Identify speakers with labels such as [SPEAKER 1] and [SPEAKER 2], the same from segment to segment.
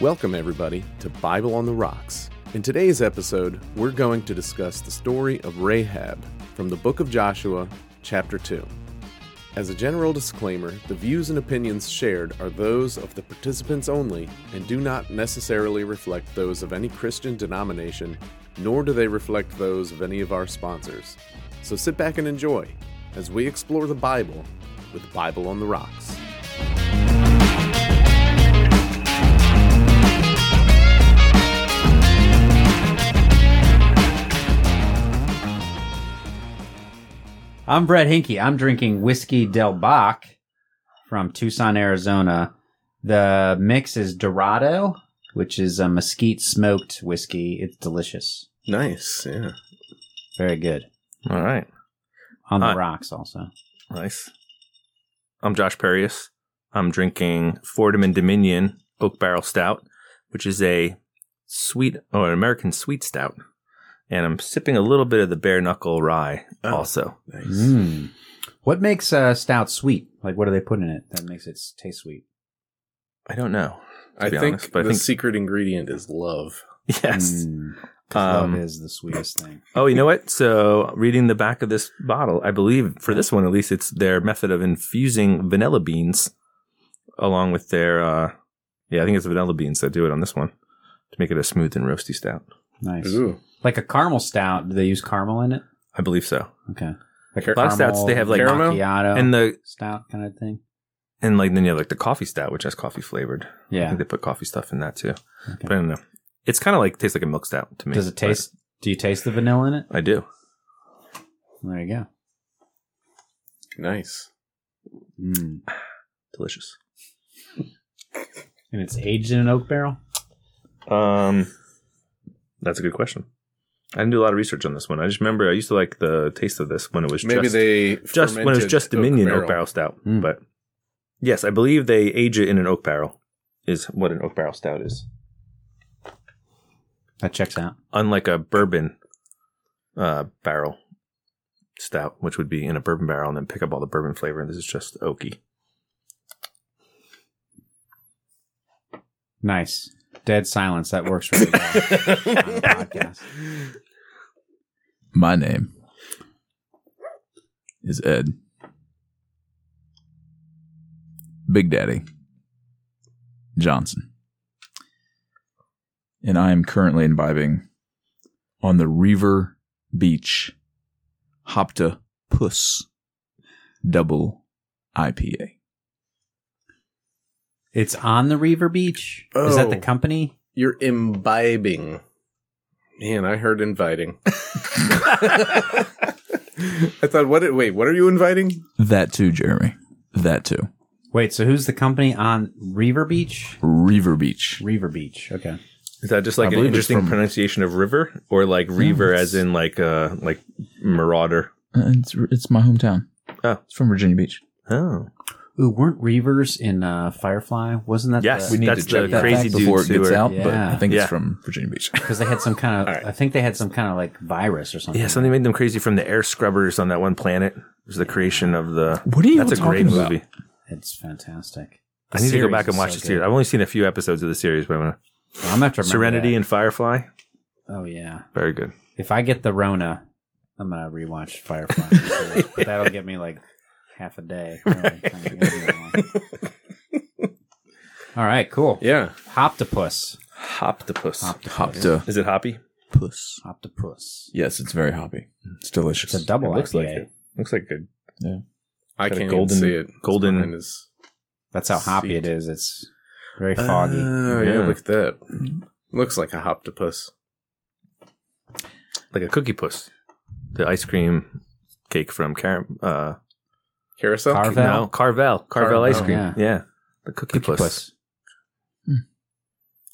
[SPEAKER 1] Welcome, everybody, to Bible on the Rocks. In today's episode, we're going to discuss the story of Rahab from the book of Joshua, chapter 2. As a general disclaimer, the views and opinions shared are those of the participants only and do not necessarily reflect those of any Christian denomination, nor do they reflect those of any of our sponsors. So sit back and enjoy as we explore the Bible with Bible on the Rocks.
[SPEAKER 2] I'm Brett Hinkey. I'm drinking whiskey Del Bach from Tucson, Arizona. The mix is Dorado, which is a mesquite smoked whiskey. It's delicious.
[SPEAKER 3] Nice, yeah.
[SPEAKER 2] Very good.
[SPEAKER 3] All right,
[SPEAKER 2] On the
[SPEAKER 3] Hi.
[SPEAKER 2] rocks also.
[SPEAKER 3] nice. I'm Josh Perius. I'm drinking Fordham and Dominion Oak Barrel Stout, which is a sweet or an American sweet stout, and I'm sipping a little bit of the Bare Knuckle Rye
[SPEAKER 1] Oh.
[SPEAKER 3] also.
[SPEAKER 2] Mm. What makes uh, stout sweet? Like, what do they put in it that makes it s- taste sweet?
[SPEAKER 3] I don't know. to
[SPEAKER 1] I
[SPEAKER 3] be
[SPEAKER 1] think
[SPEAKER 3] honest, but I
[SPEAKER 1] the
[SPEAKER 3] think-
[SPEAKER 1] secret ingredient is love.
[SPEAKER 3] Yes.
[SPEAKER 2] Mm, 'cause
[SPEAKER 3] Um,
[SPEAKER 2] love is the sweetest thing.
[SPEAKER 3] Oh, you know what? So, reading the back of this bottle, I believe for this one at least, it's their method of infusing vanilla beans along with their. uh Yeah, I think it's vanilla beans that do it on this one to make it a smooth and roasty stout.
[SPEAKER 2] Nice.
[SPEAKER 1] Ooh.
[SPEAKER 2] Like a caramel stout. Do they use caramel in it?
[SPEAKER 3] I believe so.
[SPEAKER 2] Okay. Like
[SPEAKER 3] A lot of stouts, they have, like,
[SPEAKER 1] caramel?
[SPEAKER 2] macchiato
[SPEAKER 3] and the
[SPEAKER 2] stout kind of thing.
[SPEAKER 3] and like then you have like the coffee stout, which has coffee flavored. I
[SPEAKER 2] Yeah.
[SPEAKER 3] think they put coffee stuff in that too.
[SPEAKER 2] Okay.
[SPEAKER 3] But I don't know. It's kind of like tastes like a milk stout to me.
[SPEAKER 2] Does it taste? Do you taste the vanilla in it?
[SPEAKER 3] But I do.
[SPEAKER 2] There you go.
[SPEAKER 1] Nice.
[SPEAKER 2] Mm.
[SPEAKER 3] Delicious.
[SPEAKER 2] And it's aged in an oak barrel.
[SPEAKER 3] Um, that's a good question. I didn't do a lot of research on this one. I just remember I used to like the taste of this when it was
[SPEAKER 1] Maybe
[SPEAKER 3] just,
[SPEAKER 1] they
[SPEAKER 3] just when it was
[SPEAKER 1] fermented
[SPEAKER 3] just Dominion oak barrel, stout.
[SPEAKER 2] Mm.
[SPEAKER 3] But yes, I believe they age it in an oak barrel. Is what an oak barrel stout is.
[SPEAKER 2] That checks out.
[SPEAKER 3] unlike a bourbon uh, barrel stout, which would be in a bourbon barrel and then pick up all the bourbon flavor. And this is just oaky.
[SPEAKER 2] Nice. Dead silence. That works really well on a podcast.
[SPEAKER 4] My name is Ed. Big Daddy Johnson. And I am currently imbibing on the Reaver Beach Hopta Puss Double IPA.
[SPEAKER 2] It's on the Reaver Beach. Is that the
[SPEAKER 1] Oh.
[SPEAKER 2] company?
[SPEAKER 1] You're imbibing. Man, I heard inviting. I thought, what? Wait, what are you inviting?
[SPEAKER 4] That too, Jeremy. That too.
[SPEAKER 2] Wait. So who's the company on Reaver Beach?
[SPEAKER 4] Reaver Beach.
[SPEAKER 2] Reaver Beach. Okay.
[SPEAKER 3] Is that just
[SPEAKER 4] I
[SPEAKER 3] like an
[SPEAKER 4] believe it's
[SPEAKER 3] interesting
[SPEAKER 4] from-
[SPEAKER 3] pronunciation of river or like reaver
[SPEAKER 4] it's-
[SPEAKER 3] as in like uh like marauder?
[SPEAKER 4] Uh, It's, it's my hometown.
[SPEAKER 3] Oh.
[SPEAKER 4] It's from Virginia Beach.
[SPEAKER 3] Oh.
[SPEAKER 2] Ooh, weren't Reavers in uh, Firefly? Wasn't that
[SPEAKER 3] Yes.
[SPEAKER 4] We need
[SPEAKER 3] That's
[SPEAKER 4] to check
[SPEAKER 3] the
[SPEAKER 4] that
[SPEAKER 3] crazy
[SPEAKER 4] fact before it
[SPEAKER 3] dudes
[SPEAKER 4] gets
[SPEAKER 3] who are-
[SPEAKER 4] out, but
[SPEAKER 2] Yeah.
[SPEAKER 4] I think
[SPEAKER 3] Yeah.
[SPEAKER 4] it's from Virginia Beach.
[SPEAKER 2] Because they had some kind of.
[SPEAKER 3] All right.
[SPEAKER 2] I think they had some kind of like virus or something.
[SPEAKER 3] Yeah, something made them crazy from the air scrubbers on that one planet. It was the creation of the
[SPEAKER 4] What are you
[SPEAKER 3] That's a great
[SPEAKER 4] talking about?
[SPEAKER 3] movie.
[SPEAKER 2] It's fantastic.
[SPEAKER 3] I need to go
[SPEAKER 2] series
[SPEAKER 3] back and
[SPEAKER 2] is
[SPEAKER 3] watch
[SPEAKER 2] so
[SPEAKER 3] the series.
[SPEAKER 2] good.
[SPEAKER 3] I've only seen a few episodes of the series, but I'm gonna
[SPEAKER 2] I'm gonna have to remember
[SPEAKER 3] Serenity
[SPEAKER 2] that.
[SPEAKER 3] and Firefly.
[SPEAKER 2] Oh yeah.
[SPEAKER 3] Very good.
[SPEAKER 2] If I get the Rona, I'm gonna rewatch Firefly. But That'll get me like half a day. All right, cool.
[SPEAKER 1] Yeah,
[SPEAKER 2] Hoptopus.
[SPEAKER 3] Hoptopus.
[SPEAKER 2] Hoptopus.
[SPEAKER 4] Hopta
[SPEAKER 3] Is it hoppy?
[SPEAKER 4] puss.
[SPEAKER 2] Hoptopus.
[SPEAKER 4] Yes, it's very hoppy. It's delicious.
[SPEAKER 2] It's a double
[SPEAKER 3] It looks
[SPEAKER 2] IPA.
[SPEAKER 3] like it. Looks like a
[SPEAKER 1] I
[SPEAKER 3] Got a
[SPEAKER 1] can't
[SPEAKER 3] golden-
[SPEAKER 1] even see it.
[SPEAKER 3] golden-
[SPEAKER 1] Mine is
[SPEAKER 2] That's how hoppy it is. It's very
[SPEAKER 3] Uh,
[SPEAKER 2] foggy.
[SPEAKER 1] Oh, yeah.
[SPEAKER 3] Yeah.
[SPEAKER 1] look at that. Looks like a hoptopus.
[SPEAKER 3] like a cookie puss, the ice cream cake from Car- uh,
[SPEAKER 1] Carousel.
[SPEAKER 2] Carvel?
[SPEAKER 3] no Carvel Carvel
[SPEAKER 1] Carvel,
[SPEAKER 3] ice cream.
[SPEAKER 2] yeah.
[SPEAKER 3] Yeah, the cookie, puss.
[SPEAKER 2] Puss.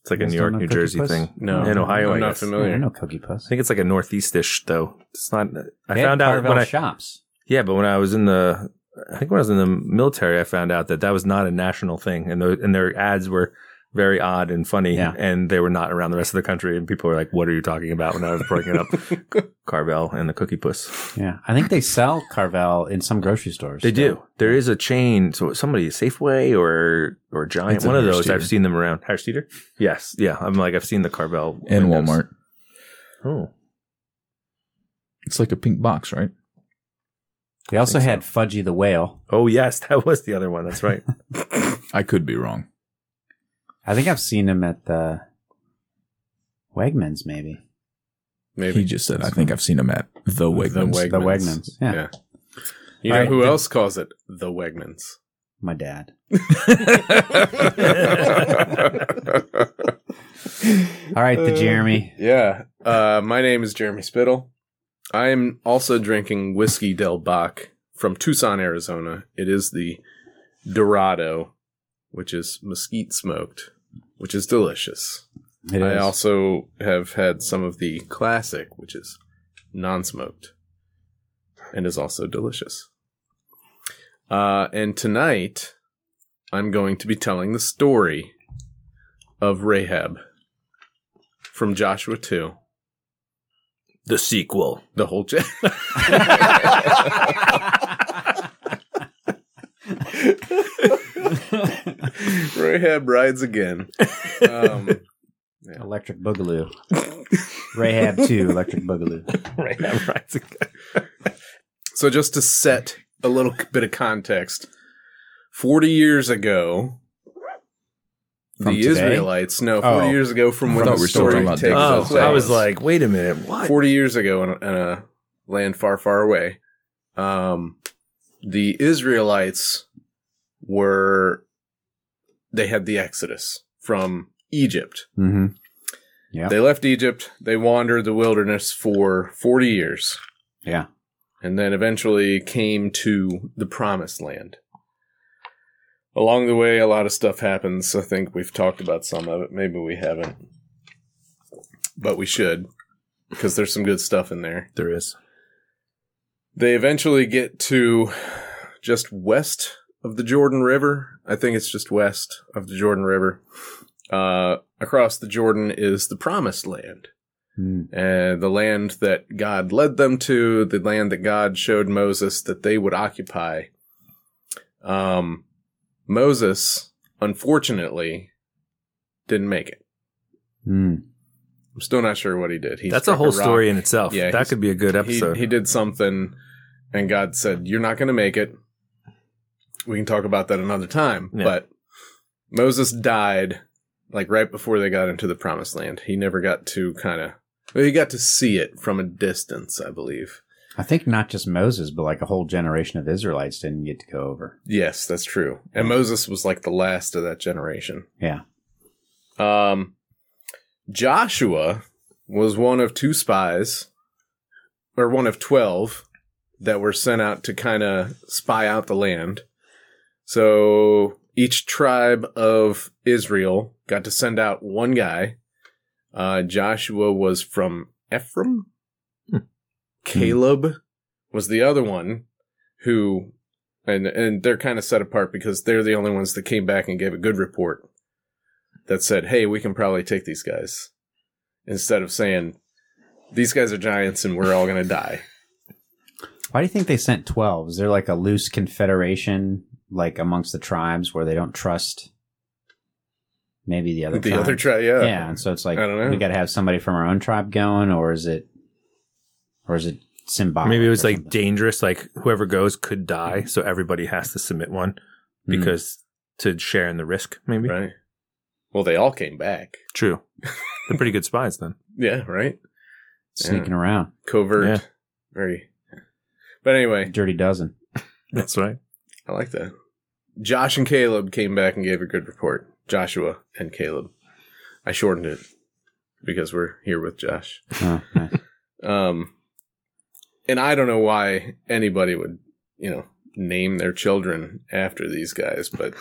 [SPEAKER 3] It's like a
[SPEAKER 2] You guys don't
[SPEAKER 3] New York,
[SPEAKER 2] know
[SPEAKER 3] New
[SPEAKER 2] Cookie
[SPEAKER 3] Jersey
[SPEAKER 2] Puss?
[SPEAKER 3] thing.
[SPEAKER 1] No,
[SPEAKER 3] in Ohio,
[SPEAKER 1] I'm
[SPEAKER 3] I
[SPEAKER 1] not
[SPEAKER 3] guess.
[SPEAKER 2] Yeah, I
[SPEAKER 1] familiar.
[SPEAKER 2] know Cookie Puss.
[SPEAKER 3] I think it's like a northeastish though. It's not. I
[SPEAKER 2] They had
[SPEAKER 3] found out
[SPEAKER 2] Carvel
[SPEAKER 3] when I
[SPEAKER 2] shops.
[SPEAKER 3] yeah, but when I was in the I think when I was in the military, I found out that that was not a national thing, and those, and their ads were very odd and funny.
[SPEAKER 2] Yeah.
[SPEAKER 3] And they were not around the rest of the country. And people were like, what are you talking about when I was breaking up Carvel and the Cookie Puss?
[SPEAKER 2] Yeah, I think they sell Carvel in some grocery stores.
[SPEAKER 3] They
[SPEAKER 2] still.
[SPEAKER 3] do. There is a chain. So somebody Safeway or or Giant,
[SPEAKER 4] It's a
[SPEAKER 3] one of those.
[SPEAKER 4] Harris
[SPEAKER 3] I've
[SPEAKER 4] Teeter.
[SPEAKER 3] seen them around. Harris Teeter? Yes. Yeah. I'm like, I've seen the Carvel.
[SPEAKER 4] and
[SPEAKER 3] windows.
[SPEAKER 4] Walmart.
[SPEAKER 3] Oh.
[SPEAKER 4] It's like a pink box, right?
[SPEAKER 2] They also
[SPEAKER 3] think so.
[SPEAKER 2] had Fudgy the Whale.
[SPEAKER 3] Oh, yes. That was the other one. That's right.
[SPEAKER 4] I could be wrong.
[SPEAKER 2] I think I've seen him at the Wegmans, maybe.
[SPEAKER 4] He
[SPEAKER 1] Maybe
[SPEAKER 4] just said, "I think I've seen him at the Wegmans."
[SPEAKER 1] Weg-
[SPEAKER 2] The
[SPEAKER 1] Wegmans.
[SPEAKER 2] Wegmans. Yeah.
[SPEAKER 1] You
[SPEAKER 2] All
[SPEAKER 1] know
[SPEAKER 2] right,
[SPEAKER 1] who
[SPEAKER 2] then-
[SPEAKER 1] else calls it the Wegmans?
[SPEAKER 2] My dad. All right, the
[SPEAKER 1] Uh,
[SPEAKER 2] Jeremy.
[SPEAKER 1] Yeah. Uh, my name is Jeremy Spittle. I am also drinking Whiskey Del Bach from Tucson, Arizona. It is the Dorado, which is mesquite smoked, which is delicious.
[SPEAKER 2] It
[SPEAKER 1] I
[SPEAKER 2] is.
[SPEAKER 1] also have had some of the classic, which is non smoked and is also delicious. Uh, and tonight, I'm going to be telling the story of Rahab from Joshua 2.
[SPEAKER 3] the sequel.
[SPEAKER 1] The whole ch- Rahab rides again. Um,
[SPEAKER 2] Electric Boogaloo. Rahab 2, Electric Boogaloo.
[SPEAKER 3] Right. Right.
[SPEAKER 1] So just to set a little c- bit of context, 40 years ago,
[SPEAKER 2] From
[SPEAKER 1] the
[SPEAKER 2] today?
[SPEAKER 1] Israelites, no, 40
[SPEAKER 2] Oh.
[SPEAKER 1] years ago from
[SPEAKER 4] I
[SPEAKER 1] when
[SPEAKER 4] thought
[SPEAKER 1] the
[SPEAKER 4] we were still
[SPEAKER 1] story
[SPEAKER 4] talking about
[SPEAKER 1] takes
[SPEAKER 4] Denzel.
[SPEAKER 3] Oh,
[SPEAKER 1] place.
[SPEAKER 3] so I was like, wait a minute. What?
[SPEAKER 1] 40 years ago in a, in a land far, far away, um, the Israelites were, they had the Exodus from Egypt.
[SPEAKER 2] Mm-hmm. Yep.
[SPEAKER 1] They left Egypt. They wandered the wilderness for 40 years.
[SPEAKER 2] Yeah.
[SPEAKER 1] And then eventually came to the promised land. Along the way, a lot of stuff happens. I think we've talked about some of it. Maybe we haven't. But we should, because there's some good stuff in there.
[SPEAKER 3] There is.
[SPEAKER 1] They eventually get to just west of the Jordan River. I think it's just west of the Jordan River. Uh, across the Jordan is the promised land
[SPEAKER 2] Mm.
[SPEAKER 1] uh, the land that God led them to, the land that God showed Moses that they would occupy. Um, Moses, unfortunately, didn't make it.
[SPEAKER 2] Mm.
[SPEAKER 1] I'm still not sure what he did. He
[SPEAKER 3] That's a
[SPEAKER 1] struck
[SPEAKER 3] whole
[SPEAKER 1] rock.
[SPEAKER 3] story in itself.
[SPEAKER 1] Yeah,
[SPEAKER 3] that
[SPEAKER 1] he's-
[SPEAKER 3] could be a good
[SPEAKER 1] He,
[SPEAKER 3] episode.
[SPEAKER 1] he did something, and God said, "You're not going to make it." We can talk about that another time.
[SPEAKER 3] Yeah.
[SPEAKER 1] But Moses died like right before they got into the promised land. He never got to kind of. Well, he got to see it from a distance, I believe.
[SPEAKER 2] I think not just Moses, but like a whole generation of Israelites didn't get to go over.
[SPEAKER 1] Yes, that's true. And Moses was like the last of that generation.
[SPEAKER 2] Yeah.
[SPEAKER 1] Um, Joshua was one of two spies, or one of 12 that were sent out to kind of spy out the land. So each tribe of Israel got to send out one guy. Uh, Joshua was from Ephraim.
[SPEAKER 3] Hmm.
[SPEAKER 1] Caleb was the other one who, and, and they're kind of set apart because they're the only ones that came back and gave a good report that said, "Hey, we can probably take these guys," instead of saying, "These guys are giants and we're all going to die."
[SPEAKER 2] Why do you think they sent 12? Is there like a loose confederation, like amongst the tribes, where they don't trust maybe the other
[SPEAKER 1] the
[SPEAKER 2] tribes?
[SPEAKER 1] other try, yeah,
[SPEAKER 2] yeah, and so it's like
[SPEAKER 1] I don't know.
[SPEAKER 2] we got to have somebody from our own tribe going, or is it, or is it symbolic?
[SPEAKER 3] Maybe it was
[SPEAKER 2] or
[SPEAKER 3] like
[SPEAKER 2] something?
[SPEAKER 3] dangerous. Like whoever goes could die, so everybody has to submit one because to share in the risk. Maybe
[SPEAKER 1] right. Well, they all came back.
[SPEAKER 3] true. They're pretty good spies then.
[SPEAKER 1] Yeah, right.
[SPEAKER 2] sneaking around,
[SPEAKER 1] Covert,
[SPEAKER 3] Yeah.
[SPEAKER 1] very. But anyway,
[SPEAKER 2] dirty dozen.
[SPEAKER 3] That's right.
[SPEAKER 1] I like that. Josh and Caleb came back and gave a good report. Joshua and Caleb. I shortened it because we're here with Josh.
[SPEAKER 2] Oh, nice.
[SPEAKER 1] Um, and I don't know why anybody would, you know, name their children after these guys, but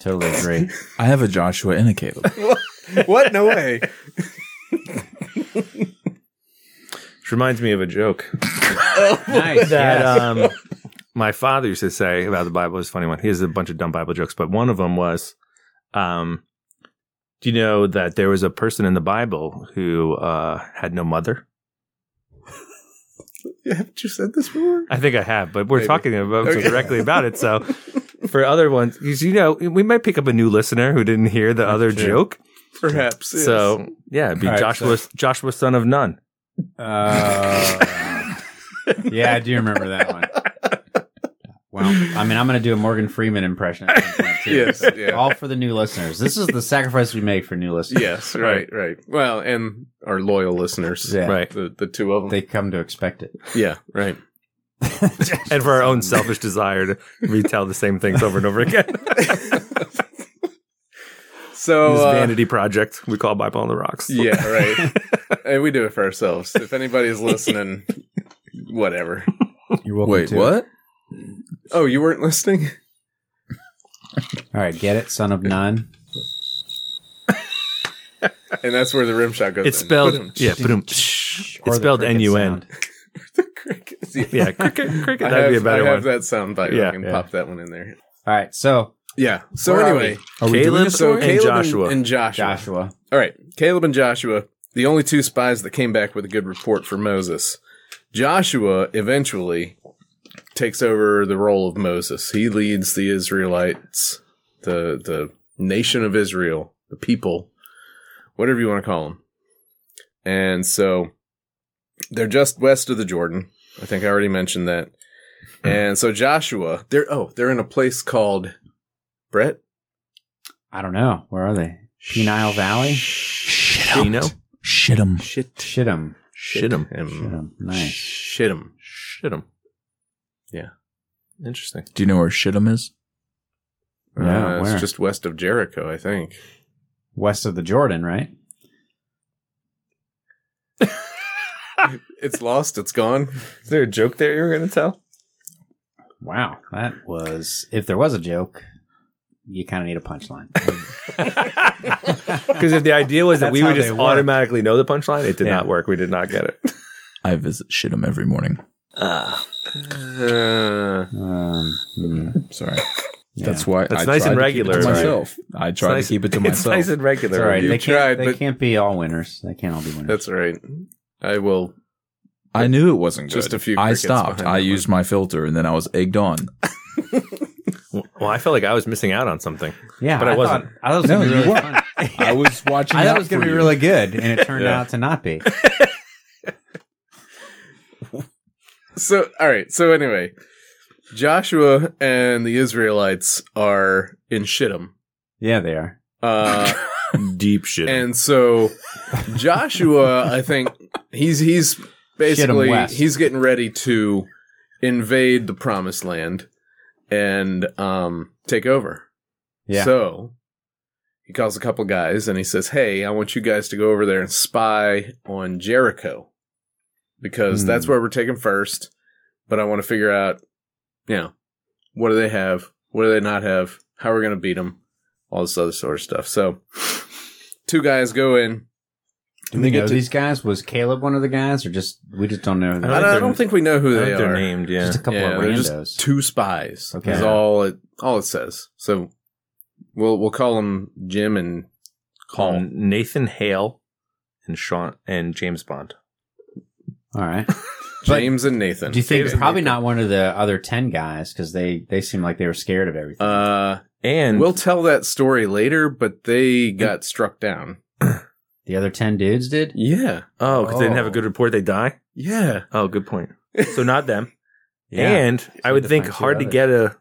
[SPEAKER 2] totally agree.
[SPEAKER 4] I have a Joshua and a Caleb.
[SPEAKER 1] what? No way.
[SPEAKER 3] Which reminds me of a joke
[SPEAKER 2] nice.
[SPEAKER 3] that
[SPEAKER 2] yes.
[SPEAKER 3] um, my father used to say about the Bible. It's a funny one. He has a bunch of dumb Bible jokes, but one of them was Um, do you know that there was a person in the Bible who uh, had no mother?
[SPEAKER 1] Haven't you said this before?
[SPEAKER 3] I think I have, but we're
[SPEAKER 1] Maybe.
[SPEAKER 3] talking about
[SPEAKER 1] Okay.
[SPEAKER 3] directly about it. So for other ones, 'cause, you know, we might pick up a new listener who didn't hear the other
[SPEAKER 4] true.
[SPEAKER 3] joke.
[SPEAKER 1] Perhaps. yes.
[SPEAKER 3] So yeah, it'd be
[SPEAKER 2] All right,
[SPEAKER 3] Joshua, Joshua, son of Nun.
[SPEAKER 2] Uh, yeah, I do remember that one. Well, I mean, I'm going to do a Morgan Freeman impression. At some point too,
[SPEAKER 1] Yes,
[SPEAKER 2] so
[SPEAKER 1] yeah.
[SPEAKER 2] All for the new listeners. This is the sacrifice we make for new listeners.
[SPEAKER 1] Yes, right, right. Well, and our loyal listeners.
[SPEAKER 2] Yeah.
[SPEAKER 3] Right.
[SPEAKER 1] The, the two of them.
[SPEAKER 2] They come to expect it.
[SPEAKER 1] yeah, right.
[SPEAKER 3] And for our own selfish desire to retell the same things over and over again.
[SPEAKER 1] So,
[SPEAKER 3] this
[SPEAKER 1] uh,
[SPEAKER 3] vanity project we call Bible on the Rocks.
[SPEAKER 1] yeah, right. and we do it for ourselves. If anybody's listening, whatever.
[SPEAKER 2] You're welcome
[SPEAKER 4] Wait,
[SPEAKER 2] to it.
[SPEAKER 4] what?
[SPEAKER 1] Oh, you weren't listening?
[SPEAKER 2] All right, get it, son of none.
[SPEAKER 1] And that's where the rim shot goes.
[SPEAKER 3] It's
[SPEAKER 1] in.
[SPEAKER 3] spelled yeah,
[SPEAKER 2] Or
[SPEAKER 3] ba-dum,
[SPEAKER 2] the
[SPEAKER 3] shh.
[SPEAKER 2] Or
[SPEAKER 3] it's
[SPEAKER 2] the
[SPEAKER 3] spelled
[SPEAKER 2] cricket
[SPEAKER 3] N U
[SPEAKER 2] sound.
[SPEAKER 3] N.
[SPEAKER 1] the crickets. Yeah.
[SPEAKER 3] Yeah, cricket, cricket.
[SPEAKER 1] I
[SPEAKER 3] That'd
[SPEAKER 1] have,
[SPEAKER 3] be a better
[SPEAKER 1] I have
[SPEAKER 3] one.
[SPEAKER 1] that sound bite.
[SPEAKER 3] Yeah,
[SPEAKER 1] I can
[SPEAKER 3] yeah.
[SPEAKER 1] pop that one in there.
[SPEAKER 2] All right, so
[SPEAKER 1] Yeah. So
[SPEAKER 2] Where are
[SPEAKER 1] anyway,
[SPEAKER 4] Are we doing
[SPEAKER 3] Caleb
[SPEAKER 4] this
[SPEAKER 1] so
[SPEAKER 3] and
[SPEAKER 1] Caleb
[SPEAKER 3] Joshua.
[SPEAKER 1] and Joshua.
[SPEAKER 2] Joshua.
[SPEAKER 1] All right, Caleb and Joshua, the only two spies that came back with a good report for Moses. Joshua eventually takes over the role of Moses. He leads the Israelites, the the nation of Israel, the people, whatever you want to call them. And so they're just west of the Jordan. I think I already mentioned that. And so Joshua, they're oh, they're in a place called Brett
[SPEAKER 2] I don't know. Where are they? Penile Valley?
[SPEAKER 4] Shit
[SPEAKER 3] Do you know?
[SPEAKER 4] Shit him.
[SPEAKER 1] Shit
[SPEAKER 2] Shittim.
[SPEAKER 3] Shit 'em.
[SPEAKER 1] Hmm,
[SPEAKER 2] Shittim. Nice.
[SPEAKER 1] Shit him.
[SPEAKER 3] Shit him.
[SPEAKER 1] Yeah.
[SPEAKER 3] Interesting.
[SPEAKER 4] Do you know where shit him is?
[SPEAKER 2] No,
[SPEAKER 1] Uh,
[SPEAKER 2] where?
[SPEAKER 1] it's just west of Jericho, I think.
[SPEAKER 2] West of the Jordan, right?
[SPEAKER 1] It's lost. It's gone.
[SPEAKER 3] Is there a joke there you were going to tell?
[SPEAKER 2] Wow, that was if there was a joke, you kind of need a punchline.
[SPEAKER 3] Because if the idea was that
[SPEAKER 2] That's
[SPEAKER 3] we would
[SPEAKER 2] how
[SPEAKER 3] just
[SPEAKER 2] they work.
[SPEAKER 3] automatically know the punchline, it did
[SPEAKER 2] Yeah.
[SPEAKER 3] not work. We did not get it.
[SPEAKER 4] I visit shit him every morning.
[SPEAKER 1] Uh,
[SPEAKER 2] Um, hmm,
[SPEAKER 4] Sorry.
[SPEAKER 2] yeah.
[SPEAKER 4] That's why
[SPEAKER 3] That's
[SPEAKER 4] I
[SPEAKER 3] nice
[SPEAKER 4] tried
[SPEAKER 3] and
[SPEAKER 4] to keep it to
[SPEAKER 3] regular, right?
[SPEAKER 4] myself. I
[SPEAKER 3] It's
[SPEAKER 4] tried
[SPEAKER 3] nice-
[SPEAKER 4] to keep it to
[SPEAKER 3] It's
[SPEAKER 4] myself.
[SPEAKER 3] nice and
[SPEAKER 2] It's all
[SPEAKER 3] regular.
[SPEAKER 2] right.
[SPEAKER 1] You
[SPEAKER 2] They can't,
[SPEAKER 1] tried,
[SPEAKER 2] they
[SPEAKER 1] but-
[SPEAKER 2] can't be all winners. They can't all be winners.
[SPEAKER 1] that's right. I will.
[SPEAKER 4] I knew it wasn't good.
[SPEAKER 1] Just a few
[SPEAKER 4] I
[SPEAKER 1] crickets
[SPEAKER 4] stopped.
[SPEAKER 1] behind
[SPEAKER 4] I
[SPEAKER 1] that
[SPEAKER 4] used my filter, and then I was egged on.
[SPEAKER 3] Well, I felt like I was missing out on something.
[SPEAKER 2] yeah,
[SPEAKER 3] but I wasn't.
[SPEAKER 2] Thought, I thought it was
[SPEAKER 4] No,
[SPEAKER 2] gonna be
[SPEAKER 4] you
[SPEAKER 2] really
[SPEAKER 4] weren't.
[SPEAKER 2] fun.
[SPEAKER 4] I was watching.
[SPEAKER 2] I thought
[SPEAKER 4] out
[SPEAKER 2] it was going
[SPEAKER 4] for
[SPEAKER 2] to be
[SPEAKER 4] you.
[SPEAKER 2] really good, and it turned out to not be.
[SPEAKER 1] So, all right. So, anyway, Joshua and the Israelites are in Shittim.
[SPEAKER 2] Yeah, they are.
[SPEAKER 1] Uh,
[SPEAKER 3] Deep shit.
[SPEAKER 1] and so Joshua, I think he's he's basically
[SPEAKER 2] west.
[SPEAKER 1] he's getting ready to invade the promised land and um take over.
[SPEAKER 2] Yeah.
[SPEAKER 1] So he calls a couple guys and he says, "Hey, I want you guys to go over there and spy on Jericho because
[SPEAKER 2] Hmm.
[SPEAKER 1] that's where we're taking first. But I want to figure out, you know, what do they have? What do they not have? How we're going to beat them? All this other sort of stuff." So two guys go in.
[SPEAKER 2] Do we know these guys? Was Caleb one of the guys, or just we just don't know? Who they
[SPEAKER 3] I
[SPEAKER 1] I
[SPEAKER 2] are?
[SPEAKER 1] don't, I
[SPEAKER 3] they're-
[SPEAKER 1] don't think we know who
[SPEAKER 3] I
[SPEAKER 1] they
[SPEAKER 3] think they're
[SPEAKER 1] are.
[SPEAKER 3] named, yeah.
[SPEAKER 2] Just a couple
[SPEAKER 1] Yeah,
[SPEAKER 2] of
[SPEAKER 1] they're
[SPEAKER 2] randos.
[SPEAKER 1] just Two spies
[SPEAKER 2] Okay.
[SPEAKER 1] is all it all it says. So we'll we'll call them Jim and
[SPEAKER 3] Call Nathan Hale and Sean and James Bond.
[SPEAKER 2] all right. But-
[SPEAKER 1] James and Nathan.
[SPEAKER 2] Do you think
[SPEAKER 1] James
[SPEAKER 2] it's
[SPEAKER 1] and
[SPEAKER 2] probably
[SPEAKER 1] Nathan.
[SPEAKER 2] not one of the other ten guys because they they seem like they were scared of everything?
[SPEAKER 1] Uh,
[SPEAKER 3] And
[SPEAKER 1] we'll tell that story later, but they got struck down.
[SPEAKER 2] the other ten dudes did.
[SPEAKER 1] Yeah.
[SPEAKER 3] oh, because they didn't have a
[SPEAKER 2] Oh.
[SPEAKER 3] good report, they die.
[SPEAKER 1] Yeah.
[SPEAKER 3] Oh, good point. So not them. And I
[SPEAKER 2] need
[SPEAKER 3] would
[SPEAKER 2] to
[SPEAKER 3] think
[SPEAKER 2] find two
[SPEAKER 3] hard to
[SPEAKER 2] others.
[SPEAKER 3] get a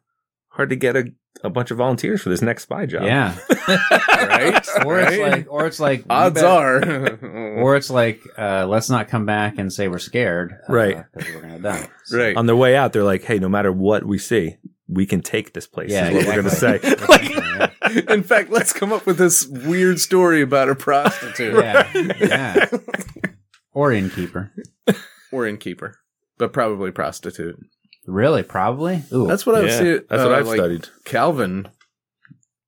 [SPEAKER 3] hard to get a, a bunch of volunteers for this next spy job.
[SPEAKER 2] yeah.
[SPEAKER 1] Right?
[SPEAKER 2] Or it's
[SPEAKER 1] Right?
[SPEAKER 2] like, or it's like, we
[SPEAKER 1] odds
[SPEAKER 2] bet-
[SPEAKER 1] are.
[SPEAKER 2] or it's like, uh, let's not come back and say we're scared, uh,
[SPEAKER 3] Right.
[SPEAKER 2] 'cause we're gonna die. So-
[SPEAKER 1] right.
[SPEAKER 3] On their way out, they're like, "Hey, no matter what we see, we can take this place."
[SPEAKER 2] Yeah,
[SPEAKER 3] is what
[SPEAKER 2] exactly.
[SPEAKER 3] we're going to say.
[SPEAKER 2] Yeah.
[SPEAKER 1] In fact, let's come up with this weird story about a prostitute
[SPEAKER 2] yeah, yeah. Or innkeeper,
[SPEAKER 1] or innkeeper, but probably prostitute.
[SPEAKER 2] really? Probably. Ooh,
[SPEAKER 1] That's what I would
[SPEAKER 3] Yeah,
[SPEAKER 1] see.
[SPEAKER 3] that's what
[SPEAKER 1] uh,
[SPEAKER 3] I've
[SPEAKER 1] like,
[SPEAKER 3] studied.
[SPEAKER 1] Calvin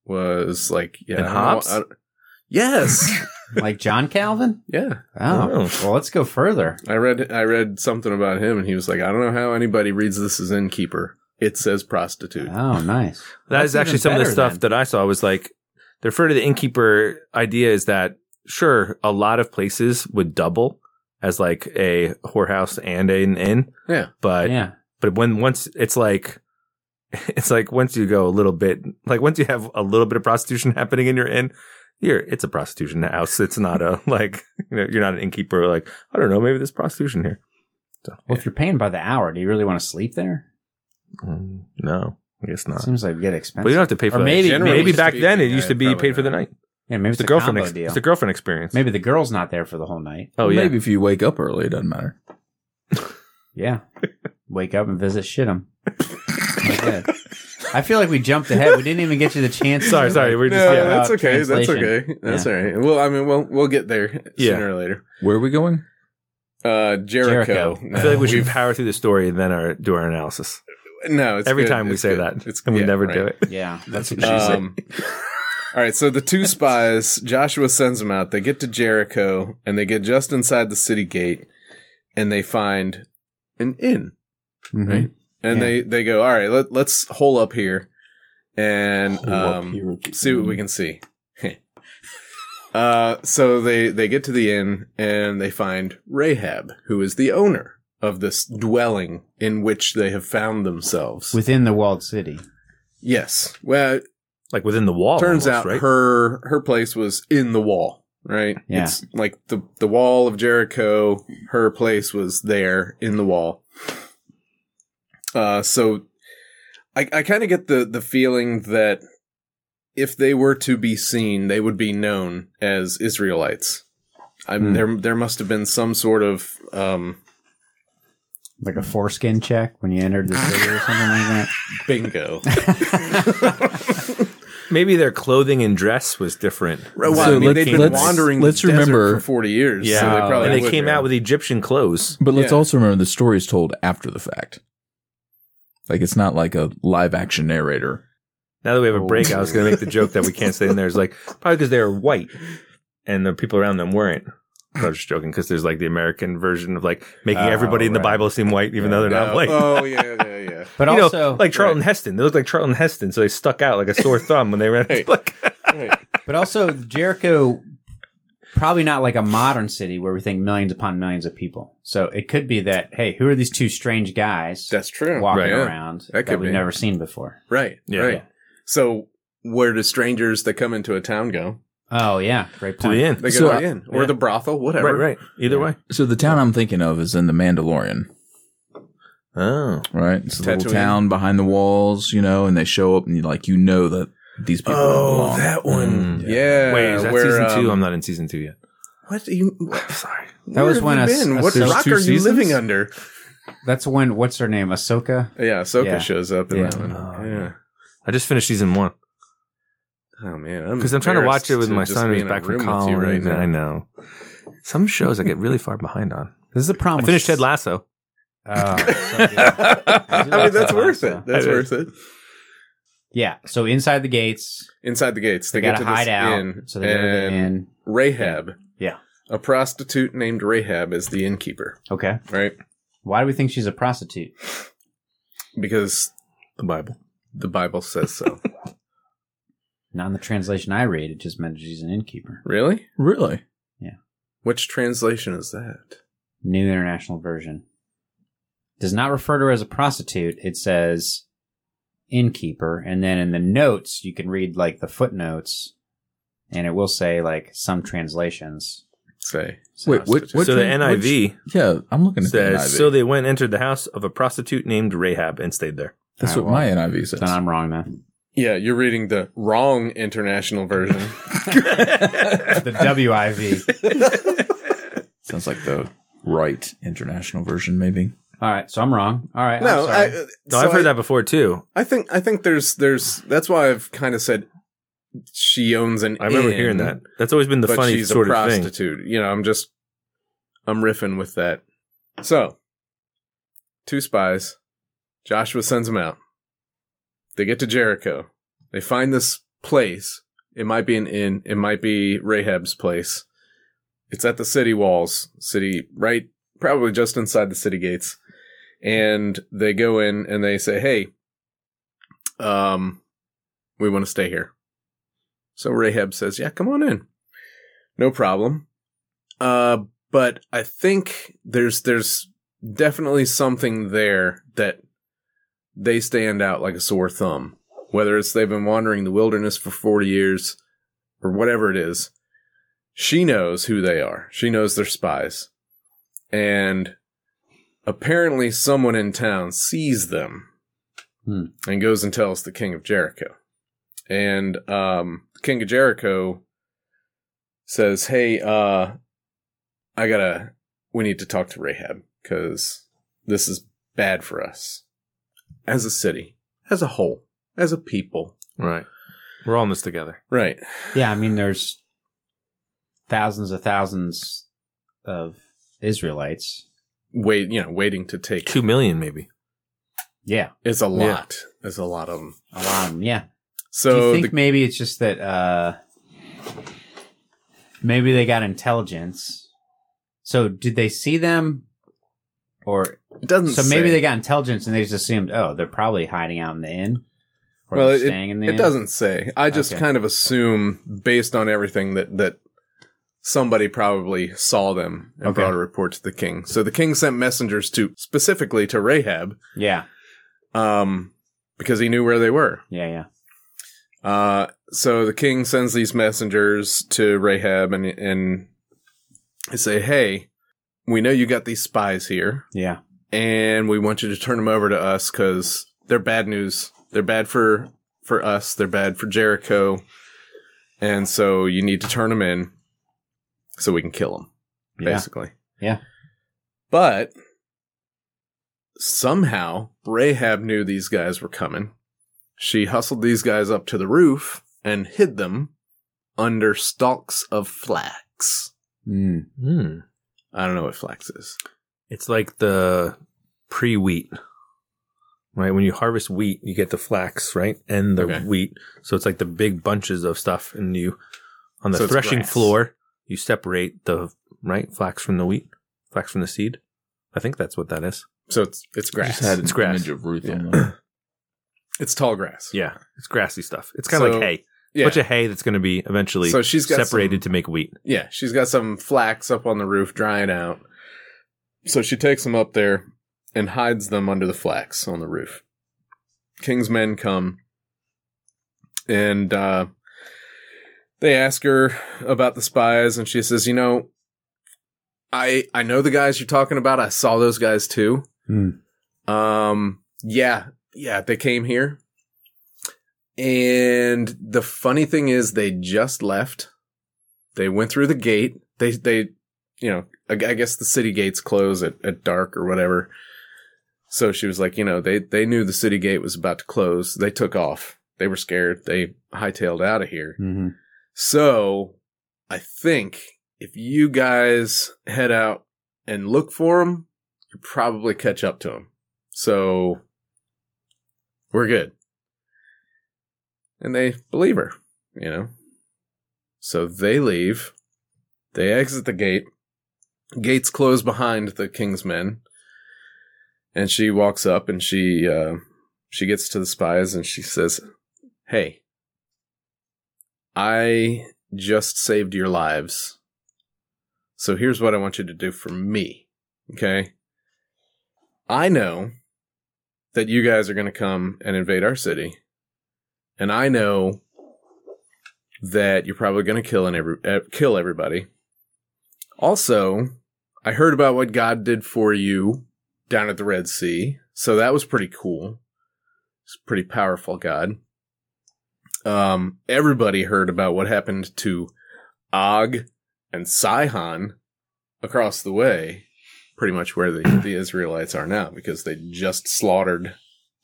[SPEAKER 1] was like, yeah.
[SPEAKER 3] And
[SPEAKER 1] I don't
[SPEAKER 3] Hobbes?
[SPEAKER 1] know, I- yes.
[SPEAKER 2] like John Calvin.
[SPEAKER 1] yeah.
[SPEAKER 2] Oh,
[SPEAKER 3] Oh.
[SPEAKER 2] well, let's go further.
[SPEAKER 1] I read I read something about him, and he was like, I don't know how anybody reads this as innkeeper. It says prostitute.
[SPEAKER 2] Oh, nice.
[SPEAKER 3] That is
[SPEAKER 2] That's
[SPEAKER 3] actually
[SPEAKER 2] even
[SPEAKER 3] some of the
[SPEAKER 2] better
[SPEAKER 3] stuff
[SPEAKER 2] then.
[SPEAKER 3] that I saw was like the refer to the innkeeper idea is that sure a lot of places would double as like a whorehouse and an inn.
[SPEAKER 1] Yeah.
[SPEAKER 3] but
[SPEAKER 2] yeah.
[SPEAKER 3] but when once it's like it's like once you go a little bit like once you have a little bit of prostitution happening in your inn you're it's a prostitution house it's not a like you know you're not an innkeeper like i don't know maybe there's prostitution here so
[SPEAKER 2] Well, if you're paying by the hour, do you really want to sleep there?
[SPEAKER 3] mm, no i guess not
[SPEAKER 2] Seems like it'd get expensive.
[SPEAKER 3] but you don't have to pay for
[SPEAKER 2] Or
[SPEAKER 3] that.
[SPEAKER 2] maybe-
[SPEAKER 3] maybe,
[SPEAKER 2] Generally
[SPEAKER 3] back then it
[SPEAKER 1] speaking,
[SPEAKER 3] used
[SPEAKER 1] yeah,
[SPEAKER 3] to be
[SPEAKER 1] probably
[SPEAKER 3] paid for the
[SPEAKER 1] not.
[SPEAKER 3] night
[SPEAKER 2] yeah, maybe
[SPEAKER 3] it's
[SPEAKER 2] it's
[SPEAKER 3] the
[SPEAKER 2] a combo
[SPEAKER 3] girlfriend ex-
[SPEAKER 2] deal.
[SPEAKER 3] it's the girlfriend experience
[SPEAKER 2] Maybe the girl's not there for the whole night.
[SPEAKER 3] oh yeah
[SPEAKER 4] Maybe if you wake up early, it doesn't matter.
[SPEAKER 2] Yeah, wake up and visit Shittum. I feel like we jumped ahead. We didn't even get you the chance.
[SPEAKER 3] sorry
[SPEAKER 2] to,
[SPEAKER 3] sorry
[SPEAKER 2] like-
[SPEAKER 3] we're just
[SPEAKER 1] no,
[SPEAKER 2] yeah.
[SPEAKER 1] that's
[SPEAKER 2] Uh,
[SPEAKER 1] okay. That's
[SPEAKER 2] translation.
[SPEAKER 1] okay. That's all right. Well, I mean, we'll we'll get there
[SPEAKER 3] Yeah.
[SPEAKER 1] sooner or later.
[SPEAKER 4] Where are we going?
[SPEAKER 1] Uh, Jericho.
[SPEAKER 2] Jericho.
[SPEAKER 3] I feel like we should
[SPEAKER 1] We've-
[SPEAKER 3] power through the story and then our, do our analysis.
[SPEAKER 1] No, it's
[SPEAKER 3] Every
[SPEAKER 1] good.
[SPEAKER 3] time we
[SPEAKER 1] It's
[SPEAKER 3] say
[SPEAKER 1] good.
[SPEAKER 3] that,
[SPEAKER 1] it's
[SPEAKER 3] and we
[SPEAKER 1] yeah,
[SPEAKER 3] never
[SPEAKER 1] right.
[SPEAKER 3] do it.
[SPEAKER 2] Yeah, that's what she said.
[SPEAKER 1] Um, all right, so the two spies, Joshua sends them out. They get to Jericho and they get just inside the city gate and they find an inn.
[SPEAKER 2] Mhm.
[SPEAKER 1] right? And
[SPEAKER 2] Yeah.
[SPEAKER 1] they, they go, all right, let, let's hole up here and um, see what we
[SPEAKER 4] Mm-hmm.
[SPEAKER 1] can see. uh, so they, they get to the inn and they find Rahab, who is the owner of this dwelling in which they have found themselves.
[SPEAKER 2] Within the walled city.
[SPEAKER 1] yes. Well,
[SPEAKER 3] Like within the wall.
[SPEAKER 1] turns
[SPEAKER 3] Oh, almost,
[SPEAKER 1] out
[SPEAKER 3] right?
[SPEAKER 1] her her place was in the wall right
[SPEAKER 2] Yeah.
[SPEAKER 1] it's like the the wall of jericho her place was there in the wall uh so i i kind of get the the feeling that if they were to be seen they would be known as israelites i
[SPEAKER 2] Hmm.
[SPEAKER 1] there there must have been some sort of um
[SPEAKER 2] Like a foreskin check when you entered the city or something like
[SPEAKER 1] bingo
[SPEAKER 2] that.
[SPEAKER 3] Maybe their clothing and dress was different.
[SPEAKER 1] Well,
[SPEAKER 4] So
[SPEAKER 1] I mean,
[SPEAKER 4] let's-
[SPEAKER 1] they've been
[SPEAKER 4] let's-
[SPEAKER 1] wandering the
[SPEAKER 4] let's
[SPEAKER 1] desert
[SPEAKER 4] remember-
[SPEAKER 1] for 40 years so
[SPEAKER 3] Yeah.
[SPEAKER 1] they probably
[SPEAKER 3] and they
[SPEAKER 1] would
[SPEAKER 3] came
[SPEAKER 1] be.
[SPEAKER 3] out with Egyptian clothes.
[SPEAKER 4] But let's
[SPEAKER 1] Yeah.
[SPEAKER 4] also remember the story is told after the fact. Like it's not like a live action narrator.
[SPEAKER 3] Now that we have a break, I was
[SPEAKER 2] Oh.
[SPEAKER 3] going to make the joke that we can't stay in there. It's like probably because they are white and the people around them weren't. I was just joking because there's like the American version of like making
[SPEAKER 2] Oh,
[SPEAKER 3] everybody in the
[SPEAKER 2] right.
[SPEAKER 3] Bible seem white, even though they're
[SPEAKER 1] No.
[SPEAKER 3] not white.
[SPEAKER 1] oh yeah yeah yeah
[SPEAKER 2] but
[SPEAKER 3] you
[SPEAKER 2] also,
[SPEAKER 3] know, like Charlton Heston. They looked like Charlton Heston, so they stuck out like a sore thumb when they ran.
[SPEAKER 1] Hey.
[SPEAKER 3] Look,
[SPEAKER 1] Right.
[SPEAKER 2] but also Jericho, probably not like a modern city where we think millions upon millions of people. So it could be that hey, who are these two strange guys
[SPEAKER 1] That's true.
[SPEAKER 2] walking
[SPEAKER 1] Right.
[SPEAKER 2] around
[SPEAKER 1] That
[SPEAKER 2] that,
[SPEAKER 1] could
[SPEAKER 2] we've
[SPEAKER 1] be.
[SPEAKER 2] never seen before?
[SPEAKER 1] Right.
[SPEAKER 3] Yeah.
[SPEAKER 1] right.
[SPEAKER 2] Yeah.
[SPEAKER 1] So where do strangers that come into a town go?
[SPEAKER 2] Oh yeah, great
[SPEAKER 3] to
[SPEAKER 2] point.
[SPEAKER 3] the end.
[SPEAKER 1] They go
[SPEAKER 4] So,
[SPEAKER 1] to
[SPEAKER 4] uh,
[SPEAKER 1] the inn or
[SPEAKER 3] yeah.
[SPEAKER 1] the brothel, whatever.
[SPEAKER 3] Right, right. Either way.
[SPEAKER 4] So the town I'm thinking of is in The Mandalorian,
[SPEAKER 3] Oh,
[SPEAKER 4] right? It's a
[SPEAKER 1] Tatooine.
[SPEAKER 4] little town behind the walls, you know, and they show up and you like you know that these people don't belong.
[SPEAKER 3] Oh, one.
[SPEAKER 1] Yeah.
[SPEAKER 3] Wait, is that
[SPEAKER 1] where,
[SPEAKER 3] season two?
[SPEAKER 1] um,
[SPEAKER 3] I'm not in season two yet.
[SPEAKER 1] What do you? What,
[SPEAKER 3] Sorry.
[SPEAKER 1] where
[SPEAKER 2] was
[SPEAKER 1] have
[SPEAKER 2] when
[SPEAKER 1] you
[SPEAKER 2] a s-
[SPEAKER 1] been?
[SPEAKER 2] a
[SPEAKER 1] What
[SPEAKER 2] season-
[SPEAKER 1] rock are
[SPEAKER 4] two
[SPEAKER 1] you
[SPEAKER 4] seasons?
[SPEAKER 1] living under?
[SPEAKER 2] That's when what's her name? Ahsoka.
[SPEAKER 1] Yeah, Ahsoka
[SPEAKER 2] Yeah.
[SPEAKER 1] shows up in
[SPEAKER 2] Yeah.
[SPEAKER 1] that one.
[SPEAKER 3] Oh,
[SPEAKER 1] yeah.
[SPEAKER 3] I just finished season one
[SPEAKER 1] Oh man, I'm
[SPEAKER 3] because I'm trying to watch it with my
[SPEAKER 1] embarrassed to just
[SPEAKER 3] son
[SPEAKER 1] be
[SPEAKER 3] who's
[SPEAKER 1] in a
[SPEAKER 3] back from
[SPEAKER 1] room with
[SPEAKER 3] college.
[SPEAKER 1] you right
[SPEAKER 3] I
[SPEAKER 1] now.
[SPEAKER 3] know. Some shows I get really far behind on.
[SPEAKER 2] This is the problem.
[SPEAKER 3] I
[SPEAKER 2] with-
[SPEAKER 3] finished Ted Lasso.
[SPEAKER 2] Oh, so good.
[SPEAKER 1] I mean, that's worth it. That's
[SPEAKER 3] It is.
[SPEAKER 1] worth it.
[SPEAKER 2] yeah. So inside the gates,
[SPEAKER 1] Inside the gates,
[SPEAKER 2] they,
[SPEAKER 1] they,
[SPEAKER 2] got
[SPEAKER 1] get
[SPEAKER 2] to
[SPEAKER 1] to this
[SPEAKER 2] hide out.
[SPEAKER 1] inn,
[SPEAKER 2] so they go to the
[SPEAKER 1] and
[SPEAKER 2] inn.
[SPEAKER 1] Rahab,
[SPEAKER 2] Yeah.
[SPEAKER 1] a prostitute named Rahab, is the innkeeper,
[SPEAKER 2] Okay.
[SPEAKER 1] right?
[SPEAKER 2] Why do we think she's a prostitute?
[SPEAKER 1] Because
[SPEAKER 3] The Bible.
[SPEAKER 1] the Bible says so.
[SPEAKER 2] Not in the translation I read. It just meant she's an innkeeper.
[SPEAKER 1] really?
[SPEAKER 4] Really?
[SPEAKER 1] Which translation is that?
[SPEAKER 2] New International Version does not refer to her as a prostitute. It says innkeeper, and then in the notes you can read like the footnotes, and it will say like some translations.
[SPEAKER 1] Say.
[SPEAKER 2] So
[SPEAKER 4] Wait, what- what-
[SPEAKER 3] so the
[SPEAKER 4] tran-
[SPEAKER 3] NIV
[SPEAKER 4] Yeah, I'm looking at
[SPEAKER 3] says,
[SPEAKER 4] the NIV.
[SPEAKER 3] so they went and entered the house of a prostitute named Rahab and stayed there.
[SPEAKER 4] That's
[SPEAKER 2] All
[SPEAKER 4] what
[SPEAKER 2] right, well,
[SPEAKER 4] my NIV says.
[SPEAKER 2] Then I'm wrong then.
[SPEAKER 1] Yeah, you're reading the wrong international version.
[SPEAKER 2] The WIV.
[SPEAKER 4] Sounds like the right international version, maybe.
[SPEAKER 2] All right, so I'm wrong. All right,
[SPEAKER 1] no,
[SPEAKER 2] no,
[SPEAKER 1] I,
[SPEAKER 2] I'm sorry.
[SPEAKER 1] uh,
[SPEAKER 3] no,
[SPEAKER 1] so
[SPEAKER 3] I've heard
[SPEAKER 1] I,
[SPEAKER 3] that before too.
[SPEAKER 1] I think I think there's there's that's why I've kind of said she owns an.
[SPEAKER 3] I remember
[SPEAKER 1] inn,
[SPEAKER 3] hearing that. That's always been the
[SPEAKER 1] but
[SPEAKER 3] funny
[SPEAKER 1] she's
[SPEAKER 3] sort
[SPEAKER 1] a
[SPEAKER 3] of thing.
[SPEAKER 1] prostitute. You know, I'm just I'm riffing with that. So, two spies. Joshua sends them out. They get to Jericho. They find this place. It might be an inn. It might be Rahab's place. It's at the city walls, city right, probably just inside the city gates. And they go in and they say, "Hey, um, we want to stay here." So Rahab says, Yeah, come on in. No problem. Uh, but I think there's there's definitely something there that they stand out like a sore thumb. Whether it's they've been wandering the wilderness for 40 years or whatever it is, she knows who they are. She knows they're spies. And apparently someone in town sees them
[SPEAKER 2] Hmm.
[SPEAKER 1] and goes and tells the king of Jericho. And um, the king of Jericho says, "Hey, uh, I gotta. We need to talk to Rahab because this is bad for us as a city, as a whole, as a people."
[SPEAKER 3] Right. We're all in this together.
[SPEAKER 1] Right.
[SPEAKER 2] Yeah, I mean, there's thousands of thousands of Israelites.
[SPEAKER 1] Wait, you know, waiting to take
[SPEAKER 3] Two million, maybe.
[SPEAKER 2] Yeah,
[SPEAKER 1] is a lot. Is a lot of them.
[SPEAKER 2] a lot of them. Yeah. Do
[SPEAKER 1] So
[SPEAKER 2] you think
[SPEAKER 1] the,
[SPEAKER 2] maybe it's just that uh, maybe they got intelligence? So did they see them, or
[SPEAKER 1] it doesn't.
[SPEAKER 2] so
[SPEAKER 1] Hmm,
[SPEAKER 2] maybe
[SPEAKER 1] say.
[SPEAKER 2] they got intelligence and they just assumed, oh, they're probably hiding out in the inn, or
[SPEAKER 1] Well,
[SPEAKER 2] they're
[SPEAKER 1] it-
[SPEAKER 2] staying in the
[SPEAKER 1] It
[SPEAKER 2] inn.
[SPEAKER 1] doesn't say. I just
[SPEAKER 2] Okay.
[SPEAKER 1] kind of assume, based on everything, that that somebody probably saw them and
[SPEAKER 2] Okay.
[SPEAKER 1] brought a report to the king. So the king sent messengers to specifically to Rahab,
[SPEAKER 2] Yeah,
[SPEAKER 1] um, because he knew where they were.
[SPEAKER 2] yeah, yeah.
[SPEAKER 1] Uh, so the king sends these messengers to Rahab and and they say, "Hey, we know you got these spies here,
[SPEAKER 2] Yeah.
[SPEAKER 1] and we want you to turn them over to us because they're bad news. They're bad for for us. They're bad for Jericho, and so you need to turn them in so we can kill them,
[SPEAKER 2] Yeah.
[SPEAKER 1] basically.
[SPEAKER 2] Yeah.
[SPEAKER 1] But somehow Rahab knew these guys were coming. She hustled these guys up to the roof and hid them under stalks of flax.
[SPEAKER 2] Mm.
[SPEAKER 3] Hmm.
[SPEAKER 1] I don't know what flax is.
[SPEAKER 3] It's like the pre wheat, right? When you harvest wheat, you get the flax, right? And the
[SPEAKER 1] Okay.
[SPEAKER 3] wheat. So it's like the big bunches of stuff. And you, on the
[SPEAKER 1] So it's
[SPEAKER 3] threshing
[SPEAKER 1] grass.
[SPEAKER 3] floor, you separate the, right? Flax from the wheat, flax from the seed. I think that's what that is.
[SPEAKER 1] So it's it's grass.
[SPEAKER 4] Just had
[SPEAKER 3] It's
[SPEAKER 4] an
[SPEAKER 3] grass.
[SPEAKER 4] image of Ruth.
[SPEAKER 1] Yeah.
[SPEAKER 4] on there.
[SPEAKER 1] it's tall grass.
[SPEAKER 3] Yeah. It's grassy stuff. It's kind of
[SPEAKER 1] So-
[SPEAKER 3] like hay. Bunch of hay that's going to be eventually
[SPEAKER 1] So she's got
[SPEAKER 3] separated to make wheat.
[SPEAKER 1] yeah, she's got some flax up on the roof drying out. So she takes them up there and hides them under the flax on the roof. King's men come and uh, they ask her about the spies, and she says, "You know, I I know the guys you're talking about. I saw those guys too.
[SPEAKER 2] Hmm.
[SPEAKER 1] Um, yeah, yeah, they came here, and the funny thing is, they just left." they went through the gate. They they you know I, I guess the city gates close at, at dark or whatever. So she was like, you know, they they knew the city gate was about to close. They took off. They were scared. They hightailed out of here.
[SPEAKER 2] hmm
[SPEAKER 1] So I think if you guys head out and look for them, you probably catch up to them. So we're good. And they believe her, you know. So they leave. They exit the gate. Gates close behind the king's men. And she walks up and she uh, she gets to the spies and she says, "Hey, I just saved your lives. So here's what I want you to do for me. Okay. I know that you guys are going to come and invade our city. And I know that you're probably going to kill and every, eh, kill everybody. Also, I heard about what God did for you down at the Red Sea. So that was pretty cool. It's a pretty powerful God um, everybody heard about what happened to Og and Sihon across the way, pretty much where the, the Israelites are now, because they just slaughtered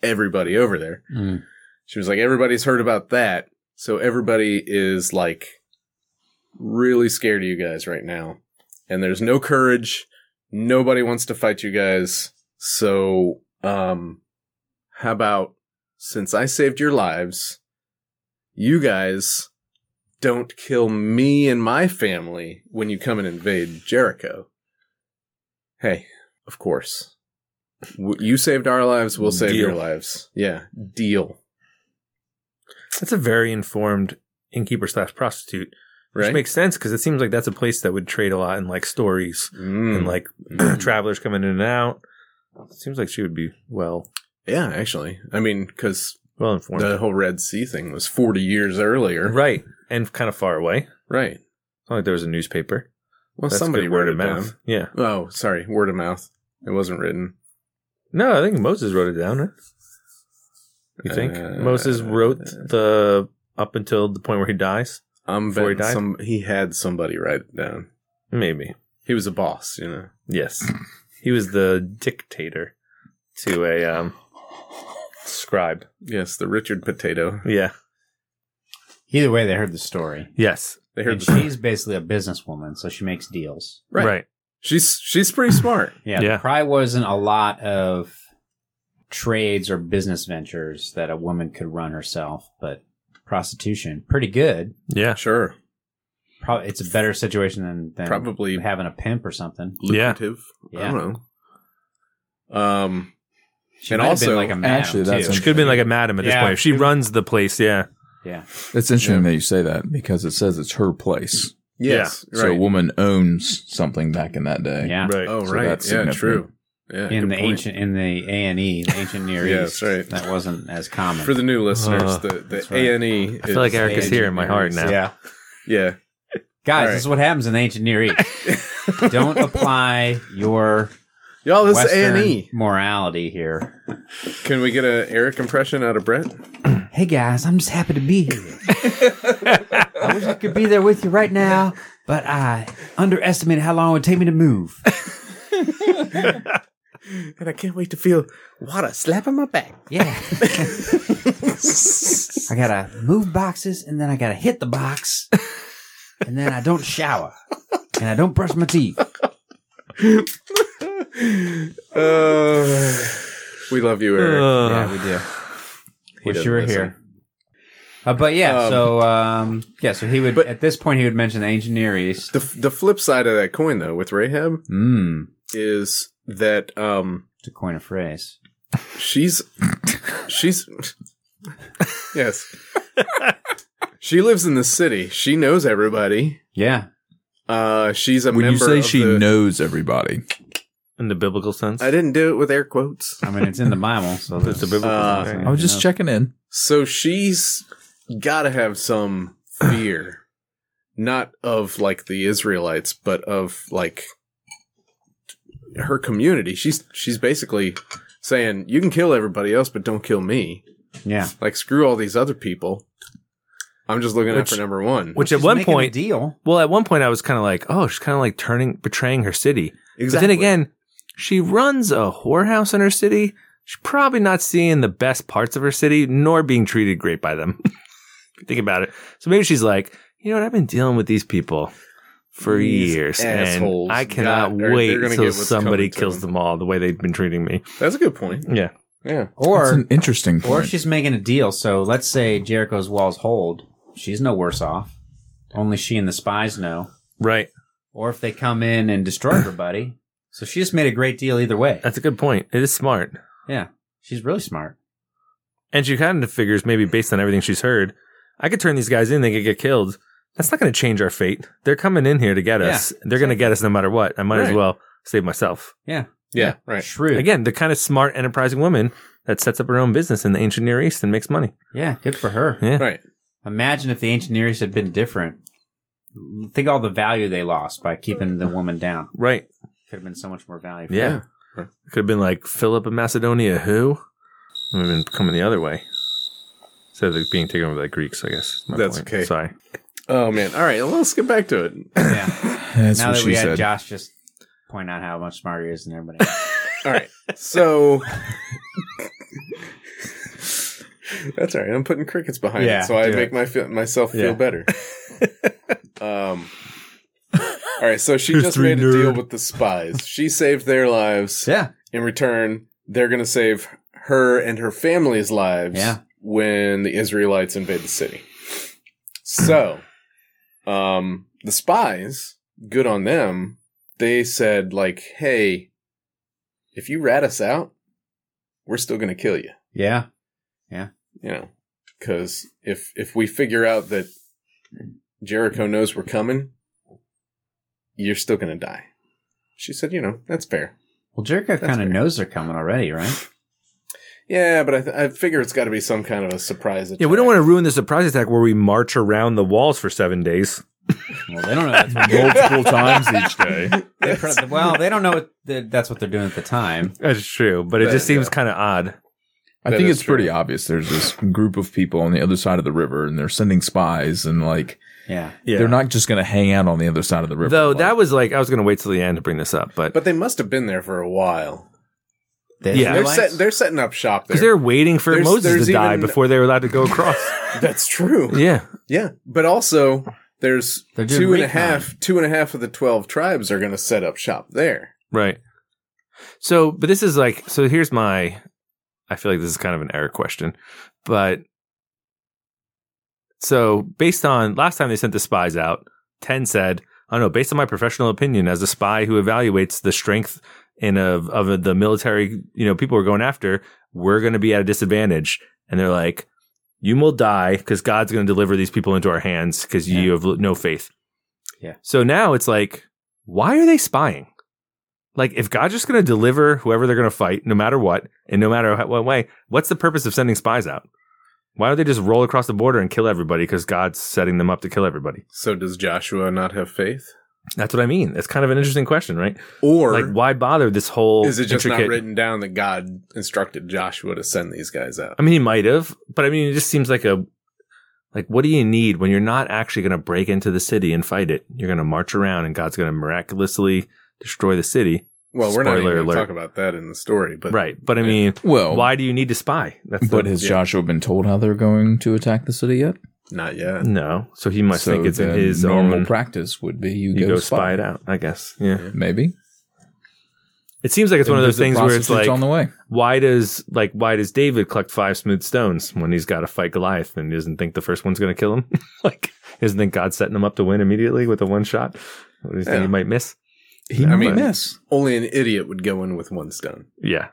[SPEAKER 1] everybody over there.
[SPEAKER 2] Mm.
[SPEAKER 1] She was like, everybody's heard about that. So everybody is like really scared of you guys right now. And there's no courage. Nobody wants to fight you guys. So, um, how about since I saved your lives, you guys don't kill me and my family when you come and invade Jericho? Hey, of course. W- You saved our lives, we'll save your
[SPEAKER 3] Deal.
[SPEAKER 1] lives. Yeah, deal.
[SPEAKER 3] That's a very informed innkeeper slash prostitute, which
[SPEAKER 1] Right.
[SPEAKER 3] makes sense because it seems like that's a place that would trade a lot in like stories
[SPEAKER 1] Mm.
[SPEAKER 3] and like
[SPEAKER 1] Mm.
[SPEAKER 3] travelers coming in and out. It seems like she would be well
[SPEAKER 1] yeah, actually, I mean, because
[SPEAKER 3] well informed,
[SPEAKER 1] the whole Red Sea thing was forty years earlier,
[SPEAKER 3] right? And kind of far away. It's
[SPEAKER 1] Right.
[SPEAKER 3] not like there was a newspaper.
[SPEAKER 1] Well,
[SPEAKER 3] That's
[SPEAKER 1] somebody
[SPEAKER 3] good
[SPEAKER 1] wrote
[SPEAKER 3] word
[SPEAKER 1] it
[SPEAKER 3] of mouth.
[SPEAKER 1] down.
[SPEAKER 3] Yeah.
[SPEAKER 1] Oh, sorry, word of mouth. It wasn't written.
[SPEAKER 3] No, I think Moses wrote it down. Right? You think
[SPEAKER 1] Uh,
[SPEAKER 3] Moses wrote the up until the point where he dies?
[SPEAKER 1] I'm
[SPEAKER 3] Before he
[SPEAKER 1] betting
[SPEAKER 3] died?
[SPEAKER 1] some he had somebody write it down.
[SPEAKER 3] Maybe.
[SPEAKER 1] He was a boss, you know.
[SPEAKER 3] Yes, he was the dictator to a um, scribe.
[SPEAKER 1] Yes, the Richard Potato.
[SPEAKER 3] Yeah.
[SPEAKER 2] Either way, they heard the story.
[SPEAKER 3] Yes.
[SPEAKER 1] They heard
[SPEAKER 2] And
[SPEAKER 1] the,
[SPEAKER 2] she's basically a businesswoman, so she makes deals.
[SPEAKER 1] right. She's she's pretty smart.
[SPEAKER 2] Yeah,
[SPEAKER 3] Yeah.
[SPEAKER 2] there probably wasn't a lot of trades or business ventures that a woman could run herself, but prostitution, pretty good.
[SPEAKER 3] Yeah.
[SPEAKER 1] Sure.
[SPEAKER 2] Probably it's a better situation than, than
[SPEAKER 1] Probably
[SPEAKER 2] having a pimp or something.
[SPEAKER 3] Yeah.
[SPEAKER 1] lucrative. I
[SPEAKER 2] Yeah,
[SPEAKER 1] don't know. Um
[SPEAKER 2] she
[SPEAKER 1] And
[SPEAKER 2] might have been
[SPEAKER 1] also-
[SPEAKER 2] like a madam
[SPEAKER 4] actually, that's
[SPEAKER 2] too.
[SPEAKER 3] She could have been like a madam at this
[SPEAKER 2] Yeah.
[SPEAKER 3] point. If she runs the place, yeah.
[SPEAKER 2] yeah.
[SPEAKER 4] It's interesting
[SPEAKER 1] Yeah.
[SPEAKER 4] that you say that because it says it's her place.
[SPEAKER 1] yes,
[SPEAKER 4] So a
[SPEAKER 1] right.
[SPEAKER 4] woman owns something back in that day.
[SPEAKER 2] Yeah.
[SPEAKER 3] Right.
[SPEAKER 1] oh
[SPEAKER 4] so
[SPEAKER 1] right.
[SPEAKER 4] that's
[SPEAKER 1] yeah,
[SPEAKER 4] significant.
[SPEAKER 1] true. Yeah.
[SPEAKER 2] in
[SPEAKER 1] good
[SPEAKER 2] the
[SPEAKER 1] point.
[SPEAKER 2] ancient in the A and E, ancient Near
[SPEAKER 1] Yeah,
[SPEAKER 2] East.
[SPEAKER 1] that's right.
[SPEAKER 2] That wasn't as common.
[SPEAKER 1] for the new listeners,
[SPEAKER 3] Uh,
[SPEAKER 1] the the
[SPEAKER 2] that's right.
[SPEAKER 1] A and E.
[SPEAKER 3] I feel like Eric is
[SPEAKER 2] Erica's
[SPEAKER 3] here in my heart now.
[SPEAKER 2] Yeah.
[SPEAKER 1] Yeah. All
[SPEAKER 2] Guys,
[SPEAKER 1] right.
[SPEAKER 2] this is what happens in the ancient Near East. Don't apply your
[SPEAKER 1] Y'all, this is A
[SPEAKER 2] Western
[SPEAKER 1] and E.
[SPEAKER 2] morality here.
[SPEAKER 1] Can we get a Eric impression out of Brett?
[SPEAKER 2] Hey guys, I'm just happy to be here. I wish I could be there with you right now, but I underestimated how long it would take me to move.
[SPEAKER 1] And I can't wait to feel water slapping my back.
[SPEAKER 2] Yeah. I gotta move boxes and then I gotta hit the box. And then I don't shower. And I don't brush my teeth.
[SPEAKER 1] Uh, we love you, Eric.
[SPEAKER 2] yeah, we do. Wish you were
[SPEAKER 1] doesn't
[SPEAKER 2] here. Uh, but yeah,
[SPEAKER 1] Um,
[SPEAKER 2] so um, yeah, so he would
[SPEAKER 1] but-
[SPEAKER 2] at this point he would mention the ancient Near East.
[SPEAKER 1] the the flip side of that coin, though, with Rahab
[SPEAKER 2] Mm,
[SPEAKER 1] is that um
[SPEAKER 2] to coin a phrase,
[SPEAKER 1] she's she's yes she lives in the city. She knows everybody.
[SPEAKER 2] yeah,
[SPEAKER 1] Uh, she's a
[SPEAKER 4] When you
[SPEAKER 1] member.
[SPEAKER 4] say
[SPEAKER 1] of
[SPEAKER 4] she
[SPEAKER 1] the-
[SPEAKER 4] knows everybody,
[SPEAKER 3] In the biblical sense.
[SPEAKER 1] I didn't do it with air quotes.
[SPEAKER 2] I mean it's in the Bible, so
[SPEAKER 3] It's a
[SPEAKER 2] there's-
[SPEAKER 3] biblical
[SPEAKER 1] Uh,
[SPEAKER 3] sense.
[SPEAKER 4] I was just checking in.
[SPEAKER 1] So she's got to have some fear, not of like the Israelites, but of like her community. She's she's basically saying, "You can kill everybody else, but don't kill me.
[SPEAKER 2] yeah.
[SPEAKER 1] Like screw all these other people. I'm just looking out
[SPEAKER 3] Which-
[SPEAKER 1] for number one."
[SPEAKER 3] Which
[SPEAKER 2] She's
[SPEAKER 3] at one
[SPEAKER 2] making a
[SPEAKER 3] point,
[SPEAKER 2] deal.
[SPEAKER 3] well, at one point, I was kind of like, oh, she's kind of like turning, betraying her city. But then again, she runs a whorehouse in her city. She's probably not seeing the best parts of her city, nor being treated great by them. Think about it. So maybe she's like, you know what? I've been dealing with these people for
[SPEAKER 1] These
[SPEAKER 3] years,
[SPEAKER 1] assholes.
[SPEAKER 3] and I cannot
[SPEAKER 1] God, they're-
[SPEAKER 3] wait
[SPEAKER 1] they're gonna
[SPEAKER 3] until
[SPEAKER 1] get what's
[SPEAKER 3] somebody
[SPEAKER 1] coming to
[SPEAKER 3] kills
[SPEAKER 1] them.
[SPEAKER 3] them. all the way they've been treating me.
[SPEAKER 1] that's a good point.
[SPEAKER 3] Yeah,
[SPEAKER 1] Yeah,
[SPEAKER 4] That's
[SPEAKER 2] Or
[SPEAKER 4] an interesting
[SPEAKER 2] or
[SPEAKER 4] point.
[SPEAKER 2] she's making a deal. So let's say Jericho's walls hold. She's no worse off. Only she and the spies know.
[SPEAKER 3] right.
[SPEAKER 2] Or if they come in and destroy everybody. So she just made a great deal either way.
[SPEAKER 3] That's a good point. It is smart,
[SPEAKER 2] Yeah. She's really smart.
[SPEAKER 3] and she kind of figures maybe based on everything she's heard, I could turn these guys in. They could get killed. That's not going to change our fate. They're coming in here to get
[SPEAKER 2] Yeah,
[SPEAKER 3] us. They're going to get us no matter what. I might as
[SPEAKER 1] Right.
[SPEAKER 3] well save myself.
[SPEAKER 1] yeah,
[SPEAKER 3] Yeah.
[SPEAKER 1] right.
[SPEAKER 2] Shrewd.
[SPEAKER 3] Again, the kind of smart, enterprising woman that sets up her own business in the ancient Near East and makes money.
[SPEAKER 2] Yeah, good for her.
[SPEAKER 3] Yeah.
[SPEAKER 1] Right.
[SPEAKER 2] Imagine if the ancient Near East had been different. Think all the value they lost by keeping the woman down.
[SPEAKER 3] Right.
[SPEAKER 2] Could have been so much more valuable.
[SPEAKER 3] Yeah. Could have been like Philip of Macedonia, who? We've been coming the other way. Instead of like, being taken over by the Greeks, I guess. is my
[SPEAKER 1] That's
[SPEAKER 3] point.
[SPEAKER 1] okay.
[SPEAKER 3] Sorry.
[SPEAKER 1] Oh man. All right. Let's get back to it.
[SPEAKER 2] Yeah.
[SPEAKER 4] That's
[SPEAKER 2] now
[SPEAKER 4] what
[SPEAKER 2] that
[SPEAKER 4] she
[SPEAKER 2] we had
[SPEAKER 4] said.
[SPEAKER 2] Josh just point out how much smarter he is than everybody else.
[SPEAKER 1] All right. So that's all right. I'm putting crickets behind
[SPEAKER 2] Yeah,
[SPEAKER 1] it, so I
[SPEAKER 3] do
[SPEAKER 1] make
[SPEAKER 3] it.
[SPEAKER 1] my feel, myself
[SPEAKER 3] Yeah.
[SPEAKER 1] feel better. um. All right. So she
[SPEAKER 3] You're
[SPEAKER 1] just
[SPEAKER 3] three
[SPEAKER 1] made a deal
[SPEAKER 3] nerd.
[SPEAKER 1] with the spies. She saved their lives.
[SPEAKER 2] yeah.
[SPEAKER 1] In return, they're going to save her and her family's lives.
[SPEAKER 2] Yeah.
[SPEAKER 1] When the Israelites invade the city. So, um, the spies, good on them. They said like, "Hey, if you rat us out, we're still going to kill you."
[SPEAKER 2] Yeah.
[SPEAKER 1] you know because if if we figure out that Jericho knows we're coming, you're still going to die. She said, you know, that's fair.
[SPEAKER 2] Well, Jericho
[SPEAKER 1] That's
[SPEAKER 2] kind of
[SPEAKER 1] fair.
[SPEAKER 2] knows they're coming already, right?
[SPEAKER 1] Yeah, but I, th- I figure it's got to be some kind of a surprise.
[SPEAKER 3] Yeah, we don't want to ruin the surprise attack where we march around the walls for seven days.
[SPEAKER 2] Well, they don't know. That's what
[SPEAKER 4] multiple times each day.
[SPEAKER 2] they pro- well, they don't know what the, that's what they're doing at the time.
[SPEAKER 3] That's true, but it
[SPEAKER 1] That-
[SPEAKER 3] just seems
[SPEAKER 1] yeah.
[SPEAKER 3] kind of odd.
[SPEAKER 4] I
[SPEAKER 1] That
[SPEAKER 4] think
[SPEAKER 1] is
[SPEAKER 4] it's
[SPEAKER 1] true.
[SPEAKER 4] pretty obvious. There's this group of people on the other side of the river, and they're sending spies, and like
[SPEAKER 2] Yeah.
[SPEAKER 3] Yeah,
[SPEAKER 4] they're not just going to hang out on the other side of the river.
[SPEAKER 3] Though
[SPEAKER 4] Like,
[SPEAKER 3] that was like I was going to wait till the end to bring this up, but
[SPEAKER 1] But they must have been there for a while.
[SPEAKER 2] The
[SPEAKER 3] Yeah.
[SPEAKER 1] They're,
[SPEAKER 2] Israelites?
[SPEAKER 1] set, they're setting up shop
[SPEAKER 3] because they're
[SPEAKER 1] there.
[SPEAKER 3] waiting for
[SPEAKER 1] There's-
[SPEAKER 3] Moses
[SPEAKER 1] there's
[SPEAKER 3] to die
[SPEAKER 1] even-
[SPEAKER 3] before they were allowed to go across.
[SPEAKER 1] That's true.
[SPEAKER 3] yeah,
[SPEAKER 1] Yeah, but also there's
[SPEAKER 2] They're doing
[SPEAKER 1] two and a
[SPEAKER 2] recon.
[SPEAKER 1] half, two and a half of the twelve tribes are going to set up shop there.
[SPEAKER 3] right. So, but this is like so. Here's my. I feel like this is kind of an error question, but so based on last time they sent the spies out, ten said, "I don't know." Based on my professional opinion as a spy who evaluates the strength and of of the military, you know, people we're going after, we're going to be at a disadvantage. And they're like, "You will die because God's going to deliver these people into our hands because you have no faith."
[SPEAKER 2] Yeah.
[SPEAKER 3] So now it's like, why are they spying? Like, if God's just going to deliver whoever they're going to fight, no matter what, and no matter how, what way, what's the purpose of sending spies out? Why don't they just roll across the border and kill everybody? Because God's setting them up to kill everybody.
[SPEAKER 1] So does Joshua not have faith,
[SPEAKER 3] That's what I mean. That's kind of an interesting question, right?
[SPEAKER 1] or
[SPEAKER 3] like, why bother this whole?
[SPEAKER 1] is it just not
[SPEAKER 3] intricate-
[SPEAKER 1] written down that God instructed Joshua to send these guys out?
[SPEAKER 3] I mean, he might have, but I mean, it just seems like a like what do you need when you're not actually going to break into the city and fight it? You're going to march around, and God's going to miraculously destroy the city,
[SPEAKER 1] Well, we're not even
[SPEAKER 3] Spoiler
[SPEAKER 1] going to
[SPEAKER 3] alert.
[SPEAKER 1] talk about that in the story, but
[SPEAKER 3] right? But I
[SPEAKER 1] Yeah. Oh.
[SPEAKER 3] mean,
[SPEAKER 4] well,
[SPEAKER 3] why do you need to spy? That's
[SPEAKER 4] But
[SPEAKER 3] the-
[SPEAKER 4] has
[SPEAKER 1] yeah.
[SPEAKER 4] Joshua been told how they're going to attack the city yet?
[SPEAKER 1] not yet.
[SPEAKER 3] no, so he must think it's in
[SPEAKER 4] then
[SPEAKER 3] his
[SPEAKER 4] normal
[SPEAKER 3] own.
[SPEAKER 4] practice would be you,
[SPEAKER 3] you go, spy it out, I guess. Yeah,
[SPEAKER 4] Maybe
[SPEAKER 3] it seems like it's one of
[SPEAKER 4] And
[SPEAKER 3] those
[SPEAKER 4] there's
[SPEAKER 3] things
[SPEAKER 4] the
[SPEAKER 3] where it's
[SPEAKER 4] prostitutes
[SPEAKER 3] like,
[SPEAKER 4] on the way.
[SPEAKER 3] why does like why does David collect five smooth stones when he's got to fight Goliath and doesn't think the first one's going to kill him? like, doesn't think God's setting him up to win immediately with a one shot? What do you think
[SPEAKER 1] Yeah.
[SPEAKER 3] he might miss?
[SPEAKER 4] He
[SPEAKER 1] I
[SPEAKER 4] might
[SPEAKER 1] mean-
[SPEAKER 4] miss.
[SPEAKER 1] Only an idiot would go in with one stone.
[SPEAKER 3] Yeah.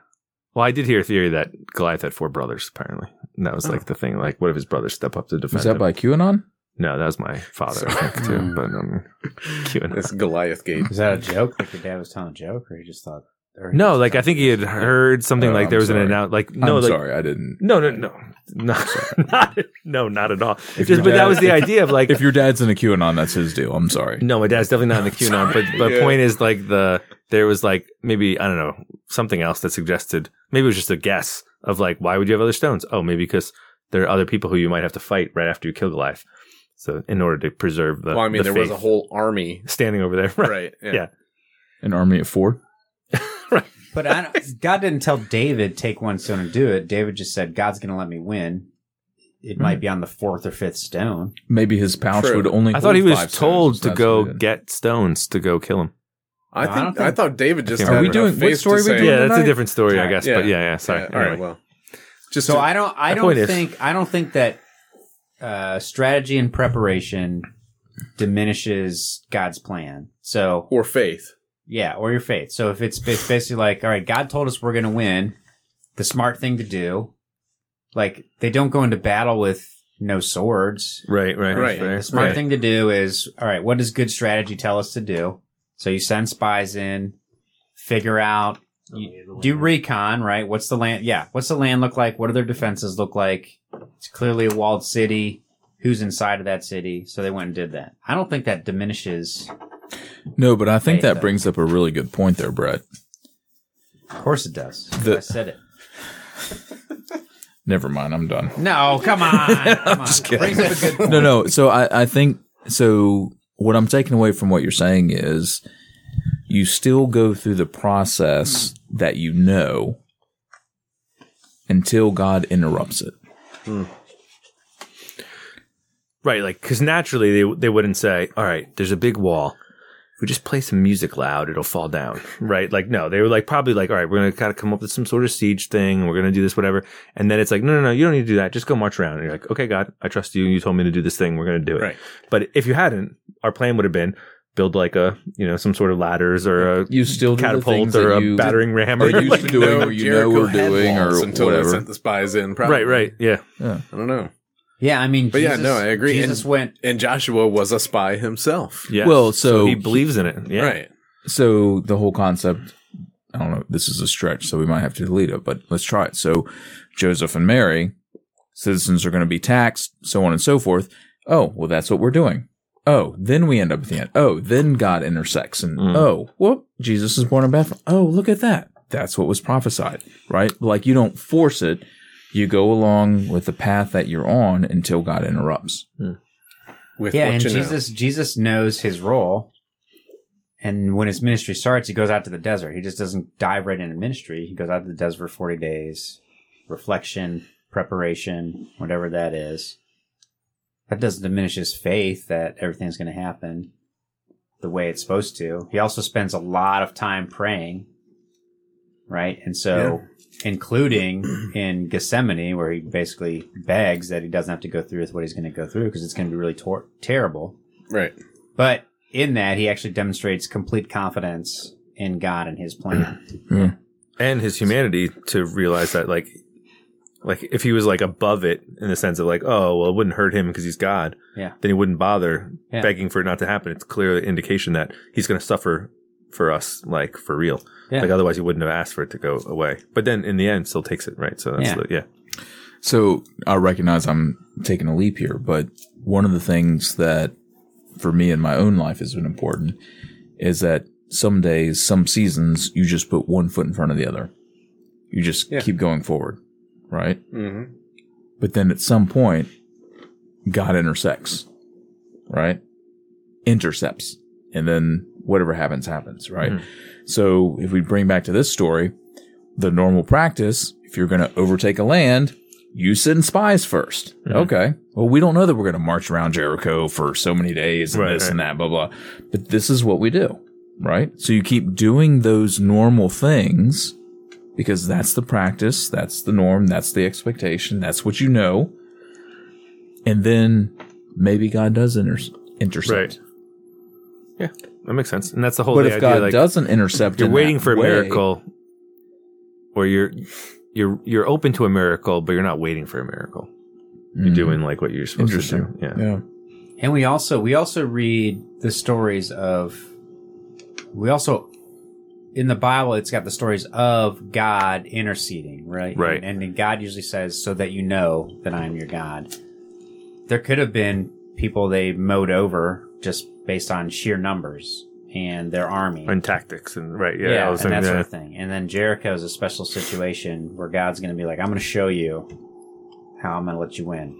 [SPEAKER 3] Well, I did hear a theory that Goliath had four brothers, apparently. And that was
[SPEAKER 1] Oh.
[SPEAKER 3] like the thing. Like, what if his brothers step up to defend
[SPEAKER 4] Was that
[SPEAKER 3] him?
[SPEAKER 4] by QAnon?
[SPEAKER 3] no, that was my father, I
[SPEAKER 1] Sorry.
[SPEAKER 3] think, too. But um, cute
[SPEAKER 1] This
[SPEAKER 3] enough.
[SPEAKER 1] Goliath gate.
[SPEAKER 2] Is that a joke? Like your dad was telling a joke, or he just thought? or he
[SPEAKER 3] No,
[SPEAKER 2] just
[SPEAKER 3] like, I
[SPEAKER 2] thought-
[SPEAKER 3] think he had heard something
[SPEAKER 4] Oh,
[SPEAKER 3] like there
[SPEAKER 4] I'm
[SPEAKER 3] was an
[SPEAKER 4] sorry.
[SPEAKER 3] announce, like, no,
[SPEAKER 4] I'm
[SPEAKER 3] like,
[SPEAKER 4] sorry, I didn't.
[SPEAKER 3] no, no, no, no, not, no, not at all.
[SPEAKER 4] If
[SPEAKER 3] Just,
[SPEAKER 4] your
[SPEAKER 3] but
[SPEAKER 4] dad-
[SPEAKER 3] that was the
[SPEAKER 4] if-
[SPEAKER 3] idea of like,
[SPEAKER 4] If your dad's in a QAnon, that's his deal. I'm sorry.
[SPEAKER 3] No, my dad's definitely not in the QAnon. But but
[SPEAKER 1] Yeah.
[SPEAKER 3] point is like the there was like maybe I don't know something else that suggested maybe it was just a guess of like why would you have other stones? Oh, maybe because there are other people who you might have to fight right after you kill Goliath. So in order to preserve the
[SPEAKER 1] Well, I mean,
[SPEAKER 3] the
[SPEAKER 1] there was
[SPEAKER 3] faith.
[SPEAKER 1] a whole army,
[SPEAKER 3] standing over there, right?
[SPEAKER 1] right?
[SPEAKER 3] Yeah.
[SPEAKER 4] An army at four.
[SPEAKER 2] But I don't, God didn't tell David take one stone and do it. David just said God's going to let me win. It might
[SPEAKER 4] Right.
[SPEAKER 2] be on the fourth or fifth stone.
[SPEAKER 4] Maybe his pouch
[SPEAKER 1] True.
[SPEAKER 4] would only.
[SPEAKER 3] I thought he
[SPEAKER 4] hold
[SPEAKER 3] was
[SPEAKER 4] five
[SPEAKER 3] told
[SPEAKER 4] stones.
[SPEAKER 3] to
[SPEAKER 4] That's
[SPEAKER 3] go
[SPEAKER 4] what he did.
[SPEAKER 3] get stones to go kill him.
[SPEAKER 1] I
[SPEAKER 2] No, I
[SPEAKER 1] think I,
[SPEAKER 2] don't think-
[SPEAKER 1] thought David just.
[SPEAKER 3] Are
[SPEAKER 1] had
[SPEAKER 3] we
[SPEAKER 1] enough
[SPEAKER 4] doing- what
[SPEAKER 1] faith
[SPEAKER 4] story
[SPEAKER 1] to
[SPEAKER 4] we
[SPEAKER 1] say-
[SPEAKER 4] doing?
[SPEAKER 3] Yeah, that's a
[SPEAKER 4] tonight?
[SPEAKER 3] different story, I guess.
[SPEAKER 1] Yeah.
[SPEAKER 3] But yeah, yeah. Sorry.
[SPEAKER 1] Yeah, all right.
[SPEAKER 3] Anyway.
[SPEAKER 1] Well, just
[SPEAKER 2] So
[SPEAKER 1] to-
[SPEAKER 2] I don't. I
[SPEAKER 3] the
[SPEAKER 2] don't
[SPEAKER 3] point is-
[SPEAKER 2] think. I don't think that uh, strategy and preparation diminishes God's plan. So
[SPEAKER 1] or faith.
[SPEAKER 2] yeah, or your faith. So if it's, it's basically like, all right, God told us we're going to win. The smart thing to do. Like they don't go into battle with no swords.
[SPEAKER 3] Right, right,
[SPEAKER 1] Right.
[SPEAKER 3] fair.
[SPEAKER 2] The smart
[SPEAKER 3] Right.
[SPEAKER 2] thing to do is all right, what does good strategy tell us to do? So you send spies in, figure out, you, do recon, right? What's the land? Yeah. What's the land look like? What do their defenses look like? It's clearly a walled city. Who's inside of that city? So they went and did that. I don't think that diminishes.
[SPEAKER 4] No, but I think
[SPEAKER 2] Faith,
[SPEAKER 4] that
[SPEAKER 2] though.
[SPEAKER 4] brings up a really good point there, Brett.
[SPEAKER 2] Of course it does.
[SPEAKER 4] The-
[SPEAKER 2] I said it.
[SPEAKER 4] Never mind. I'm done.
[SPEAKER 2] No, come on. Come on. Brings up a good point.
[SPEAKER 4] no, no. So I, I think so. What I'm taking away from what you're saying is, you still go through the process that you know until God interrupts it.
[SPEAKER 3] Right, like because naturally they they wouldn't say, "All right, there's a big wall. If we just play some music loud, it'll fall down." Right? Like no, they were like probably like, "All right, we're gonna kind of come up with some sort of siege thing. We're gonna do this, whatever." And then it's like, "No, no, no, you don't need to do that. Just go march around." And you're like, "Okay, God, I trust you. You told me to do this thing. We're gonna do it."
[SPEAKER 1] Right.
[SPEAKER 3] But if you hadn't, our plan would have been build like a you know some sort of ladders or a
[SPEAKER 4] You still do the
[SPEAKER 3] catapult
[SPEAKER 4] things that
[SPEAKER 3] or a
[SPEAKER 4] you-
[SPEAKER 3] battering ram
[SPEAKER 4] Are
[SPEAKER 3] or
[SPEAKER 4] you used to
[SPEAKER 3] like,
[SPEAKER 4] doing
[SPEAKER 1] No,
[SPEAKER 4] or you
[SPEAKER 1] Jericho
[SPEAKER 4] know we're
[SPEAKER 1] had
[SPEAKER 4] doing or
[SPEAKER 1] walls until they
[SPEAKER 4] whatever.
[SPEAKER 1] sent the spies in. Probably.
[SPEAKER 3] right, right, yeah.
[SPEAKER 1] I don't know.
[SPEAKER 2] Yeah, I mean,
[SPEAKER 1] But yeah,
[SPEAKER 2] Jesus-
[SPEAKER 1] no, I agree.
[SPEAKER 2] Jesus went.
[SPEAKER 1] And Joshua was a spy himself.
[SPEAKER 3] Yeah.
[SPEAKER 4] Well, so-
[SPEAKER 3] he believes in it. Yeah.
[SPEAKER 1] Right.
[SPEAKER 4] So the whole concept, I don't know, this is a stretch, so we might have to delete it, but let's try it. So Joseph and Mary, citizens are going to be taxed, so on and so forth. Oh, well, that's what we're doing. Oh, then we end up at the end. Oh, then God intersects, and
[SPEAKER 3] Mm.
[SPEAKER 4] oh, whoop, Jesus is born in Bethlehem. Oh, look at that. That's what was prophesied, right? Like you don't force it. You go along with the path that you're on until God interrupts.
[SPEAKER 1] With
[SPEAKER 2] Yeah,
[SPEAKER 1] what
[SPEAKER 2] and
[SPEAKER 1] you know.
[SPEAKER 2] Jesus Jesus knows his role, and when his ministry starts, he goes out to the desert. He just doesn't dive right into ministry. He goes out to the desert for forty days, reflection, preparation, whatever that is. That doesn't diminish his faith that everything's going to happen the way it's supposed to. He also spends a lot of time praying, right? And so, including in Gethsemane, where he basically begs that he doesn't have to go through with what he's going to go through because it's going to be really tor- terrible.
[SPEAKER 1] Right.
[SPEAKER 2] But in that, he actually demonstrates complete confidence in God and his plan.
[SPEAKER 3] And his humanity to realize that, like, like if he was like above it in the sense of like, oh, well, it wouldn't hurt him because he's God.
[SPEAKER 2] Yeah.
[SPEAKER 3] Then he wouldn't bother
[SPEAKER 2] Yeah.
[SPEAKER 3] begging for it not to happen. It's clearly indication that he's going to suffer for us, like for real.
[SPEAKER 2] Yeah.
[SPEAKER 3] Like otherwise, he wouldn't have asked for it to go away. But then in the end, still takes it, right? So that's
[SPEAKER 2] Yeah.
[SPEAKER 3] The, yeah.
[SPEAKER 4] So I recognize I'm taking a leap here, but one of the things that for me in my own life has been important is that some days, some seasons, you just put one foot in front of the other. You just
[SPEAKER 1] Yeah.
[SPEAKER 4] keep going forward, right?
[SPEAKER 1] hmm
[SPEAKER 3] Mm-hmm.
[SPEAKER 4] But then at some point, God intersects, right? Intercepts. And then whatever happens, happens, right?
[SPEAKER 3] Mhm.
[SPEAKER 4] So if we bring back to this story, the normal practice, if you're going to overtake a land, you send spies 1st
[SPEAKER 3] Mhm.
[SPEAKER 4] Okay. Well, we don't know that we're going to march around Jericho for so many days and
[SPEAKER 3] Right,
[SPEAKER 4] this
[SPEAKER 3] right.
[SPEAKER 4] and that, blah, blah. But this is what we do, right? So you keep doing those normal things because that's the practice, that's the norm, that's the expectation, that's what you know. And then maybe God does inter- intercept.
[SPEAKER 3] Right. Yeah. That makes sense. And that's the whole
[SPEAKER 4] But
[SPEAKER 3] the
[SPEAKER 4] if
[SPEAKER 3] idea,
[SPEAKER 4] God
[SPEAKER 3] like,
[SPEAKER 4] doesn't intercept,
[SPEAKER 3] you're
[SPEAKER 4] in
[SPEAKER 3] waiting
[SPEAKER 4] that
[SPEAKER 3] for a
[SPEAKER 4] way-
[SPEAKER 3] miracle or you're you're you're open to a miracle but you're not waiting for a miracle you're
[SPEAKER 4] Mhm.
[SPEAKER 3] doing like what you're supposed to do
[SPEAKER 4] Interesting.
[SPEAKER 3] yeah
[SPEAKER 4] Yeah.
[SPEAKER 2] And we also we also read the stories of we also in the Bible it's got the stories of God interceding, right?
[SPEAKER 3] Right.
[SPEAKER 2] And, and God usually says, So that you know that I am your God. There could have been people they mowed over just based on sheer numbers and their army.
[SPEAKER 3] and tactics and right yeah,
[SPEAKER 2] yeah,
[SPEAKER 3] I
[SPEAKER 2] and
[SPEAKER 3] was
[SPEAKER 2] that
[SPEAKER 3] thinking,
[SPEAKER 2] sort
[SPEAKER 3] yeah.
[SPEAKER 2] of thing. And then Jericho is a special situation where God's going to be like, "I'm going to show you how I'm going to let you win."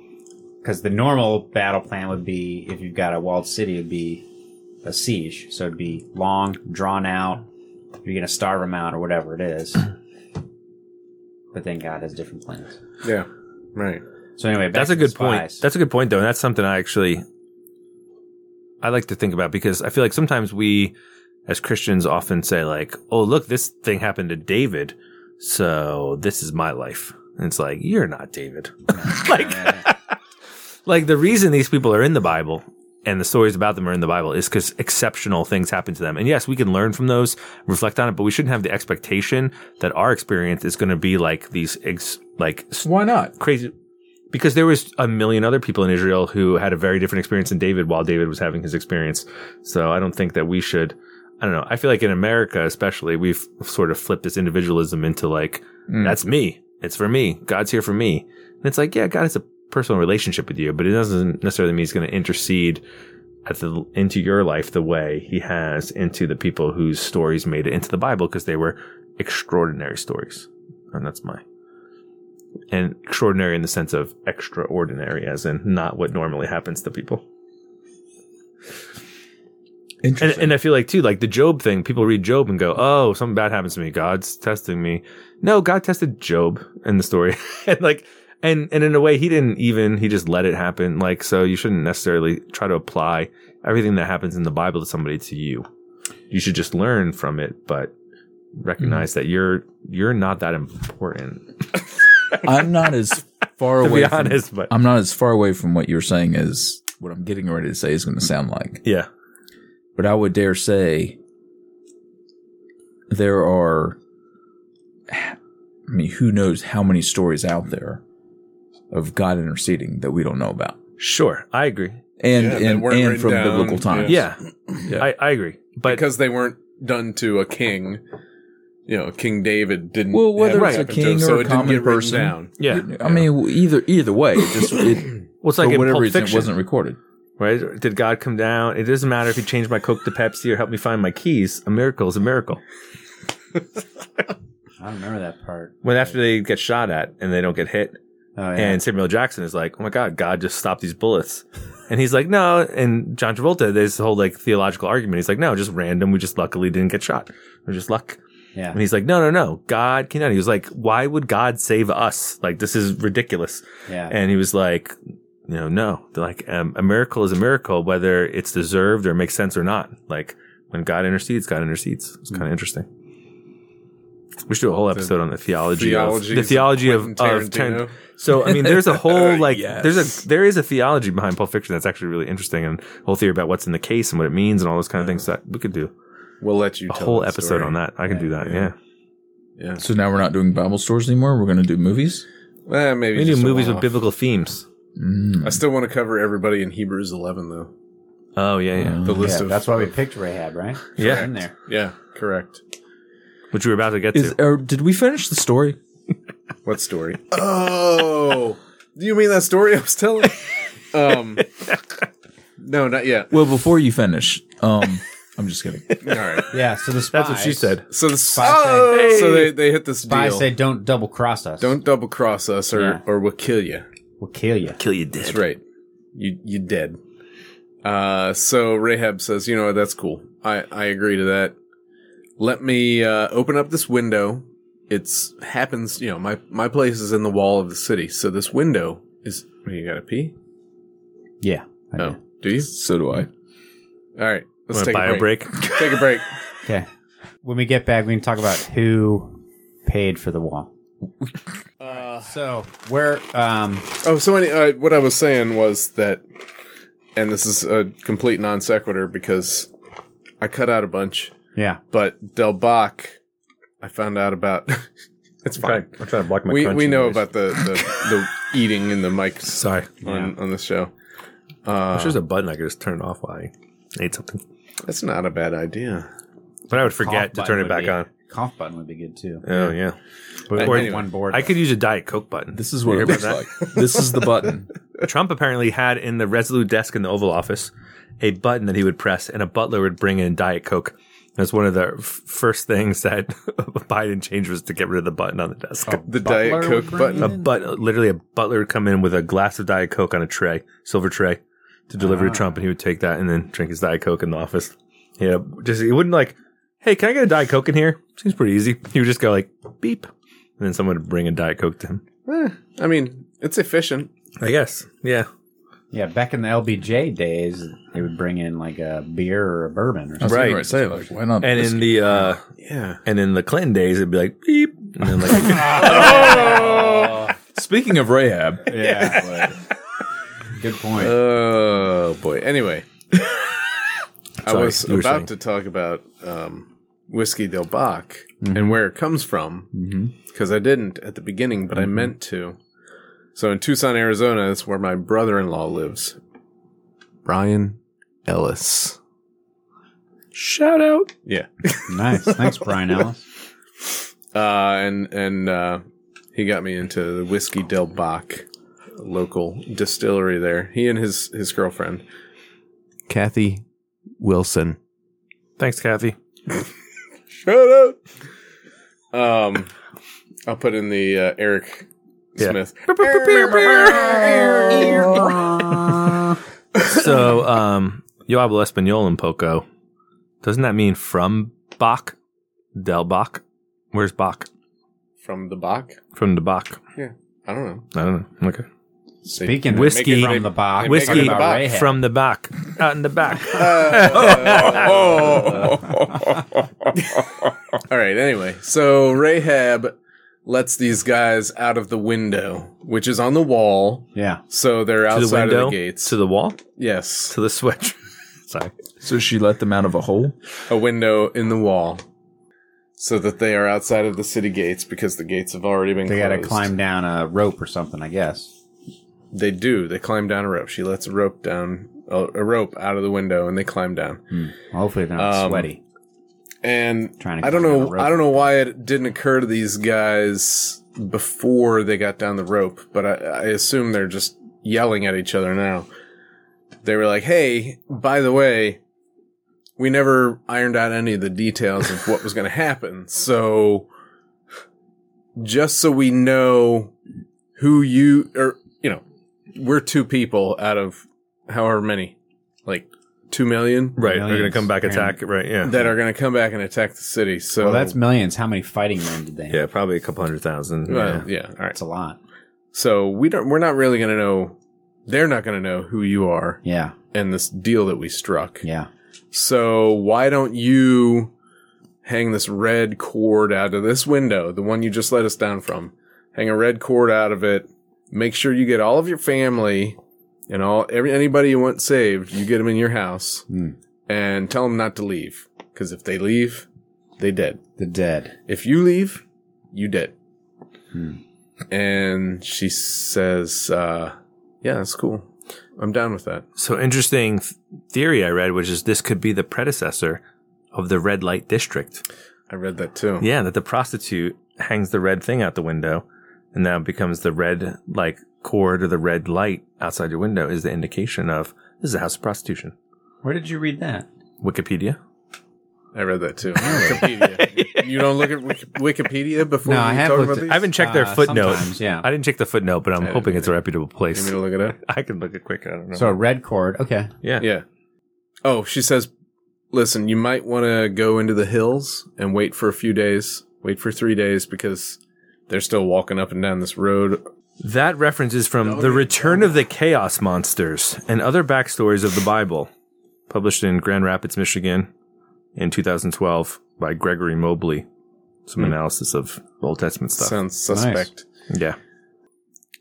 [SPEAKER 2] Because the normal battle plan would be if you've got a walled city, it'd be a siege. So it'd be long, drawn out. You're going to starve them out or whatever it is. but then God has different plans.
[SPEAKER 1] Yeah. Right.
[SPEAKER 2] So anyway, back
[SPEAKER 3] that's a
[SPEAKER 2] to the
[SPEAKER 3] good point
[SPEAKER 2] spies.
[SPEAKER 3] that's a good point though and that's something i actually i like to think about because i feel like sometimes we as christians often say like oh look this thing happened to david so this is my life and it's like you're not david like like the reason these people are in the Bible and the stories about them are in the Bible is because exceptional things happen to them. And yes, we can learn from those, reflect on it, but we shouldn't have the expectation that our experience is going to be like these, ex- like s-
[SPEAKER 4] Why not?
[SPEAKER 3] crazy. Because there was a million other people in Israel who had a very different experience than David while David was having his experience. So I don't think that we should. I don't know. I feel like in America, especially, we've sort of flipped this individualism into like
[SPEAKER 4] Mm.
[SPEAKER 3] that's me. It's for me. God's here for me. And it's like, yeah, God has a personal relationship with you, but it doesn't necessarily mean he's going to intercede at the, into your life the way he has into the people whose stories made it into the Bible because they were extraordinary stories. And that's my. And extraordinary in the sense of extraordinary, as in not what normally happens to people. And,
[SPEAKER 4] Interesting.
[SPEAKER 3] and I feel like too, like the Job thing, people read Job and go, "Oh, something bad happens to me. God's testing me." No, God tested Job in the story, and like, and and in a way, he didn't even. He just let it happen. Like, so you shouldn't necessarily try to apply everything that happens in the Bible to somebody to you. You should just learn from it, but recognize
[SPEAKER 4] Mm-hmm.
[SPEAKER 3] that you're you're not that important.
[SPEAKER 4] I'm not as far
[SPEAKER 3] To
[SPEAKER 4] away.
[SPEAKER 3] be
[SPEAKER 4] from-
[SPEAKER 3] honest, but
[SPEAKER 4] I'm not as far away from what you're saying as what I'm getting ready to say is going to sound like.
[SPEAKER 3] yeah,
[SPEAKER 4] But I would dare say there are, I mean, who knows how many stories out there of God interceding that we don't know about,
[SPEAKER 3] Sure, I agree.
[SPEAKER 4] and
[SPEAKER 1] Yeah, that
[SPEAKER 4] and,
[SPEAKER 1] weren't
[SPEAKER 4] and
[SPEAKER 1] written
[SPEAKER 4] from
[SPEAKER 1] down,
[SPEAKER 4] biblical times.
[SPEAKER 3] Yeah,
[SPEAKER 4] Yeah.
[SPEAKER 3] I, I agree. But
[SPEAKER 1] because they weren't done to a king. You know, King David didn't.
[SPEAKER 4] Well, whether
[SPEAKER 1] have it
[SPEAKER 4] it's a
[SPEAKER 1] happen to
[SPEAKER 4] king
[SPEAKER 1] him,
[SPEAKER 4] or
[SPEAKER 1] so it
[SPEAKER 4] a
[SPEAKER 1] didn't get
[SPEAKER 4] common
[SPEAKER 1] written
[SPEAKER 4] person.
[SPEAKER 1] down.
[SPEAKER 3] yeah,
[SPEAKER 4] I mean, either either way, it just it,
[SPEAKER 3] well, it's
[SPEAKER 4] um, for
[SPEAKER 3] like in
[SPEAKER 4] whatever
[SPEAKER 3] Pulp
[SPEAKER 4] reason, it
[SPEAKER 3] Fiction,
[SPEAKER 4] wasn't recorded.
[SPEAKER 3] right? Did God come down? It doesn't matter if He changed my Coke to Pepsi or helped me find my keys. A miracle is a miracle.
[SPEAKER 2] I don't remember that part.
[SPEAKER 3] When after they get shot at and they don't get hit,
[SPEAKER 2] Oh, yeah.
[SPEAKER 3] and Samuel L. Jackson is like, "Oh my God, God just stopped these bullets," and he's like, "No." And John Travolta, there's a whole like theological argument. He's like, "No, just random. We just luckily didn't get shot. We're just luck."
[SPEAKER 2] yeah.
[SPEAKER 3] And he's like, "No, no, no. God came down." He was like, "Why would God save us? Like this is ridiculous."
[SPEAKER 2] yeah.
[SPEAKER 3] And he was like, you know, no, They're like um, a miracle is a miracle, whether it's deserved or makes sense or not. Like when God intercedes, God intercedes. It's kind of interesting. We should do a whole episode on the theology, of the theology of, of
[SPEAKER 1] Quentin
[SPEAKER 3] Tarantino.
[SPEAKER 1] Tarantino.
[SPEAKER 3] So I mean, there's a whole like
[SPEAKER 4] Yes.
[SPEAKER 3] there's a there is a theology behind Pulp Fiction that's actually really interesting, and a whole theory about what's in the case and what it means and all those kind of things that we could do
[SPEAKER 1] we'll let you
[SPEAKER 3] a
[SPEAKER 1] tell
[SPEAKER 3] whole
[SPEAKER 1] that
[SPEAKER 3] episode
[SPEAKER 1] story.
[SPEAKER 3] on that. I can do that.
[SPEAKER 1] Yeah.
[SPEAKER 3] Yeah,
[SPEAKER 1] Yeah,
[SPEAKER 4] So now we're not doing Bible stores anymore. We're going to do movies.
[SPEAKER 1] Eh, maybe
[SPEAKER 3] we can do
[SPEAKER 1] just a
[SPEAKER 3] movies with
[SPEAKER 1] one-off.
[SPEAKER 3] biblical themes.
[SPEAKER 4] Mm,
[SPEAKER 1] I still want to cover everybody in Hebrews 11, though.
[SPEAKER 3] Oh yeah,
[SPEAKER 4] uh,
[SPEAKER 3] yeah,
[SPEAKER 1] The list
[SPEAKER 2] Yeah,
[SPEAKER 1] of
[SPEAKER 2] that's why we picked Rahab, right?
[SPEAKER 3] Yeah.
[SPEAKER 2] In there.
[SPEAKER 1] yeah, correct.
[SPEAKER 3] which we were about to get
[SPEAKER 4] Is
[SPEAKER 3] to.
[SPEAKER 4] or did we finish the story?
[SPEAKER 1] What story? oh, do you mean that story I was telling? Um, no, not yet.
[SPEAKER 4] Well, before you finish, um, I'm just kidding.
[SPEAKER 1] All right.
[SPEAKER 2] Yeah. So the spies.
[SPEAKER 3] That's what she said.
[SPEAKER 1] So the
[SPEAKER 2] Bye,
[SPEAKER 1] oh,
[SPEAKER 3] say-
[SPEAKER 1] so
[SPEAKER 3] Hey.
[SPEAKER 1] they, they hit this
[SPEAKER 2] Spies
[SPEAKER 1] deal.
[SPEAKER 2] say, "Don't double cross us.
[SPEAKER 1] Don't double cross us, or
[SPEAKER 2] Yeah.
[SPEAKER 1] or we'll kill you.
[SPEAKER 2] We'll kill you."
[SPEAKER 3] Kill you dead.
[SPEAKER 1] That's right. You you dead. Uh, so Rahab says, you know what, that's cool. I I agree to that. Let me uh, open up this window. It's happens. You know, my my place is in the wall of the city, so this window is. What, you gotta pee?
[SPEAKER 2] Yeah. I
[SPEAKER 1] Oh,
[SPEAKER 2] do.
[SPEAKER 1] do you?
[SPEAKER 4] So do I.
[SPEAKER 1] All right, let's
[SPEAKER 3] Wanna
[SPEAKER 1] take
[SPEAKER 3] bio
[SPEAKER 1] a break.
[SPEAKER 3] break.
[SPEAKER 1] Take a break.
[SPEAKER 2] Okay. When we get back, we can talk about who paid for the wall.
[SPEAKER 1] Uh,
[SPEAKER 2] So we're um,
[SPEAKER 1] Oh, so any, uh, what I was saying was that, and this is a complete non sequitur because I cut out a bunch,
[SPEAKER 2] yeah.
[SPEAKER 1] but Del Bach, I found out about. it's fine.
[SPEAKER 3] I'm trying to block my
[SPEAKER 1] We, we
[SPEAKER 3] crunchy
[SPEAKER 1] know
[SPEAKER 3] noise.
[SPEAKER 1] about the, the, the eating in the mics
[SPEAKER 3] Sorry.
[SPEAKER 1] on, on the show.
[SPEAKER 3] I wish there's a button I could just turn it off while I ate something.
[SPEAKER 1] That's not a bad idea.
[SPEAKER 3] But I would forget to
[SPEAKER 2] Cough
[SPEAKER 3] turn
[SPEAKER 2] button
[SPEAKER 3] it
[SPEAKER 2] would
[SPEAKER 3] back
[SPEAKER 2] be-
[SPEAKER 3] on.
[SPEAKER 2] Cough button would be good too.
[SPEAKER 3] Oh, yeah.
[SPEAKER 2] But
[SPEAKER 1] Or-
[SPEAKER 2] we're
[SPEAKER 1] Uh, anyway,
[SPEAKER 2] one board.
[SPEAKER 3] I could use a Diet Coke button.
[SPEAKER 4] This is what it looks like. This is the button.
[SPEAKER 3] Trump apparently had in the Resolute desk in the Oval Office a button that he would press, and a butler would bring in Diet Coke. That's one of the f- first things that Biden changed was to get rid of the button on the desk.
[SPEAKER 1] The
[SPEAKER 2] Butler
[SPEAKER 1] Diet
[SPEAKER 2] would
[SPEAKER 1] Coke
[SPEAKER 2] bring
[SPEAKER 1] button.
[SPEAKER 3] A but literally a butler would come in with a glass of Diet Coke on a tray, silver tray, to deliver to Trump, and he would take that and then drink his Diet Coke in the office. Yeah, just he wouldn't like, hey, can I get a Diet Coke in here? Seems pretty easy. He would just go like beep, and then someone would bring a Diet Coke to him.
[SPEAKER 1] Eh, I mean, it's efficient.
[SPEAKER 3] I guess, yeah.
[SPEAKER 2] yeah, back in the LBJ days, they would bring in like a beer or a bourbon or
[SPEAKER 4] I was
[SPEAKER 2] something.
[SPEAKER 4] right.
[SPEAKER 3] Right.
[SPEAKER 4] Right. Say like, why not?
[SPEAKER 3] And
[SPEAKER 4] this?
[SPEAKER 3] in the uh
[SPEAKER 1] Yeah.
[SPEAKER 3] and in the Clinton days, it'd be like beep, and then like Oh.
[SPEAKER 4] speaking of Rahab,
[SPEAKER 2] yeah. good point.
[SPEAKER 1] Oh boy. Anyway, I
[SPEAKER 3] Sorry,
[SPEAKER 1] was
[SPEAKER 3] you were
[SPEAKER 1] about
[SPEAKER 3] saying.
[SPEAKER 1] to talk about um, whiskey Del Bach and where it comes
[SPEAKER 3] Mm-hmm.
[SPEAKER 1] from because I didn't at the beginning, but I meant to. So in Tucson, Arizona, that's where my brother-in-law lives, Brian Ellis.
[SPEAKER 3] shout out.
[SPEAKER 1] Yeah,
[SPEAKER 2] nice. Thanks, Brian Ellis.
[SPEAKER 1] uh, and and uh, he got me into the whiskey Del Bach local distillery there. He and his his girlfriend, Kathy Wilson.
[SPEAKER 3] Thanks, Kathy.
[SPEAKER 1] Shut up. Um, I'll put in the uh, Eric
[SPEAKER 3] Yeah.
[SPEAKER 1] Smith.
[SPEAKER 3] So, um, yo hablo español un poco. Doesn't that mean from Bach? Del Bach? Where's Bach?
[SPEAKER 1] From the Bach?
[SPEAKER 3] From the Bach.
[SPEAKER 1] I don't know.
[SPEAKER 3] I don't know. Okay.
[SPEAKER 2] Speaking of whiskey
[SPEAKER 3] Whiskey
[SPEAKER 2] from the box,
[SPEAKER 1] They make it
[SPEAKER 3] Whiskey
[SPEAKER 1] in the Bach.
[SPEAKER 2] Rahab.
[SPEAKER 3] from the Bach. Out in the back.
[SPEAKER 1] All right, anyway. So Rahab lets these guys out of the window, which is on the wall.
[SPEAKER 2] yeah.
[SPEAKER 1] So they're
[SPEAKER 3] to the
[SPEAKER 1] outside
[SPEAKER 3] window.
[SPEAKER 1] of the gates.
[SPEAKER 3] To the wall.
[SPEAKER 1] yes.
[SPEAKER 3] To the switch. Sorry.
[SPEAKER 4] so she let them out of a hole.
[SPEAKER 1] A window in the wall. So that they are outside of the city gates because the gates have already been
[SPEAKER 2] They got
[SPEAKER 1] closed.
[SPEAKER 2] to climb down a rope or something, I guess.
[SPEAKER 1] They do. They climb down a rope. She lets a rope down, a, a rope out of the window, and they climb down.
[SPEAKER 2] Hopefully they're not
[SPEAKER 1] Um,
[SPEAKER 2] sweaty.
[SPEAKER 1] And
[SPEAKER 2] Trying to
[SPEAKER 1] I don't
[SPEAKER 2] climb down a
[SPEAKER 1] know.
[SPEAKER 2] rope.
[SPEAKER 1] I don't know why it didn't occur to these guys before they got down the rope, but I, I assume they're just yelling at each other now. They were like, "Hey, by the way, we never ironed out any of the details of what was going to happen, so just so we know who you or you know, we're two people out of however many, like two million,
[SPEAKER 3] Right. They're going
[SPEAKER 2] Millions.
[SPEAKER 3] to come back
[SPEAKER 2] They're gonna-
[SPEAKER 3] attack. Right. Yeah.
[SPEAKER 1] that are going to come back and attack the city. So
[SPEAKER 2] well, that's millions. How many fighting men did they? have?
[SPEAKER 3] yeah. Probably a couple hundred thousand.
[SPEAKER 1] well,
[SPEAKER 3] yeah.
[SPEAKER 1] yeah. All right.
[SPEAKER 2] That's a lot.
[SPEAKER 1] So we don't. We're not really going to know. They're not going to know who you are
[SPEAKER 2] Yeah,
[SPEAKER 1] and this deal that we struck.
[SPEAKER 2] yeah.
[SPEAKER 1] So why don't you hang this red cord out of this window, the one you just let us down from? Hang a red cord out of it. Make sure you get all of your family and all every anybody you want saved. You get them in your house
[SPEAKER 2] Hmm.
[SPEAKER 1] and tell them not to leave. Because if they leave, they dead.
[SPEAKER 2] The dead.
[SPEAKER 1] If you leave, you dead.
[SPEAKER 2] Hmm.
[SPEAKER 1] And she says, uh, yeah, that's cool. I'm down with that.
[SPEAKER 3] So interesting th- theory I read, which is this could be the predecessor of the red light district.
[SPEAKER 1] I read that too.
[SPEAKER 3] Yeah, that the prostitute hangs the red thing out the window, and now it becomes the red like cord or the red light outside your window is the indication of this is a house of prostitution.
[SPEAKER 2] Where did you read that?
[SPEAKER 3] Wikipedia.
[SPEAKER 1] I read that too. Wikipedia. you don't look at Wiki- Wikipedia before
[SPEAKER 2] No,
[SPEAKER 1] you
[SPEAKER 2] I have
[SPEAKER 1] talk
[SPEAKER 2] looked
[SPEAKER 1] about
[SPEAKER 2] at-
[SPEAKER 1] these?
[SPEAKER 3] I haven't checked their
[SPEAKER 2] Uh,
[SPEAKER 3] footnote.
[SPEAKER 2] sometimes, yeah.
[SPEAKER 3] I didn't check the footnote, but I'm
[SPEAKER 1] Yeah,
[SPEAKER 3] hoping it's a
[SPEAKER 1] yeah.
[SPEAKER 3] reputable
[SPEAKER 1] You
[SPEAKER 3] place.
[SPEAKER 1] want me to look it up?
[SPEAKER 3] I can look it quick. I don't know.
[SPEAKER 2] So a red cord. Okay.
[SPEAKER 3] yeah.
[SPEAKER 1] Yeah. Oh, she says, listen, you might want to go into the hills and wait for a few days. Wait for three days because they're still walking up and down this road.
[SPEAKER 3] That reference is from The Return of the Chaos Monsters and Other Backstories of the Bible, published in Grand Rapids, Michigan in 2012 by Gregory Mobley. Some analysis of Old Testament stuff.
[SPEAKER 1] Sounds suspect.
[SPEAKER 3] yeah.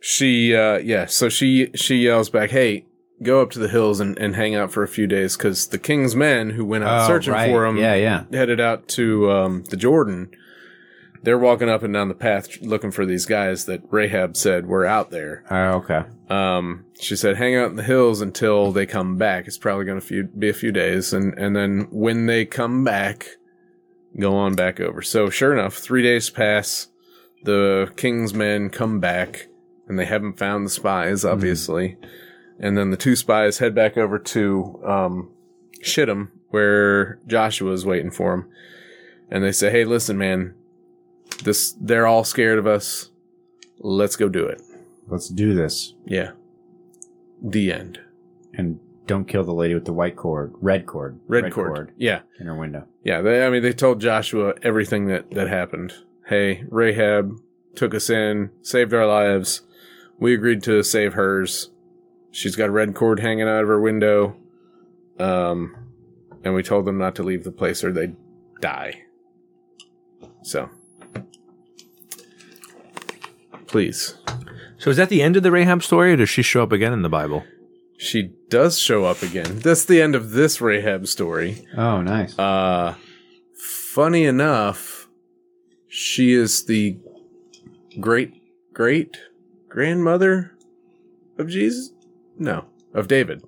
[SPEAKER 1] she uh yeah so she she yells back hey go up to the hills and, and hang out for a few days because the king's men who went out
[SPEAKER 2] Oh,
[SPEAKER 1] Uh, searching
[SPEAKER 2] right.
[SPEAKER 1] for him
[SPEAKER 2] Yeah, yeah.
[SPEAKER 1] headed out to um the jordan they're walking up and down the path looking for these guys that rahab said were out there
[SPEAKER 2] Oh, okay.
[SPEAKER 1] um she said hang out in the hills until they come back it's probably going to be a few days and and then when they come back go on back over so sure enough three days pass the king's men come back and they haven't found the spies obviously and then the two spies head back over to um shittim where joshua is waiting for him and they say hey listen man this they're all scared of us let's go do it
[SPEAKER 2] Let's do this.
[SPEAKER 1] yeah. The end.
[SPEAKER 2] And don't kill the lady with the white cord, red cord,
[SPEAKER 1] Red, cord. Yeah.
[SPEAKER 2] in her window.
[SPEAKER 1] Yeah. They, I mean, they told Joshua everything that, that happened. Hey, Rahab took us in, saved our lives. We agreed to save hers. She's got a red cord hanging out of her window. Um, and we told them not to leave the place or they'd die. So. Please.
[SPEAKER 3] So is that the end of the Rahab story, or does she show up again in the Bible?
[SPEAKER 1] She does show up again. That's the end of this Rahab story.
[SPEAKER 2] Oh, nice.
[SPEAKER 1] Uh, funny enough, she is the great great grandmother of Jesus. No, of David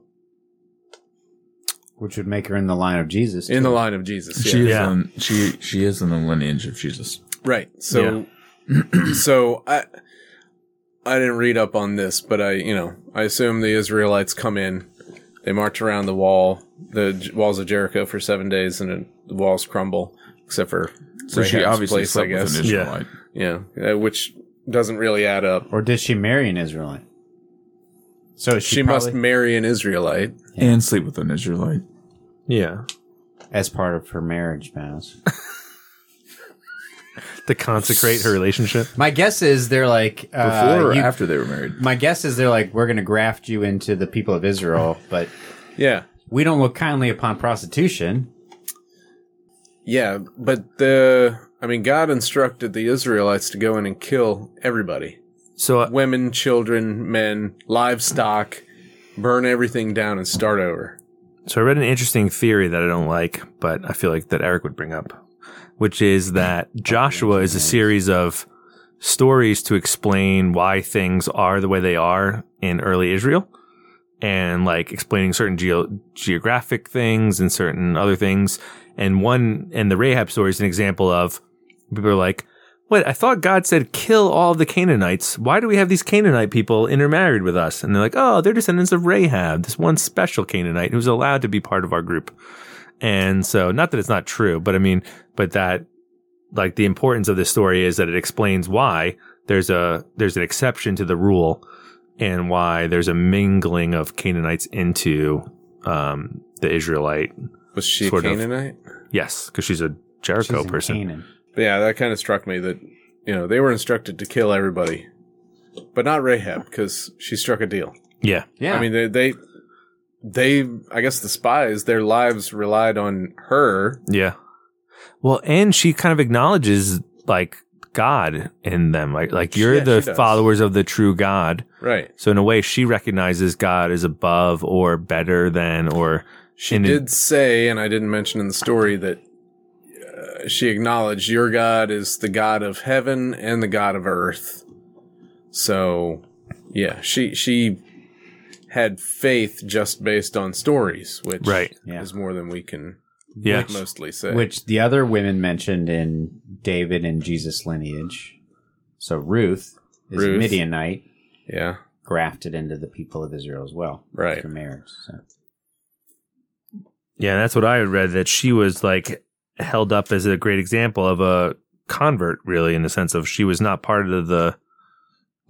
[SPEAKER 2] Which would make her in the line of Jesus.
[SPEAKER 1] in
[SPEAKER 2] too.
[SPEAKER 1] the line of Jesus.
[SPEAKER 4] She is
[SPEAKER 3] Yeah.
[SPEAKER 4] in, she she is in the lineage of Jesus.
[SPEAKER 1] Right. So, so I, I didn't read up on this, but I, you know, I assume the Israelites come in, they march around the wall, the J- walls of Jericho for seven days, and then the walls crumble, except for
[SPEAKER 4] So she
[SPEAKER 1] Rahab's
[SPEAKER 4] obviously
[SPEAKER 1] place,
[SPEAKER 4] slept
[SPEAKER 1] I
[SPEAKER 4] with
[SPEAKER 1] guess.
[SPEAKER 4] an
[SPEAKER 3] Yeah.
[SPEAKER 4] Israelite.
[SPEAKER 1] Yeah, uh, which doesn't really add up.
[SPEAKER 2] Or did she marry an Israelite? So she,
[SPEAKER 1] She must
[SPEAKER 2] probably-
[SPEAKER 1] marry an Israelite.
[SPEAKER 4] And sleep with an Israelite.
[SPEAKER 3] Yeah.
[SPEAKER 2] as part of her marriage vows.
[SPEAKER 3] To consecrate her relationship?
[SPEAKER 2] My guess is they're like uh,
[SPEAKER 4] Before or
[SPEAKER 2] you-
[SPEAKER 4] after they were married?
[SPEAKER 2] My guess is they're like we're going to graft you into the people of Israel, but
[SPEAKER 1] Yeah.
[SPEAKER 2] we don't look kindly upon prostitution.
[SPEAKER 1] Yeah, but the I mean God instructed the Israelites to go in and kill everybody.
[SPEAKER 3] So uh,
[SPEAKER 1] Women, children, men, livestock, burn everything down and start over.
[SPEAKER 3] So I read an interesting theory that I don't like, but I feel like that Eric would bring up, which is that Joshua is a series of stories to explain why things are the way they are in early Israel and like explaining certain geo- geographic things and certain other things. And one, and the Rahab story is an example of people are like, what? I thought God said kill all the Canaanites. Why do we have these Canaanite people intermarried with us? And they're like, oh, they're descendants of Rahab, this one special Canaanite who's allowed to be part of our group. And so, not that it's not true, but I mean, but that like the importance of this story is that it explains why there's a there's an exception to the rule and why there's a mingling of Canaanites into um, the Israelite.
[SPEAKER 1] Was she a
[SPEAKER 3] Sort of.
[SPEAKER 1] Canaanite?
[SPEAKER 3] Yes, because she's a Jericho
[SPEAKER 2] She's in
[SPEAKER 3] person.
[SPEAKER 2] Canaan.
[SPEAKER 1] Yeah, that kind of struck me that, you know, they were instructed to kill everybody, but not Rahab because she struck a deal.
[SPEAKER 3] Yeah,
[SPEAKER 2] Yeah.
[SPEAKER 1] I mean, they, they, they, I guess the spies, their lives relied on her.
[SPEAKER 3] yeah. Well, and she kind of acknowledges like God in them, like like you're
[SPEAKER 1] Yeah, she
[SPEAKER 3] the
[SPEAKER 1] does.
[SPEAKER 3] followers of the true God.
[SPEAKER 1] Right.
[SPEAKER 3] So in a way, she recognizes God is above or better than or
[SPEAKER 1] She
[SPEAKER 3] And it-
[SPEAKER 1] did say, and I didn't mention in the story that uh, she acknowledged your God is the God of heaven and the God of earth. So, yeah, she, she had faith just based on stories, which
[SPEAKER 3] Right.
[SPEAKER 2] Yeah.
[SPEAKER 1] is more than we can
[SPEAKER 3] yeah.
[SPEAKER 1] mostly say.
[SPEAKER 2] Which the other women mentioned in David and Jesus lineage. So Ruth is
[SPEAKER 1] Ruth.
[SPEAKER 2] a Midianite
[SPEAKER 1] yeah.
[SPEAKER 2] grafted into the people of Israel as well.
[SPEAKER 1] Right.
[SPEAKER 2] Through marriage. So.
[SPEAKER 3] Yeah, that's what I had read that she was like held up as a great example of a convert, really, in the sense of she was not part of the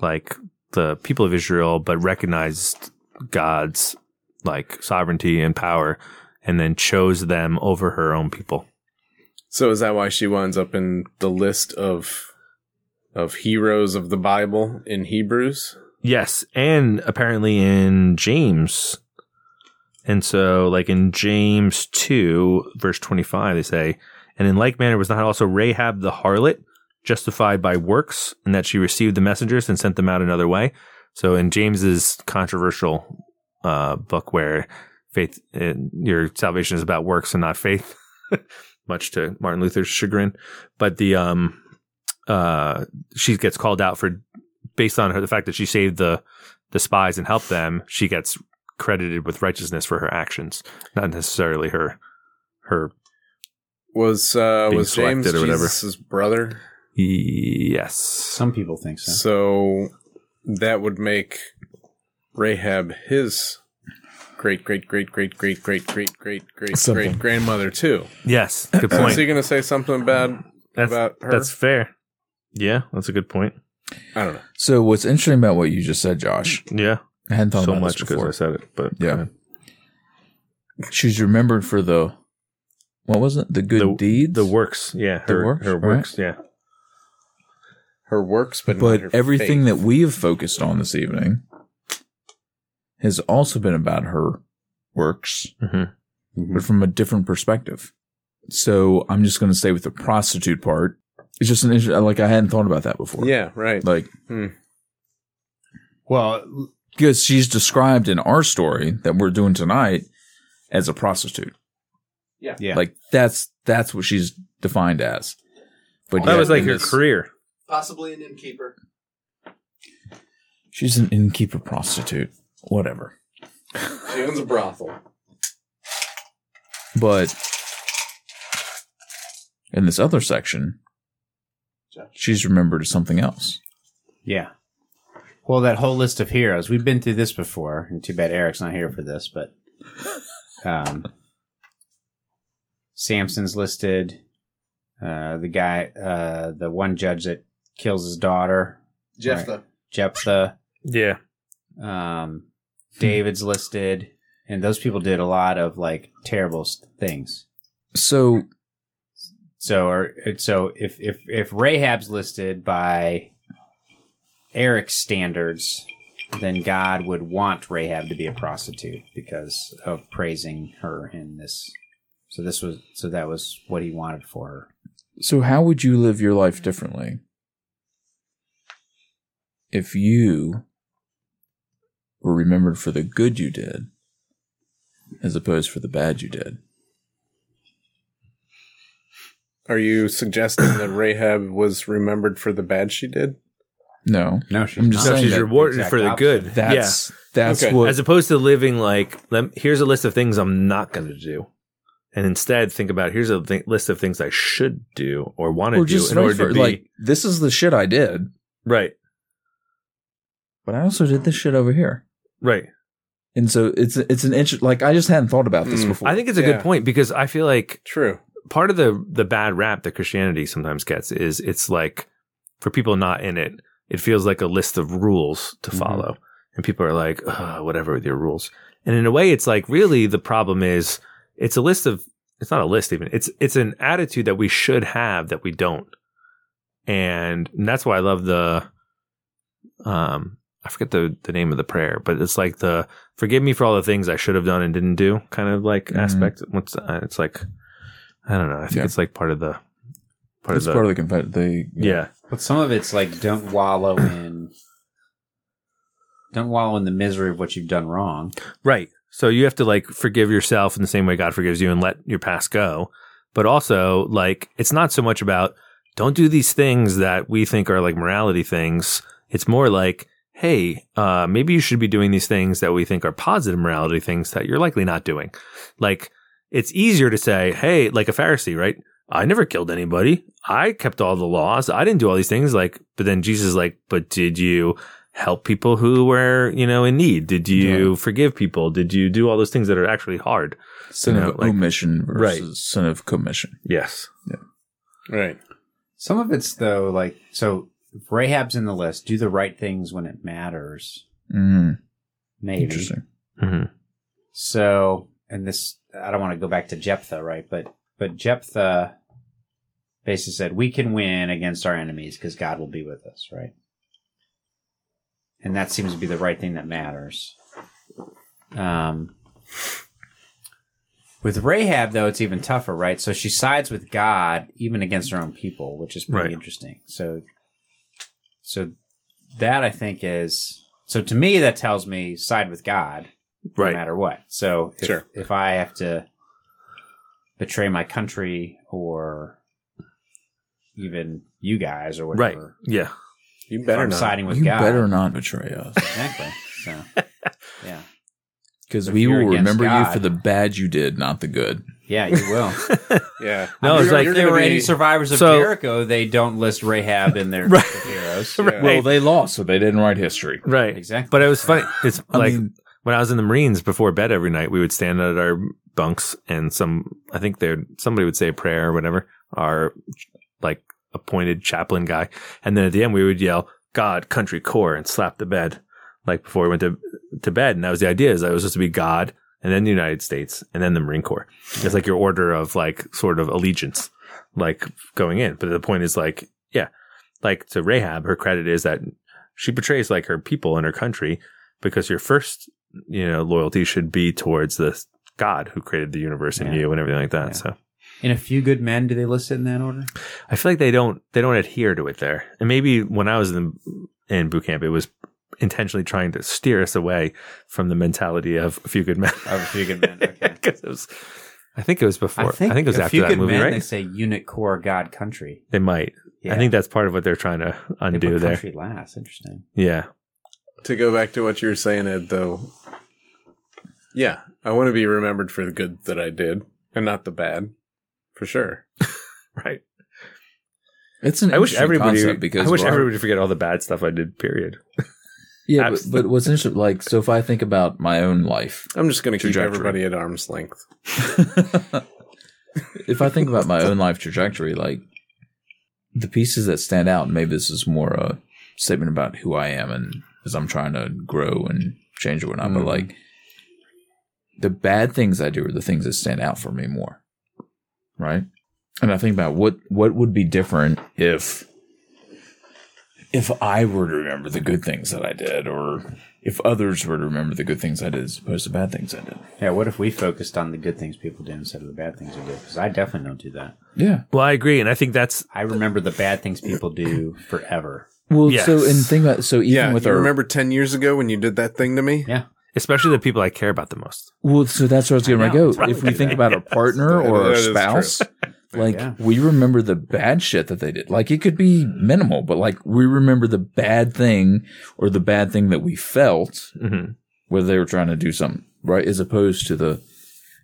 [SPEAKER 3] like the people of Israel, but recognized God's like sovereignty and power, and then chose them over her own people.
[SPEAKER 1] So is that why she winds up in the list of of heroes of the Bible in Hebrews?
[SPEAKER 3] Yes, and apparently in James. And so, like in James 2, verse 25, they say, And in like manner was not also Rahab the harlot justified by works, in that she received the messengers and sent them out another way. So, in James's controversial uh, book, where faith, uh, your salvation is about works and not faith, much to Martin Luther's chagrin. But the, um, uh, she gets called out for based on her the fact that she saved the the spies and helped them, she gets credited with righteousness for her actions, not necessarily her her
[SPEAKER 1] Was uh,
[SPEAKER 3] Being
[SPEAKER 1] was James
[SPEAKER 3] selected or whatever.
[SPEAKER 1] Jesus' brother?
[SPEAKER 3] yes.
[SPEAKER 2] Some people think so.
[SPEAKER 1] So that would make Rahab his great great great great great great great great great
[SPEAKER 4] Something.
[SPEAKER 1] great grandmother too.
[SPEAKER 3] Yes, good
[SPEAKER 1] Is he
[SPEAKER 3] point.
[SPEAKER 1] going to say something bad
[SPEAKER 3] That's
[SPEAKER 1] about her?
[SPEAKER 3] that's fair. Yeah, that's a good point.
[SPEAKER 1] I don't know.
[SPEAKER 4] So what's interesting about what you just said, Josh?
[SPEAKER 3] Yeah,
[SPEAKER 4] I hadn't thought
[SPEAKER 3] so
[SPEAKER 4] about
[SPEAKER 3] much
[SPEAKER 4] this
[SPEAKER 3] because I
[SPEAKER 4] before.
[SPEAKER 3] said it, but
[SPEAKER 4] Yeah. She's remembered for the what was it? The good
[SPEAKER 3] The-
[SPEAKER 4] deeds.
[SPEAKER 3] the works. Yeah,
[SPEAKER 4] The
[SPEAKER 3] her
[SPEAKER 4] works,
[SPEAKER 3] her
[SPEAKER 4] right.
[SPEAKER 3] works. Yeah,
[SPEAKER 1] Her works, but
[SPEAKER 4] But
[SPEAKER 1] not her
[SPEAKER 4] everything
[SPEAKER 1] faith.
[SPEAKER 4] that we have focused on this evening has also been about her works,
[SPEAKER 3] Mhm.
[SPEAKER 4] but from a different perspective. So I'm just going to stay with the prostitute part. It's just an issue. Like I hadn't thought about that before.
[SPEAKER 1] yeah, right.
[SPEAKER 4] Like
[SPEAKER 2] Well,
[SPEAKER 4] because she's described in our story that we're doing tonight as a prostitute.
[SPEAKER 2] yeah.
[SPEAKER 4] Like that's that's what she's defined as. But
[SPEAKER 3] that
[SPEAKER 4] yet
[SPEAKER 3] was like
[SPEAKER 4] in
[SPEAKER 3] her
[SPEAKER 4] this-
[SPEAKER 3] career.
[SPEAKER 5] Possibly an innkeeper.
[SPEAKER 4] She's an innkeeper prostitute, whatever.
[SPEAKER 1] She owns a brothel.
[SPEAKER 4] But in this other section, she's remembered as something else.
[SPEAKER 2] Yeah. Well, that whole list of heroes, we've been through this before, and too bad Eric's not here for this, but um, Samson's listed. Uh, the guy, uh, the one judge that kills his daughter,
[SPEAKER 5] Jephthah.
[SPEAKER 2] Jephthah.
[SPEAKER 3] Yeah,
[SPEAKER 2] Um, David's listed, and those people did a lot of like terrible s- things.
[SPEAKER 4] So
[SPEAKER 2] So, or, so if if if Rahab's listed by Eric's standards, then God would want Rahab to be a prostitute because of praising her in this. So this was so that was what he wanted for her.
[SPEAKER 4] so how would you live your life differently if you were remembered for the good you did as opposed for the bad you did?
[SPEAKER 1] Are you suggesting that Rahab was remembered for the bad she did?
[SPEAKER 4] No,
[SPEAKER 2] No, she's
[SPEAKER 4] I'm
[SPEAKER 2] not.
[SPEAKER 4] just
[SPEAKER 3] So
[SPEAKER 4] saying
[SPEAKER 3] she's
[SPEAKER 4] that
[SPEAKER 3] rewarded
[SPEAKER 2] exact
[SPEAKER 3] for the
[SPEAKER 2] opposite.
[SPEAKER 3] good. yeah.
[SPEAKER 4] that's that's
[SPEAKER 1] Okay.
[SPEAKER 4] what
[SPEAKER 3] As opposed to living like, lem- here's a list of things I'm not going to do. And instead, think about here's a th- list of things I should do or want to
[SPEAKER 4] Well,
[SPEAKER 3] do
[SPEAKER 4] just
[SPEAKER 3] in order
[SPEAKER 4] for,
[SPEAKER 3] to be
[SPEAKER 4] like this is the shit I did,
[SPEAKER 3] right,
[SPEAKER 4] but I also did this shit over here,
[SPEAKER 3] right.
[SPEAKER 4] and so it's it's an interest. Like I just hadn't thought about this
[SPEAKER 1] Mm.
[SPEAKER 4] before.
[SPEAKER 3] I think it's a
[SPEAKER 1] Yeah.
[SPEAKER 3] good point because I feel like
[SPEAKER 1] True.
[SPEAKER 3] part of the the bad rap that Christianity sometimes gets is it's like for people not in it, it feels like a list of rules to
[SPEAKER 2] Mhm.
[SPEAKER 3] follow, and people are like, "Ugh, whatever with your rules. And in a way, it's like really the problem is it's a list of it's not a list even it's it's an attitude that we should have that we don't, and that's why I love the um I forget the the name of the prayer, but it's like the forgive me for all the things I should have done and didn't do kind of like
[SPEAKER 4] Mhm.
[SPEAKER 3] aspect. What's uh, it's like I don't know. I think
[SPEAKER 4] Yeah.
[SPEAKER 3] it's like part of the part
[SPEAKER 4] it's
[SPEAKER 3] of the
[SPEAKER 4] part of the conf- the
[SPEAKER 3] yeah.
[SPEAKER 2] But some of it's like don't wallow in don't wallow in the misery of what you've done wrong.
[SPEAKER 3] Right. So you have to like forgive yourself in the same way God forgives you and let your past go. But also, like, it's not so much about don't do these things that we think are like morality things. It's more like, hey, uh, maybe you should be doing these things that we think are positive morality things that you're likely not doing. Like, it's easier to say, hey, like a Pharisee, right? I never killed anybody. I kept all the laws. I didn't do all these things. Like, but then Jesus is like, but did you help people who were, you know, in need? Did you forgive people? Did you do all those things that are actually hard?
[SPEAKER 4] sin
[SPEAKER 3] You know,
[SPEAKER 4] of
[SPEAKER 3] like-
[SPEAKER 4] omission versus
[SPEAKER 3] Right.
[SPEAKER 4] sin of commission.
[SPEAKER 3] Yes.
[SPEAKER 1] Right.
[SPEAKER 2] Some of it's though like so if Rahab's in the list, do the right things when it matters.
[SPEAKER 4] Mm,
[SPEAKER 2] Maybe.
[SPEAKER 4] interesting.
[SPEAKER 3] hmm
[SPEAKER 2] So, and this, I don't want to go back to Jephthah, right? But, but Jephthah basically said, we can win against our enemies because God will be with us, right? And that seems to be the right thing that matters. Um, with Rahab, though, it's even tougher, right? So she sides with God even against her own people, which is pretty
[SPEAKER 3] Right.
[SPEAKER 2] interesting. So, so that I think is, so to me, that tells me side with God no
[SPEAKER 3] Right.
[SPEAKER 2] matter what. So if,
[SPEAKER 1] Sure.
[SPEAKER 2] if I have to betray my country or even you guys or
[SPEAKER 3] Right.
[SPEAKER 2] whatever,
[SPEAKER 3] Yeah.
[SPEAKER 1] You
[SPEAKER 2] if
[SPEAKER 1] better
[SPEAKER 2] I'm
[SPEAKER 1] not.
[SPEAKER 2] siding with
[SPEAKER 4] You
[SPEAKER 2] God,
[SPEAKER 4] better not betray us,
[SPEAKER 2] exactly. So yeah,
[SPEAKER 4] because
[SPEAKER 2] If
[SPEAKER 4] we
[SPEAKER 2] you're
[SPEAKER 4] will
[SPEAKER 2] against
[SPEAKER 4] remember you
[SPEAKER 2] God.
[SPEAKER 4] for the bad you did, not the good.
[SPEAKER 2] yeah, you will.
[SPEAKER 1] Yeah.
[SPEAKER 3] No, Oh, it's
[SPEAKER 1] You're-
[SPEAKER 3] like-
[SPEAKER 1] you're
[SPEAKER 2] if there
[SPEAKER 1] gonna
[SPEAKER 2] were
[SPEAKER 1] be-
[SPEAKER 2] any survivors of
[SPEAKER 3] So-
[SPEAKER 2] Jericho, they don't list Rahab in their
[SPEAKER 3] Right.
[SPEAKER 2] list of heroes.
[SPEAKER 1] Yeah.
[SPEAKER 3] Right.
[SPEAKER 4] they lost, so they didn't write history.
[SPEAKER 3] Right.
[SPEAKER 2] Exactly.
[SPEAKER 3] But it was funny. It's
[SPEAKER 4] I
[SPEAKER 3] like
[SPEAKER 4] mean,
[SPEAKER 3] when I was in the Marines before bed every night, we would stand at our bunks and some, I think there, somebody would say a prayer or whatever, our like appointed chaplain guy. And then at the end, we would yell, God, country, core, and slap the bed, like before we went to, to bed. And that was the idea is that it was supposed to be God and then the United States and then the Marine Corps. It's like your order of like sort of allegiance, like going in. But the point is like, yeah, like to Rahab, her credit is that she betrays like her people and her country because your first you know loyalty should be towards the God who created the universe and
[SPEAKER 2] Yeah.
[SPEAKER 3] you and everything like that.
[SPEAKER 2] Yeah.
[SPEAKER 3] So
[SPEAKER 2] in a few good men, do they list it in that order?
[SPEAKER 3] I feel like they don't they don't adhere to it there. And maybe when I was in in boot camp, it was intentionally trying to steer us away from the mentality of a few good men.
[SPEAKER 2] Of a few good men. Okay.
[SPEAKER 3] Because it was, I think it was before. I think, it was
[SPEAKER 2] a
[SPEAKER 3] after
[SPEAKER 2] few
[SPEAKER 3] that
[SPEAKER 2] good
[SPEAKER 3] movie,
[SPEAKER 2] men,
[SPEAKER 3] right?
[SPEAKER 2] They
[SPEAKER 3] They,
[SPEAKER 2] say unit core God country.
[SPEAKER 3] might. I think that's part of what they're trying to
[SPEAKER 2] they put
[SPEAKER 3] undo there.
[SPEAKER 2] country last. Interesting.
[SPEAKER 3] Yeah.
[SPEAKER 1] to go back to what you were saying, Ed, though, yeah, I want to be remembered for the good that I did and not the bad, for sure.
[SPEAKER 3] Right.
[SPEAKER 4] it's an
[SPEAKER 3] I wish
[SPEAKER 4] interesting
[SPEAKER 3] everybody.
[SPEAKER 4] concept because
[SPEAKER 3] I wish
[SPEAKER 4] we're-
[SPEAKER 3] everybody would forget all the bad stuff I did. Period.
[SPEAKER 4] Yeah, but,
[SPEAKER 3] Abs-
[SPEAKER 4] but what's interesting, like, so if I think about my own life,
[SPEAKER 1] I'm just going to keep
[SPEAKER 4] Trajectory.
[SPEAKER 1] everybody at arm's length.
[SPEAKER 4] if I think about my own life trajectory, like, the pieces that stand out, and maybe this is more a statement about who I am and as I'm trying to grow and change or whatnot, but
[SPEAKER 1] Mhm.
[SPEAKER 4] like, the bad things I do are the things that stand out for me more, right? And I think about what what would be different if if I were to remember the good things that I did, or if others were to remember the good things I did as opposed to bad things I did.
[SPEAKER 2] Yeah, what if we focused on the good things people do instead of the bad things we do? Because I definitely don't do that.
[SPEAKER 4] Yeah.
[SPEAKER 3] Well, I agree, and I think that's
[SPEAKER 2] I remember the bad things people do forever.
[SPEAKER 4] Well,
[SPEAKER 3] Yes.
[SPEAKER 4] so and think about so even
[SPEAKER 1] yeah,
[SPEAKER 4] with
[SPEAKER 1] you
[SPEAKER 4] our
[SPEAKER 1] remember 10 years ago when you did that thing to me?
[SPEAKER 2] Yeah.
[SPEAKER 3] especially the people I care about the most.
[SPEAKER 4] well, so that's where I was going
[SPEAKER 2] I
[SPEAKER 4] to
[SPEAKER 2] know,
[SPEAKER 4] go.
[SPEAKER 2] it's probably
[SPEAKER 4] If we
[SPEAKER 2] good.
[SPEAKER 4] think about our partner or our
[SPEAKER 1] That is true.
[SPEAKER 4] spouse, Like
[SPEAKER 2] Yeah.
[SPEAKER 4] we remember the bad shit that they did. Like it could be minimal, but like we remember the bad thing or the bad thing that we felt
[SPEAKER 3] hmm
[SPEAKER 4] whether they were trying to do something right, as opposed to the.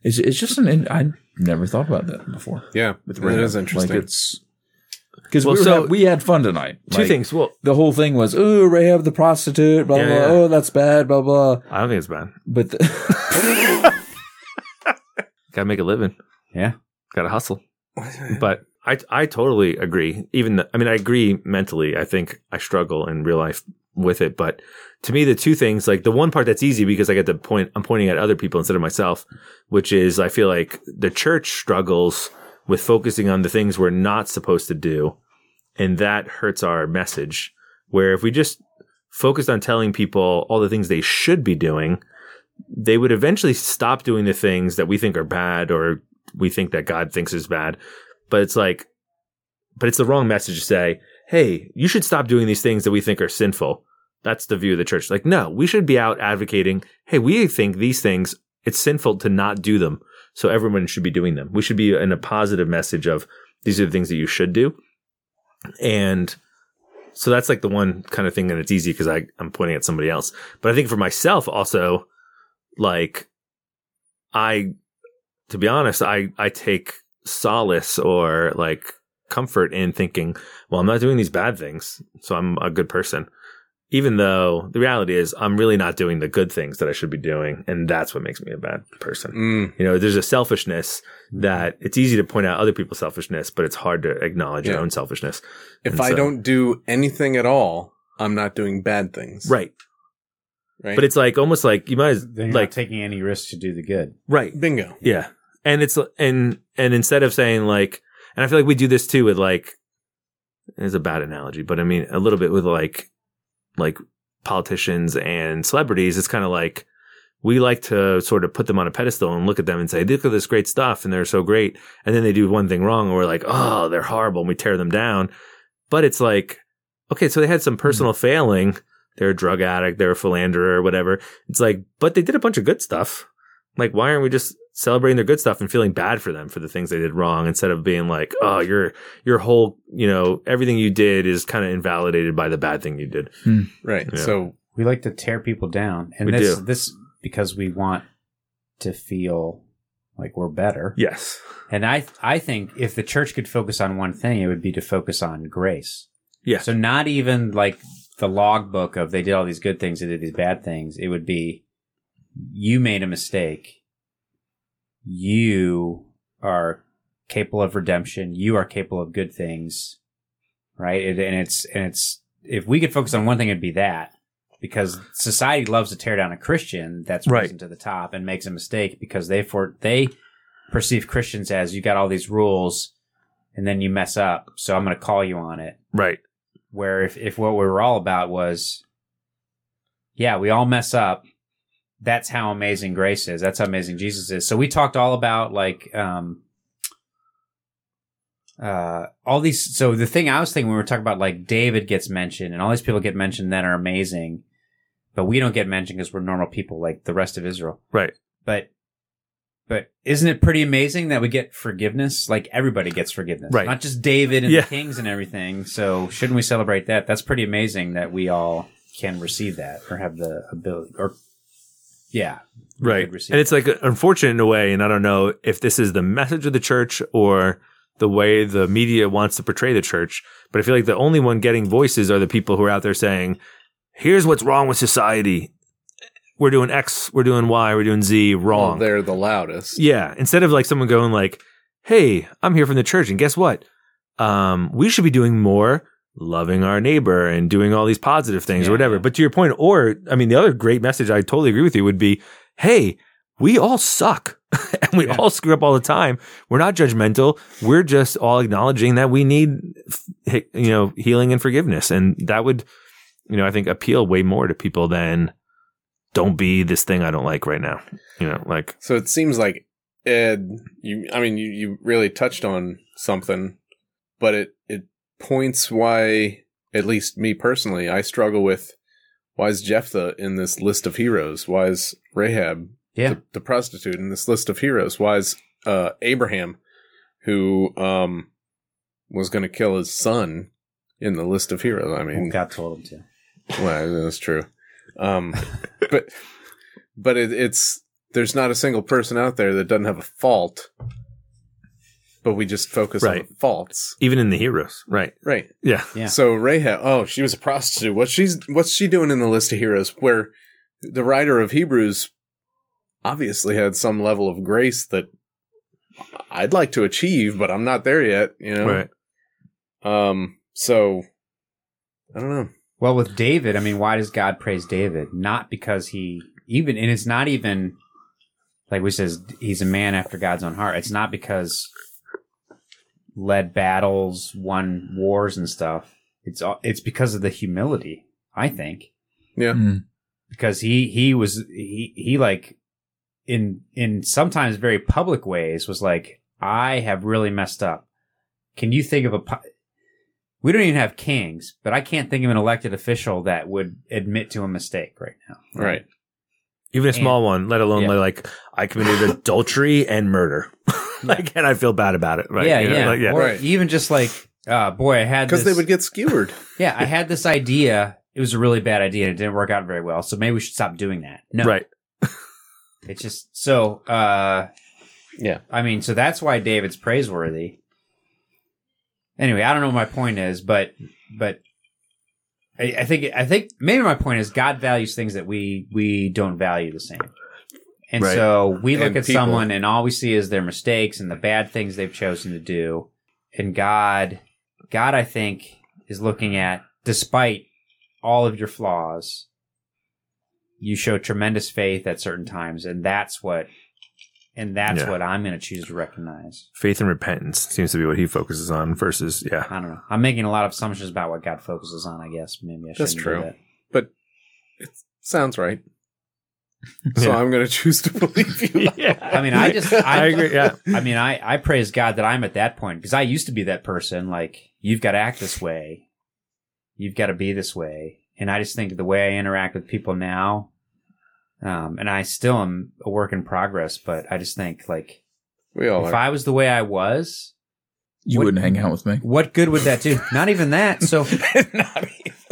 [SPEAKER 4] It's it's just an in- I never thought about that before.
[SPEAKER 1] Yeah, that
[SPEAKER 4] Random.
[SPEAKER 1] is interesting.
[SPEAKER 4] Like it's because
[SPEAKER 3] Well,
[SPEAKER 4] we, were
[SPEAKER 3] so-
[SPEAKER 4] hav- we had fun tonight.
[SPEAKER 3] Two
[SPEAKER 4] Like,
[SPEAKER 3] things. Well,
[SPEAKER 4] The whole thing was, oh, Rahab the prostitute, blah,
[SPEAKER 3] Yeah,
[SPEAKER 4] blah,
[SPEAKER 3] yeah.
[SPEAKER 4] blah. Oh, that's bad, blah, blah.
[SPEAKER 3] I don't think it's bad.
[SPEAKER 4] But the-
[SPEAKER 3] Got to make a living.
[SPEAKER 2] Yeah.
[SPEAKER 3] Got to hustle. But I I totally agree. Even the, I mean I agree mentally. I think I struggle in real life with it, but to me the two things like the one part that's easy because I get to point I'm pointing at other people instead of myself, which is I feel like the church struggles with focusing on the things we're not supposed to do and that hurts our message where if we just focused on telling people all the things they should be doing, they would eventually stop doing the things that we think are bad or we think that God thinks is bad. But it's like, but it's the wrong message to say, hey, you should stop doing these things that we think are sinful. That's the view of the church. Like, no, we should be out advocating, hey, we think these things, it's sinful to not do them. So everyone should be doing them. We should be in a positive message of these are the things that you should do. And so that's like the one kind of thing that it's easy because I'm pointing at somebody else. But I think for myself also, like I to be honest, I I take solace or like comfort in thinking, well, I'm not doing these bad things, so I'm a good person. Even though the reality is I'm really not doing the good things that I should be doing, and that's what makes me a bad person.
[SPEAKER 1] Mm,
[SPEAKER 3] You know, there's a selfishness that it's easy to point out other people's selfishness, but it's hard to acknowledge your
[SPEAKER 1] Yeah.
[SPEAKER 3] own selfishness.
[SPEAKER 1] if
[SPEAKER 3] And
[SPEAKER 1] I
[SPEAKER 3] so-
[SPEAKER 1] don't do anything at all, I'm not doing bad things.
[SPEAKER 3] Right.
[SPEAKER 1] Right.
[SPEAKER 3] But it's like almost like you might as,
[SPEAKER 2] They're not
[SPEAKER 3] like
[SPEAKER 2] taking any risks to do the good.
[SPEAKER 3] right.
[SPEAKER 1] bingo.
[SPEAKER 3] Yeah. And it's and and instead of saying like and I feel like we do this too with like it's a bad analogy, but I mean a little bit with like like politicians and celebrities, it's kind of like we like to sort of put them on a pedestal and look at them and say, look at this great stuff and they're so great. And then they do one thing wrong and we're like, oh, they're horrible and we tear them down. But it's like, okay, so they had some personal failing. They're a drug addict, they're a philanderer, whatever. It's like, but they did a bunch of good stuff. Like, why aren't we just celebrating their good stuff and feeling bad for them for the things they did wrong instead of being like, oh, your your whole, you know, everything you did is kind of invalidated by the bad thing you did.
[SPEAKER 1] Right.
[SPEAKER 3] Yeah.
[SPEAKER 1] So
[SPEAKER 2] We like to tear people down, and
[SPEAKER 3] We
[SPEAKER 2] this
[SPEAKER 3] do.
[SPEAKER 2] this because we want to feel like we're better.
[SPEAKER 3] Yes.
[SPEAKER 2] And I I think if the church could focus on one thing, it would be to focus on grace.
[SPEAKER 3] Yeah.
[SPEAKER 2] So not even like the logbook of they did all these good things, they did these bad things. It would be you made a mistake. You are capable of redemption. You are capable of good things, right? It, and it's and it's if we could focus on one thing, it'd be that because society loves to tear down a Christian that's
[SPEAKER 3] Right.
[SPEAKER 2] risen to the top and makes a mistake because they for they perceive Christians as you got all these rules and then you mess up, so I'm going to call you on it.
[SPEAKER 3] Right.
[SPEAKER 2] Where if, if what we were all about was, yeah, we all mess up. That's how amazing grace is. That's how amazing Jesus is. So we talked all about like, um, uh, all these. So the thing I was thinking when we were talking about like David gets mentioned and all these people get mentioned that are amazing, but we don't get mentioned because we're normal people like the rest of Israel.
[SPEAKER 3] Right.
[SPEAKER 2] But, but isn't it pretty amazing that we get forgiveness? Like everybody gets forgiveness,
[SPEAKER 3] Right.
[SPEAKER 2] Not just David and
[SPEAKER 3] Yeah.
[SPEAKER 2] the kings and everything. So shouldn't we celebrate that? That's pretty amazing that we all can receive that or have the ability or yeah. we
[SPEAKER 3] Right.
[SPEAKER 2] could receive
[SPEAKER 3] And it's like unfortunate in a way, and I don't know if this is the message of the church or the way the media wants to portray the church, but I feel like the only one getting voices are the people who are out there saying, here's what's wrong with society. We're doing X, we're doing Y, we're doing Z
[SPEAKER 1] well,
[SPEAKER 3] wrong.
[SPEAKER 1] they're the loudest.
[SPEAKER 3] Yeah. Instead of like someone going like, "Hey, I'm here from the church, and guess what? Um, we should be doing more loving our neighbor and doing all these positive things or
[SPEAKER 2] Yeah.
[SPEAKER 3] whatever." But to your point, or I mean, the other great message I totally agree with you would be, "Hey, we all suck." And we
[SPEAKER 2] Yeah.
[SPEAKER 3] all screw up all the time. We're not judgmental. We're just all acknowledging that we need, f- you know, healing and forgiveness. And that would, you know, I think appeal way more to people than don't be this thing I don't like right now. You know, like,
[SPEAKER 1] So it seems like Ed, you, I mean, you, you really touched on something, but it, it points why, at least me personally, I struggle with why is Jephthah in this list of heroes? Why is Rahab,
[SPEAKER 2] Yeah.
[SPEAKER 1] the, the prostitute, in this list of heroes? Why is uh, Abraham, who um was going to kill his son in the list of heroes. I mean,
[SPEAKER 2] Got told him to.
[SPEAKER 1] well, that's true. Um, but but it, it's there's not a single person out there that doesn't have a fault. But we just focus on
[SPEAKER 3] Right.
[SPEAKER 1] the faults,
[SPEAKER 3] Even in the heroes, right?
[SPEAKER 1] right?
[SPEAKER 3] Yeah.
[SPEAKER 2] Yeah.
[SPEAKER 1] So Rahab, oh, she was a prostitute. What's she's what's she doing in the list of heroes? Where the writer of Hebrews obviously had some level of grace that I'd like to achieve, but I'm not there yet. You know,
[SPEAKER 3] Right.
[SPEAKER 1] um, so I don't know.
[SPEAKER 2] Well, with David, I mean, why does God praise David? Not because he even, and it's not even like we says he's a man after God's own heart. It's not because led battles, won wars and stuff. It's all it's because of the humility, I think,
[SPEAKER 1] Yeah,
[SPEAKER 4] Mm.
[SPEAKER 2] because he he was he he like in in sometimes very public ways was like I have really messed up. Can you think of a po- we don't even have kings, but I can't think of an elected official that would admit to a mistake right now.
[SPEAKER 1] right.
[SPEAKER 3] Even a small one, let alone
[SPEAKER 2] Yeah.
[SPEAKER 3] like I committed adultery and murder. like, and I feel bad about it. Right?
[SPEAKER 2] yeah,
[SPEAKER 3] You know,
[SPEAKER 2] yeah.
[SPEAKER 3] like, yeah.
[SPEAKER 2] Or
[SPEAKER 1] Right.
[SPEAKER 2] even just like, uh, boy, I had
[SPEAKER 1] Because
[SPEAKER 2] this.
[SPEAKER 1] they would get skewered.
[SPEAKER 2] yeah, I had this idea. It was a really bad idea and it didn't work out very well. So maybe we should stop doing that. No,
[SPEAKER 3] Right.
[SPEAKER 2] It's just so. uh
[SPEAKER 1] Yeah.
[SPEAKER 2] I mean, so that's why David's praiseworthy. Anyway, I don't know what my point is, but but I, I think I think maybe my point is God values things that we we don't value the same, and
[SPEAKER 3] Right.
[SPEAKER 2] so we look
[SPEAKER 1] And
[SPEAKER 2] at
[SPEAKER 1] people.
[SPEAKER 2] someone and all we see is their mistakes and the bad things they've chosen to do, and God God I think is looking at despite all of your flaws, you show tremendous faith at certain times, and that's what and that's
[SPEAKER 3] Yeah.
[SPEAKER 2] what I'm going to choose to recognize.
[SPEAKER 3] Faith and repentance seems to be what he focuses on versus yeah.
[SPEAKER 2] I don't know. I'm making a lot of assumptions about what God focuses on. I guess maybe I should.
[SPEAKER 1] That's true.
[SPEAKER 2] Do that.
[SPEAKER 1] Sounds right. So I'm going to choose to believe you.
[SPEAKER 3] yeah.
[SPEAKER 2] I mean, I just- I-
[SPEAKER 3] I agree. Yeah.
[SPEAKER 2] I mean, I I praise God that I'm at that point because I used to be that person. Like you've got to act this way, you've got to be this way, and I just think the way I interact with people now, um, and I still am a work in progress, but I just think like
[SPEAKER 1] We all
[SPEAKER 2] if
[SPEAKER 1] are.
[SPEAKER 2] I was the way I was,
[SPEAKER 4] You
[SPEAKER 2] What-
[SPEAKER 4] wouldn't hang out with me.
[SPEAKER 2] what good would that do? Not even that. So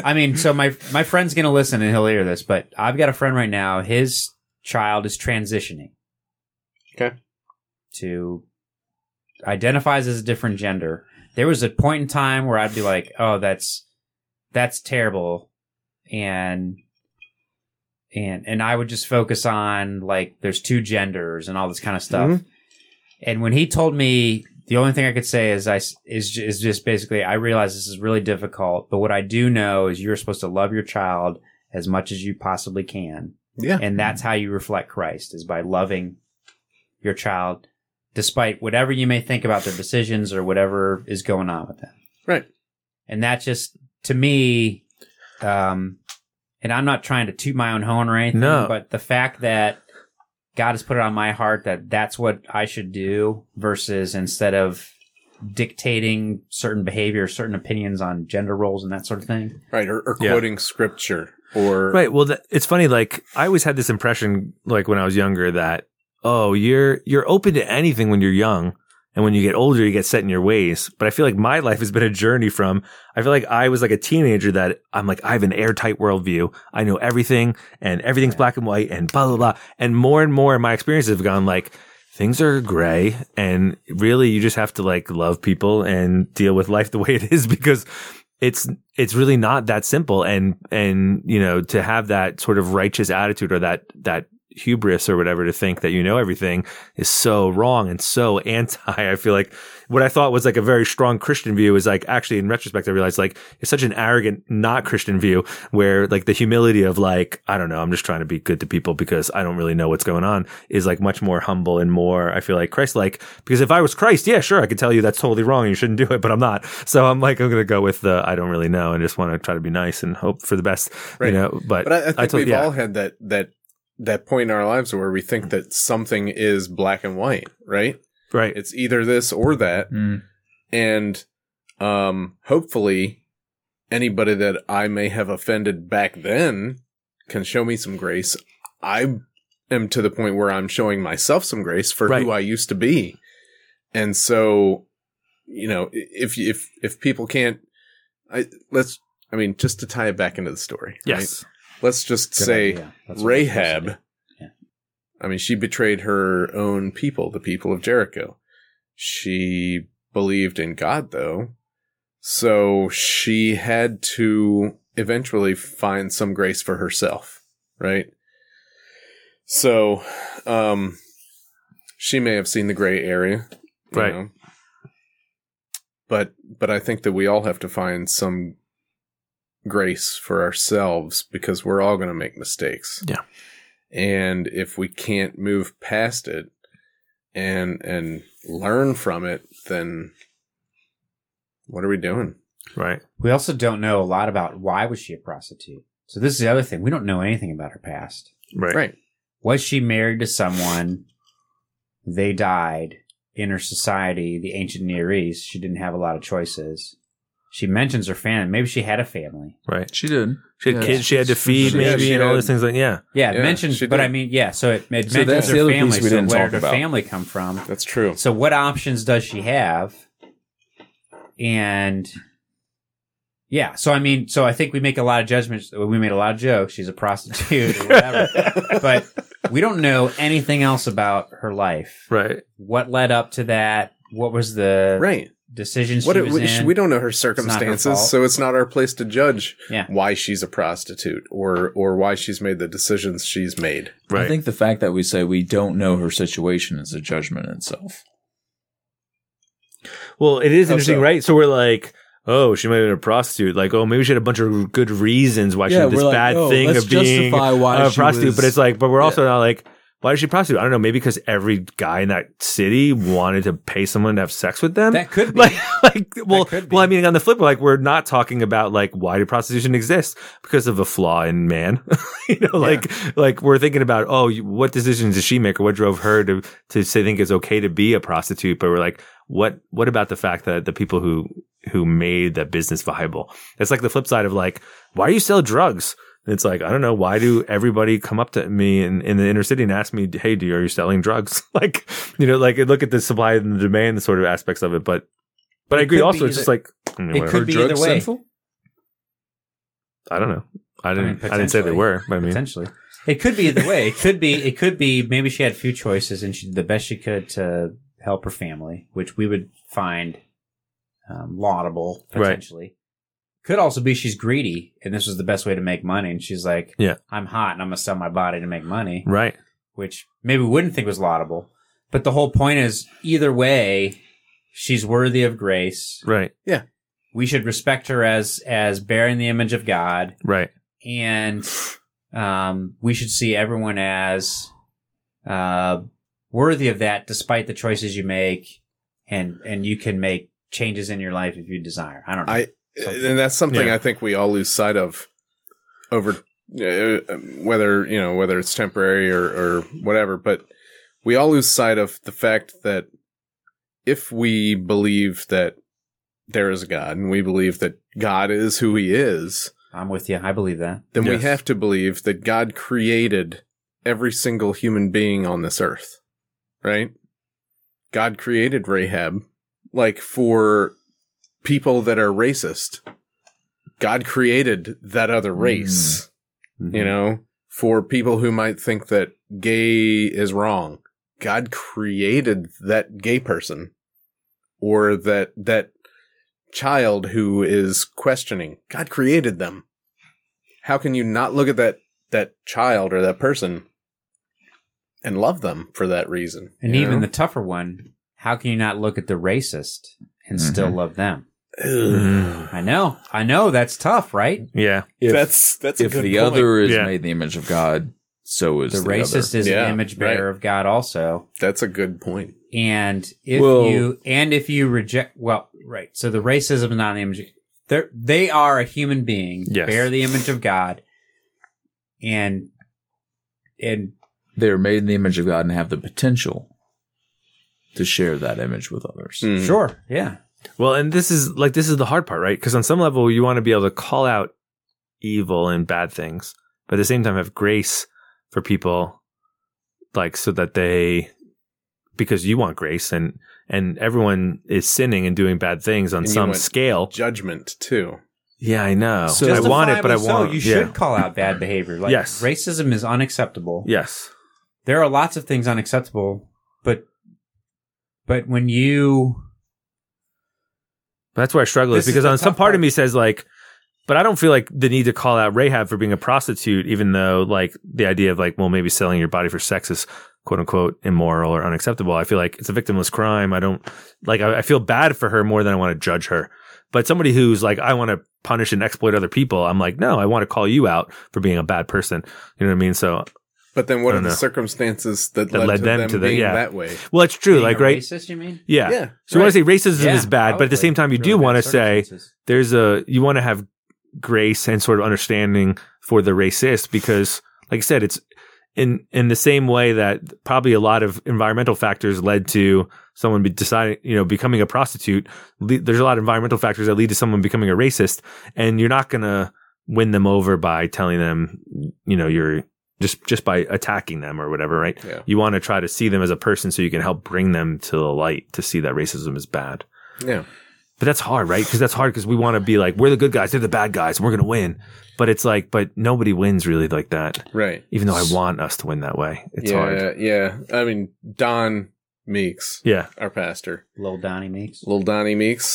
[SPEAKER 2] I mean, so my my friend's gonna listen and he'll hear this, but I've got a friend right now. His child is transitioning.
[SPEAKER 1] Okay.
[SPEAKER 2] To identifies as a different gender. There was a point in time where I'd be like, "Oh, that's that's terrible," and and and I would just focus on like there's two genders and all this kind of stuff.
[SPEAKER 1] Mhm.
[SPEAKER 2] And when he told me, the only thing I could say is I s- is ju- is just basically I realize this is really difficult, but what I do know is you're supposed to love your child as much as you possibly can,
[SPEAKER 1] yeah.
[SPEAKER 2] and that's how you reflect Christ is by loving your child despite whatever you may think about their decisions or whatever is going on with them.
[SPEAKER 1] Right.
[SPEAKER 2] And that just to me um and I'm not trying to toot my own horn or anything,
[SPEAKER 3] No.
[SPEAKER 2] but the fact that God has put it on my heart that that's what I should do versus instead of dictating certain behavior, certain opinions on gender roles and that sort of thing.
[SPEAKER 1] Right. Or, or
[SPEAKER 3] Yeah.
[SPEAKER 1] quoting scripture. Or
[SPEAKER 3] Right. Well, that, it's funny. Like I always had this impression, like when I was younger, that oh, you're you're open to anything when you're young, and when you get older, you get set in your ways. But I feel like my life has been a journey from. I feel like I was like a teenager that I'm like I have an airtight worldview. I know everything, and everything's black and white, and blah blah blah. And more and more, my experiences have gone like. Things are gray and really you just have to like love people and deal with life the way it is because it's it's really not that simple and and you know to have that sort of righteous attitude or that that hubris or whatever to think that you know everything is so wrong and so anti i feel like what i thought was like a very strong christian view is like actually in retrospect i realized like it's such an arrogant not christian view where like the humility of like i don't know i'm just trying to be good to people because i don't really know what's going on is like much more humble and more i feel like christ like because if i was christ yeah sure i could tell you that's totally wrong and you shouldn't do it but i'm not so i'm like i'm gonna go with the i don't really know and just want to try to be nice and hope for the best
[SPEAKER 1] Right.
[SPEAKER 3] you know but,
[SPEAKER 1] But I, I think
[SPEAKER 3] told-
[SPEAKER 1] we've
[SPEAKER 3] yeah.
[SPEAKER 1] all had that that that point in our lives where we think that something is black and white. Right.
[SPEAKER 3] right
[SPEAKER 1] It's either this or that.
[SPEAKER 4] Mm.
[SPEAKER 1] and um, hopefully anybody that I may have offended back then can show me some grace. I am to the point where I'm showing myself some grace for
[SPEAKER 3] Right.
[SPEAKER 1] who I used to be, And so, you know, i- if if if people can't, I let's. I mean, just to tie it back into the story. right?
[SPEAKER 3] Yes.
[SPEAKER 1] Let's just
[SPEAKER 2] Good
[SPEAKER 1] say
[SPEAKER 2] idea. That's what I was supposed to do.
[SPEAKER 1] Rahab.
[SPEAKER 2] Yeah.
[SPEAKER 1] I mean, she betrayed her own people, the people of Jericho. She believed in God, though. So she had to eventually find some grace for herself, right? So, um, she may have seen the gray area, you
[SPEAKER 3] Right.
[SPEAKER 1] know. But, but I think that we all have to find some grace for ourselves because we're all going to make mistakes.
[SPEAKER 3] Yeah.
[SPEAKER 1] And if we can't move past it and and learn from it, then what are we doing?
[SPEAKER 3] Right.
[SPEAKER 2] We also don't know a lot about why was she a prostitute. So this is the other thing. We don't know anything about her past.
[SPEAKER 3] Right.
[SPEAKER 2] Was she married to someone? They died. In her society, the ancient Near East, she didn't have a lot of choices. She mentions her family. Maybe she had a family.
[SPEAKER 3] Right.
[SPEAKER 4] She did.
[SPEAKER 3] She had
[SPEAKER 4] Yeah.
[SPEAKER 3] kids she had to feed,
[SPEAKER 1] Yeah,
[SPEAKER 3] maybe,
[SPEAKER 1] she
[SPEAKER 3] and all
[SPEAKER 1] had-
[SPEAKER 3] those things. Like, yeah.
[SPEAKER 2] Yeah, it
[SPEAKER 1] Yeah,
[SPEAKER 2] mentions,
[SPEAKER 1] she
[SPEAKER 2] but
[SPEAKER 1] did.
[SPEAKER 2] I mean, yeah. So it, it
[SPEAKER 4] So
[SPEAKER 2] mentions
[SPEAKER 4] that's
[SPEAKER 2] her
[SPEAKER 4] the other
[SPEAKER 2] family.
[SPEAKER 4] piece we
[SPEAKER 2] So
[SPEAKER 4] didn't
[SPEAKER 2] where
[SPEAKER 4] talk
[SPEAKER 2] did her
[SPEAKER 4] about.
[SPEAKER 2] family come from?
[SPEAKER 1] That's true.
[SPEAKER 2] So what options does she have? And yeah, so I mean, so I think we make a lot of judgments. We made a lot of jokes. She's a prostitute or whatever, but we don't know anything else about her life.
[SPEAKER 3] Right.
[SPEAKER 2] What led up to that? What was the
[SPEAKER 1] Right.
[SPEAKER 2] decisions
[SPEAKER 1] What
[SPEAKER 2] she
[SPEAKER 1] it,
[SPEAKER 2] was
[SPEAKER 1] we,
[SPEAKER 2] in?
[SPEAKER 1] we don't know her
[SPEAKER 2] her
[SPEAKER 1] circumstances,
[SPEAKER 2] fault.
[SPEAKER 1] so it's not our place to judge
[SPEAKER 2] Yeah.
[SPEAKER 1] why she's a prostitute or or why she's made the decisions she's made.
[SPEAKER 3] Right.
[SPEAKER 4] I think the fact that we say we don't know her situation is a judgment in itself.
[SPEAKER 3] Well, it is
[SPEAKER 1] How
[SPEAKER 3] interesting,
[SPEAKER 1] so?
[SPEAKER 3] right? So we're like, oh, she might have been a prostitute. Like, oh, maybe she had a bunch of good reasons why she did this bad thing of being
[SPEAKER 4] oh, why
[SPEAKER 3] a prostitute. But it's like, but we're also not like, why is she a prostitute? I don't know. Maybe because every guy in that city wanted to pay someone to have sex with them.
[SPEAKER 2] that could be.
[SPEAKER 3] like, like, well,
[SPEAKER 2] could be.
[SPEAKER 3] well, I mean, on the flip, like, we're not talking about like why did prostitution exist because of a flaw in man, you know, like, like we're thinking about oh, you- what decisions did she make or what drove her to to say think it's okay to be a prostitute, but we're like, what what about the fact that the people who who made that business viable? It's like the flip side of like, why do you sell drugs? And It's like I don't know why do everybody come up to me in, in the inner city and ask me, "Hey, do you, are you selling drugs?" like you know, like look at the supply and the demand sort of aspects of it. But but I
[SPEAKER 2] It
[SPEAKER 3] agree.
[SPEAKER 2] could
[SPEAKER 3] Also,
[SPEAKER 2] be
[SPEAKER 3] it's just
[SPEAKER 2] either-
[SPEAKER 3] like I, mean,
[SPEAKER 2] it
[SPEAKER 3] whatever.
[SPEAKER 2] could be either
[SPEAKER 4] drugs
[SPEAKER 2] way.
[SPEAKER 4] sinful?
[SPEAKER 3] I don't know. I
[SPEAKER 2] mean,
[SPEAKER 3] didn't. I, didn't say they
[SPEAKER 2] potentially.
[SPEAKER 3] were. But I mean,
[SPEAKER 2] potentially. It could be either way. It could be. It could be. Maybe she had few choices, and she did the best she could to help her family, which we would find um, laudable
[SPEAKER 3] Right.
[SPEAKER 2] potentially. Could also be she's greedy, and this was the best way to make money. And she's like,
[SPEAKER 3] Yeah.
[SPEAKER 2] I'm hot, and I'm gonna sell my body to make money,"
[SPEAKER 3] right?
[SPEAKER 2] which maybe we wouldn't think was laudable. But the whole point is, either way, she's worthy of grace.
[SPEAKER 3] Right.
[SPEAKER 2] We should respect her as as bearing the image of God
[SPEAKER 3] Right.
[SPEAKER 2] and um, we should see everyone as uh, worthy of that, despite the choices you make, and and you can make changes in your life if you desire. I don't know.
[SPEAKER 1] I and that's something
[SPEAKER 3] Yeah.
[SPEAKER 1] I think we all lose sight of over uh, whether you know whether it's temporary or or whatever. But we all lose sight of the fact that if we believe that there is a God and we believe that God is who He is,
[SPEAKER 2] I'm with you. I believe that.
[SPEAKER 1] then
[SPEAKER 3] Yes.
[SPEAKER 1] we have to believe that God created every single human being on this earth, right? God created Rahab, like for people that are racist. God created that other race, you know, for people who might think that gay is wrong. God created that gay person or that, that child who is questioning. God created them how can you not look at that that child or that person and love them for that reason?
[SPEAKER 2] And
[SPEAKER 1] you
[SPEAKER 2] even
[SPEAKER 1] know?
[SPEAKER 2] the tougher one. How can you not look at the racist and still
[SPEAKER 4] Mhm.
[SPEAKER 2] love them?
[SPEAKER 3] Mm.
[SPEAKER 2] I know. I know that's tough, right?
[SPEAKER 3] Yeah.
[SPEAKER 4] If,
[SPEAKER 1] that's that's a
[SPEAKER 4] if
[SPEAKER 1] good
[SPEAKER 4] the
[SPEAKER 1] point.
[SPEAKER 4] other is
[SPEAKER 3] Yeah.
[SPEAKER 4] made in the image of God, so is
[SPEAKER 2] The
[SPEAKER 4] the,
[SPEAKER 2] racist is
[SPEAKER 1] Yeah,
[SPEAKER 2] an image bearer of God also.
[SPEAKER 1] That's a good point.
[SPEAKER 2] and if
[SPEAKER 4] Well-
[SPEAKER 2] you and if you reject well right so the racism is not an image they're, they are a human being
[SPEAKER 3] Yes.
[SPEAKER 2] bear the image of god and and
[SPEAKER 4] Other. They're made in the image of God and have the potential to share that image with others.
[SPEAKER 1] Mm.
[SPEAKER 2] sure yeah
[SPEAKER 3] Well, and this is like this is the hard part, right? Because on some level, you want to be able to call out evil and bad things, but at the same time, have grace for people, like so that they because you want grace and and everyone is sinning and doing bad things on
[SPEAKER 1] And you
[SPEAKER 3] some
[SPEAKER 1] want-
[SPEAKER 3] scale.
[SPEAKER 1] Judgment too.
[SPEAKER 3] Yeah, I know.
[SPEAKER 4] So-
[SPEAKER 3] Oh. I want it, but I
[SPEAKER 2] Justifiably so.
[SPEAKER 3] want
[SPEAKER 2] You
[SPEAKER 3] yeah.
[SPEAKER 2] should call out bad behavior. Like,
[SPEAKER 3] Yes.
[SPEAKER 2] racism is unacceptable.
[SPEAKER 3] Yes.
[SPEAKER 2] there are lots of things unacceptable, but but when you
[SPEAKER 3] That's where I struggle
[SPEAKER 2] This
[SPEAKER 3] is
[SPEAKER 2] is
[SPEAKER 3] because
[SPEAKER 2] the
[SPEAKER 3] on some
[SPEAKER 2] tough
[SPEAKER 3] part of
[SPEAKER 2] part.
[SPEAKER 3] me says like, but I don't feel like the need to call out Rahab for being a prostitute, even though like the idea of like, well, maybe selling your body for sex is quote unquote immoral or unacceptable. I feel like it's a victimless crime. I don't like, I, I feel bad for her more than I want to judge her. But somebody who's like, I want to punish and exploit other people, I'm like, no, I want to call you out for being a bad person. You know what I mean? So,
[SPEAKER 1] But then, what
[SPEAKER 3] I
[SPEAKER 1] are
[SPEAKER 3] don't
[SPEAKER 1] the
[SPEAKER 3] know.
[SPEAKER 1] circumstances that,
[SPEAKER 3] That
[SPEAKER 1] led,
[SPEAKER 3] led
[SPEAKER 1] to
[SPEAKER 3] them
[SPEAKER 1] them,
[SPEAKER 3] to the-
[SPEAKER 1] being
[SPEAKER 3] yeah.
[SPEAKER 1] that way?
[SPEAKER 3] well, it's true.
[SPEAKER 2] being
[SPEAKER 3] Like,
[SPEAKER 2] a
[SPEAKER 3] right?
[SPEAKER 2] Racist, you mean?
[SPEAKER 3] Yeah.
[SPEAKER 1] Yeah,
[SPEAKER 3] So
[SPEAKER 1] right.
[SPEAKER 3] you want to say racism
[SPEAKER 2] Yeah,
[SPEAKER 3] is bad, but at the
[SPEAKER 2] probably.
[SPEAKER 3] same time, you do
[SPEAKER 2] Really bad
[SPEAKER 3] want to say
[SPEAKER 2] circumstances.
[SPEAKER 3] there's a you want to have grace and sort of understanding for the racist because like i said it's in in the same way that probably a lot of environmental factors led to someone be deciding you know becoming a prostitute le- there's a lot of environmental factors that lead to someone becoming a racist and you're not going to win them over by telling them you know you're just just by attacking them or whatever right
[SPEAKER 1] Yeah.
[SPEAKER 3] you want to try to see them as a person so you can help bring them to the light to see that racism is bad
[SPEAKER 1] Yeah,
[SPEAKER 3] but that's hard, right? Because that's hard because we want to be like, we're the good guys, they're the bad guys, and we're going to win. But it's like, but nobody wins really like that,
[SPEAKER 1] right.
[SPEAKER 3] even though I want us to win that way. It's
[SPEAKER 1] yeah,
[SPEAKER 3] hard.
[SPEAKER 1] yeah. I mean, Don Meeks,
[SPEAKER 3] Yeah.
[SPEAKER 1] our pastor,
[SPEAKER 2] Lil Donnie Meeks.
[SPEAKER 1] little Donnie Meeks,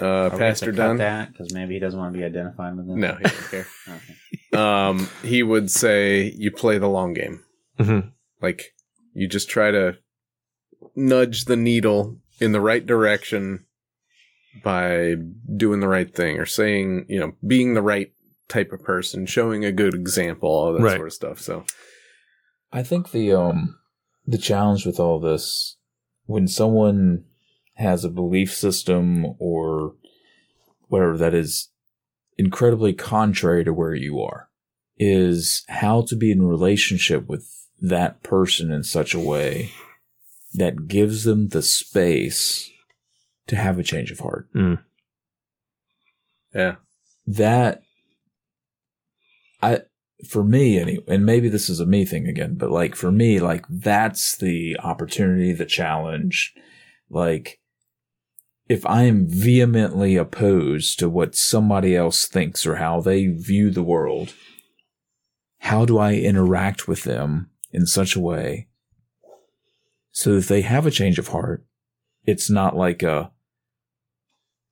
[SPEAKER 1] uh,
[SPEAKER 2] Are we
[SPEAKER 1] Pastor
[SPEAKER 2] gonna cut
[SPEAKER 1] Don.
[SPEAKER 2] that because maybe he doesn't want to be identified with them.
[SPEAKER 1] No, he didn't care.
[SPEAKER 2] Okay.
[SPEAKER 1] um, he would say, "You play the long game.
[SPEAKER 3] Mhm.
[SPEAKER 1] Like you just try to nudge the needle in the right direction by doing the right thing or saying, you know, being the right type of person, showing a good example, all that
[SPEAKER 3] Right.
[SPEAKER 1] sort of stuff." So,
[SPEAKER 4] I think the um the challenge with all this when someone has a belief system or whatever that is incredibly contrary to where you are is how to be in relationship with that person in such a way that gives them the space to have a change of heart.
[SPEAKER 1] yeah.
[SPEAKER 4] That I for me anyway, and maybe this is a me thing again, but like for me, like that's the opportunity, the challenge. Like if I am vehemently opposed to what somebody else thinks or how they view the world, how do I interact with them in such a way so that they have a change of heart? It's not like a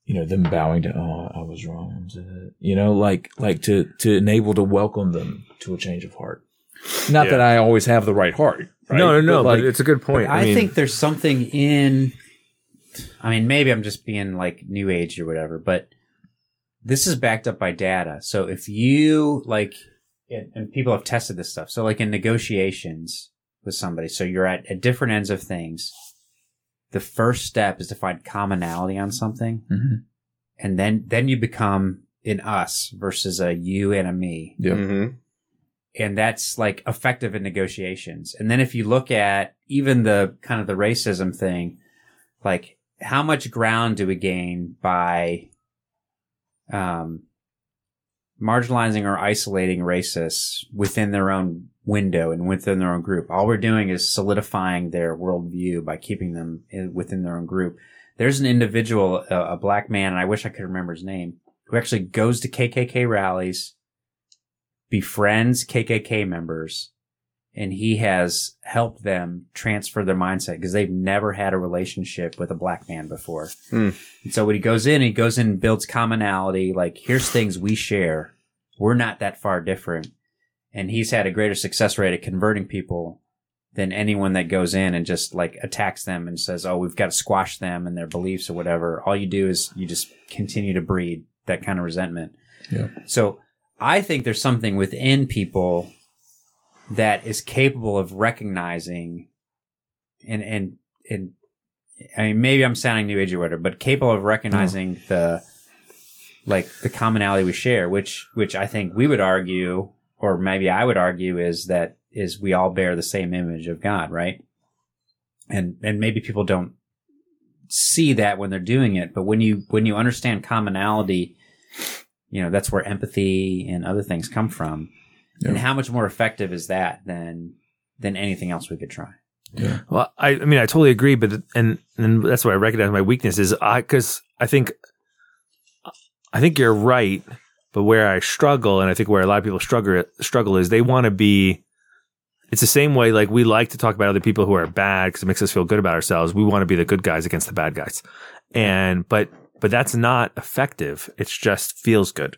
[SPEAKER 4] you know them bowing to oh I was wrong you know like like to to enable to welcome them to a change of heart. Not
[SPEAKER 3] Yeah.
[SPEAKER 4] that I always have the right heart. right?
[SPEAKER 3] No, no, no. But,
[SPEAKER 4] like,
[SPEAKER 3] it's a good point.
[SPEAKER 2] I,
[SPEAKER 3] mean,
[SPEAKER 2] think there's something in. I mean, maybe I'm just being like new age or whatever, but this is backed up by data. So if you like, and and people have tested this stuff. So like in negotiations with somebody, so you're at, at different ends of things. The first step is to find commonality on something,
[SPEAKER 4] Mhm.
[SPEAKER 2] and then then you become an us versus a you and a me
[SPEAKER 4] yeah.
[SPEAKER 1] Mhm.
[SPEAKER 2] and that's like effective in negotiations. And then if you look at even the kind of the racism thing, like how much ground do we gain by um, marginalizing or isolating racists within their own window and within their own group? All we're doing is solidifying their worldview by keeping them in, within their own group. There's an individual, a, a black man, and I wish I could remember his name, who actually goes to KKK rallies befriends KKK members and he has helped them transfer their mindset because they've never had a relationship with a black man before.
[SPEAKER 1] Hmm.
[SPEAKER 2] And so when he goes in, he goes in and builds commonality. Like, here's things we share. We're not that far different. And he's had a greater success rate at converting people than anyone that goes in and just like attacks them and says, Oh, we've got to squash them and their beliefs or whatever. All you do is you just continue to breed that kind of resentment.
[SPEAKER 4] Yeah.
[SPEAKER 2] So I think there's something within people that is capable of recognizing and and and I mean maybe I'm sounding new age or whatever, but capable of recognizing the like the commonality we share, which which I think we would argue, or maybe I would argue, is that is we all bear the same image of God, right? And and maybe people don't see that when they're doing it, but when you when you understand commonality you know that's where empathy and other things come from
[SPEAKER 4] Yeah.
[SPEAKER 2] and how much more effective is that than than anything else we could try
[SPEAKER 4] Yeah.
[SPEAKER 3] Well, I, I mean, I totally agree, but and and that's why I recognize my weakness is I because I think I think you're right, but where I struggle, and I think where a lot of people struggle struggle is they want to be. It's the same way like we like to talk about other people who are bad because it makes us feel good about ourselves. We want to be the good guys against the bad guys, and but but that's not effective. It just feels good.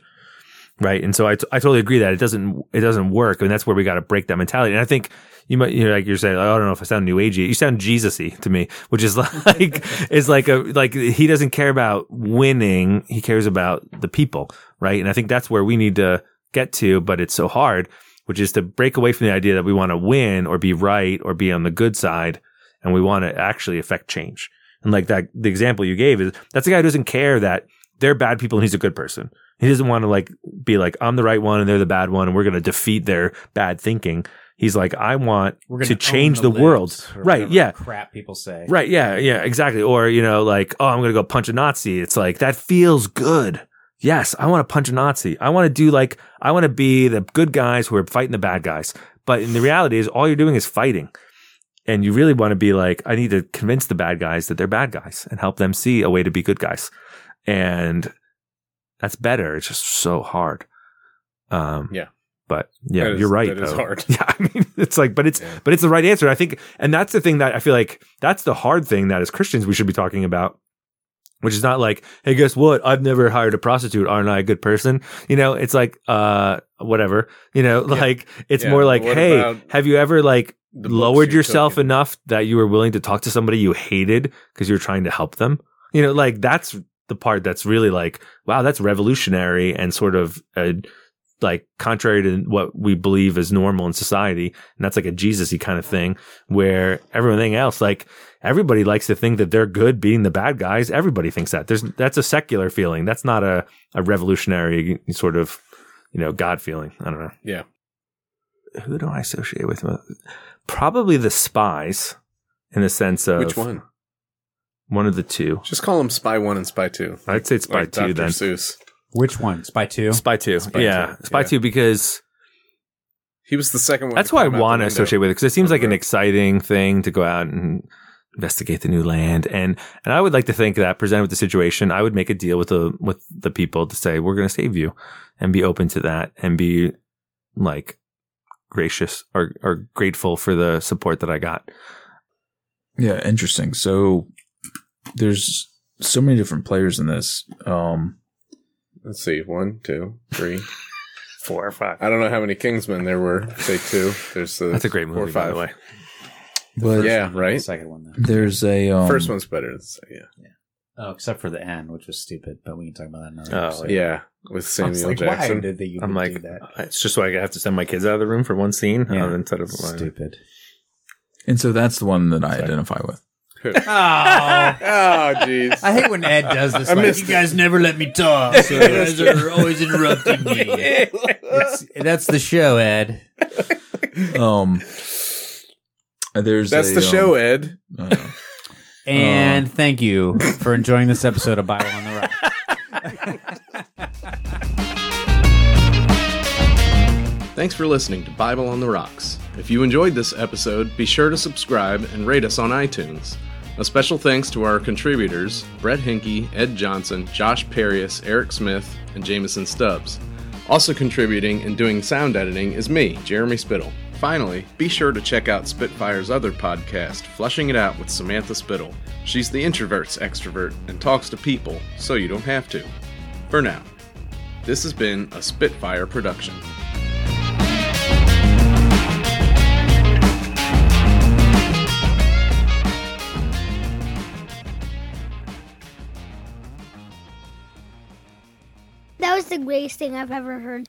[SPEAKER 3] Right. And so I, t- I totally agree that it doesn't, it doesn't work. and that's where we got to break that mentality. And I think you might, you know, like you're saying, I don't know if I sound new agey. You sound Jesusy to me, which is like, is like a, like he doesn't care about winning. He cares about the people. Right. And I think that's where we need to get to, but it's so hard, which is to break away from the idea that we want to win or be right or be on the good side. And we want to actually affect change. And like that, the example you gave is that's a guy who doesn't care that they're bad people and he's a good person. He doesn't want to like be like, I'm the right one and they're the bad one and we're going to defeat their bad thinking. He's like, I want
[SPEAKER 2] We're
[SPEAKER 3] to
[SPEAKER 2] own
[SPEAKER 3] change the,
[SPEAKER 2] libs,
[SPEAKER 3] world.
[SPEAKER 2] or
[SPEAKER 3] Right.
[SPEAKER 2] whatever
[SPEAKER 3] Yeah.
[SPEAKER 2] Crap people say.
[SPEAKER 3] Right. Yeah. Yeah. Exactly. Or, you know, like, oh, I'm going to go punch a Nazi. It's like, that feels good. Yes. I want to punch a Nazi. I want to do like, I want to be the good guys who are fighting the bad guys. But in the reality is all you're doing is fighting. And you really want to be like, I need to convince the bad guys that they're bad guys and help them see a way to be good guys. And that's better. It's just so hard. Um,
[SPEAKER 1] Yeah.
[SPEAKER 3] But yeah,
[SPEAKER 1] That is-
[SPEAKER 3] you're right.
[SPEAKER 1] that is
[SPEAKER 3] though.
[SPEAKER 1] hard.
[SPEAKER 3] Yeah. I mean, it's like, but it's,
[SPEAKER 1] Yeah.
[SPEAKER 3] but it's the right answer. I think, and that's the thing that I feel like that's the hard thing that as Christians we should be talking about, which is not like, hey, guess what? I've never hired a prostitute. Aren't I a good person? You know, it's like, uh, whatever. You know, like it's
[SPEAKER 1] Yeah,
[SPEAKER 3] more
[SPEAKER 1] but
[SPEAKER 3] like,
[SPEAKER 1] what
[SPEAKER 3] hey,
[SPEAKER 1] about
[SPEAKER 3] have you ever like
[SPEAKER 1] The books
[SPEAKER 3] lowered
[SPEAKER 1] you're
[SPEAKER 3] yourself
[SPEAKER 1] cooking.
[SPEAKER 3] enough that you were willing to talk to somebody you hated because you're trying to help them? You know, like that's the part that's really like, wow, that's revolutionary and sort of uh like contrary to what we believe is normal in society. And that's like a Jesus-y kind of thing where everything else, like everybody likes to think that they're good beating the bad guys. Everybody thinks that there's, that's a secular feeling. That's not a, a revolutionary sort of, you know, God feeling. I don't know.
[SPEAKER 1] Yeah.
[SPEAKER 3] Who do I associate with? Probably the spies in the sense of
[SPEAKER 1] Which one?
[SPEAKER 3] One of the two.
[SPEAKER 1] Just call them Spy One and Spy Two.
[SPEAKER 3] I'd say Spy
[SPEAKER 1] Like Dr.
[SPEAKER 3] Two then.
[SPEAKER 1] Seuss.
[SPEAKER 2] Which one? Spy two.
[SPEAKER 3] Spy Two.
[SPEAKER 1] Spy
[SPEAKER 3] yeah.
[SPEAKER 1] Two,
[SPEAKER 3] Spy
[SPEAKER 1] yeah.
[SPEAKER 3] Two because
[SPEAKER 1] He was the second one.
[SPEAKER 3] that's
[SPEAKER 1] to
[SPEAKER 3] why I
[SPEAKER 1] climb out the
[SPEAKER 3] want to
[SPEAKER 1] window.
[SPEAKER 3] associate with it because it seems like an
[SPEAKER 1] Right.
[SPEAKER 3] exciting thing to go out and investigate the new land and and I would like to think that presented with the situation I would make a deal with the with the people to say we're going to save you and be open to that and be like gracious or or grateful for the support that I got
[SPEAKER 4] Yeah, interesting. So there's so many different players in this. Um,
[SPEAKER 1] Let's see, one, two, three.
[SPEAKER 3] four or five
[SPEAKER 1] I don't know how many Kingsmen there were. Say two. There's the
[SPEAKER 3] that's a great movie
[SPEAKER 1] Four or
[SPEAKER 3] by
[SPEAKER 1] five.
[SPEAKER 3] the way
[SPEAKER 4] but
[SPEAKER 1] Yeah,
[SPEAKER 2] First one,
[SPEAKER 1] right?
[SPEAKER 2] The second one, though.
[SPEAKER 4] there's a um,
[SPEAKER 1] First one's better. than the second,
[SPEAKER 2] Oh, except for the end, which was stupid, but we can talk about that another
[SPEAKER 3] Oh,
[SPEAKER 1] yeah.
[SPEAKER 2] episode.
[SPEAKER 1] yeah, with
[SPEAKER 2] I
[SPEAKER 1] Samuel
[SPEAKER 2] was like, why
[SPEAKER 1] Jackson.
[SPEAKER 2] did they even
[SPEAKER 3] I'm like
[SPEAKER 2] do that?
[SPEAKER 3] it's just like I have to send my kids out of the room for one scene
[SPEAKER 2] Yeah.
[SPEAKER 3] uh, instead of
[SPEAKER 2] Stupid.
[SPEAKER 4] and so that's the one that I
[SPEAKER 2] Sorry.
[SPEAKER 4] identify with.
[SPEAKER 2] Oh.
[SPEAKER 1] oh, jeez.
[SPEAKER 2] I hate when Ed does this.
[SPEAKER 1] I
[SPEAKER 2] like,
[SPEAKER 1] missed
[SPEAKER 2] you
[SPEAKER 1] it.
[SPEAKER 2] guys never let me talk. So you guys are always interrupting me. It's- that's the show, Ed.
[SPEAKER 4] Um, there's
[SPEAKER 1] That's
[SPEAKER 4] a,
[SPEAKER 1] the
[SPEAKER 4] um,
[SPEAKER 1] show, Ed.
[SPEAKER 4] I don't know.
[SPEAKER 2] And thank you for enjoying this episode of Bible on the Rock.
[SPEAKER 1] Thanks for listening to Bible on the Rocks. If you enjoyed this episode, be sure to subscribe and rate us on iTunes. A special thanks to our contributors, Brett Hinkey, Ed Johnson, Josh Perius, Eric Smith, and Jameson Stubbs. Also contributing and doing sound editing is me, Jeremy Spittle. Finally, be sure to check out Spitfire's other podcast, Flushing It Out with Samantha Spittle. She's the introvert's extrovert and talks to people, so you don't have to. For now, this has been a Spitfire production.
[SPEAKER 5] That was the greatest thing I've ever heard.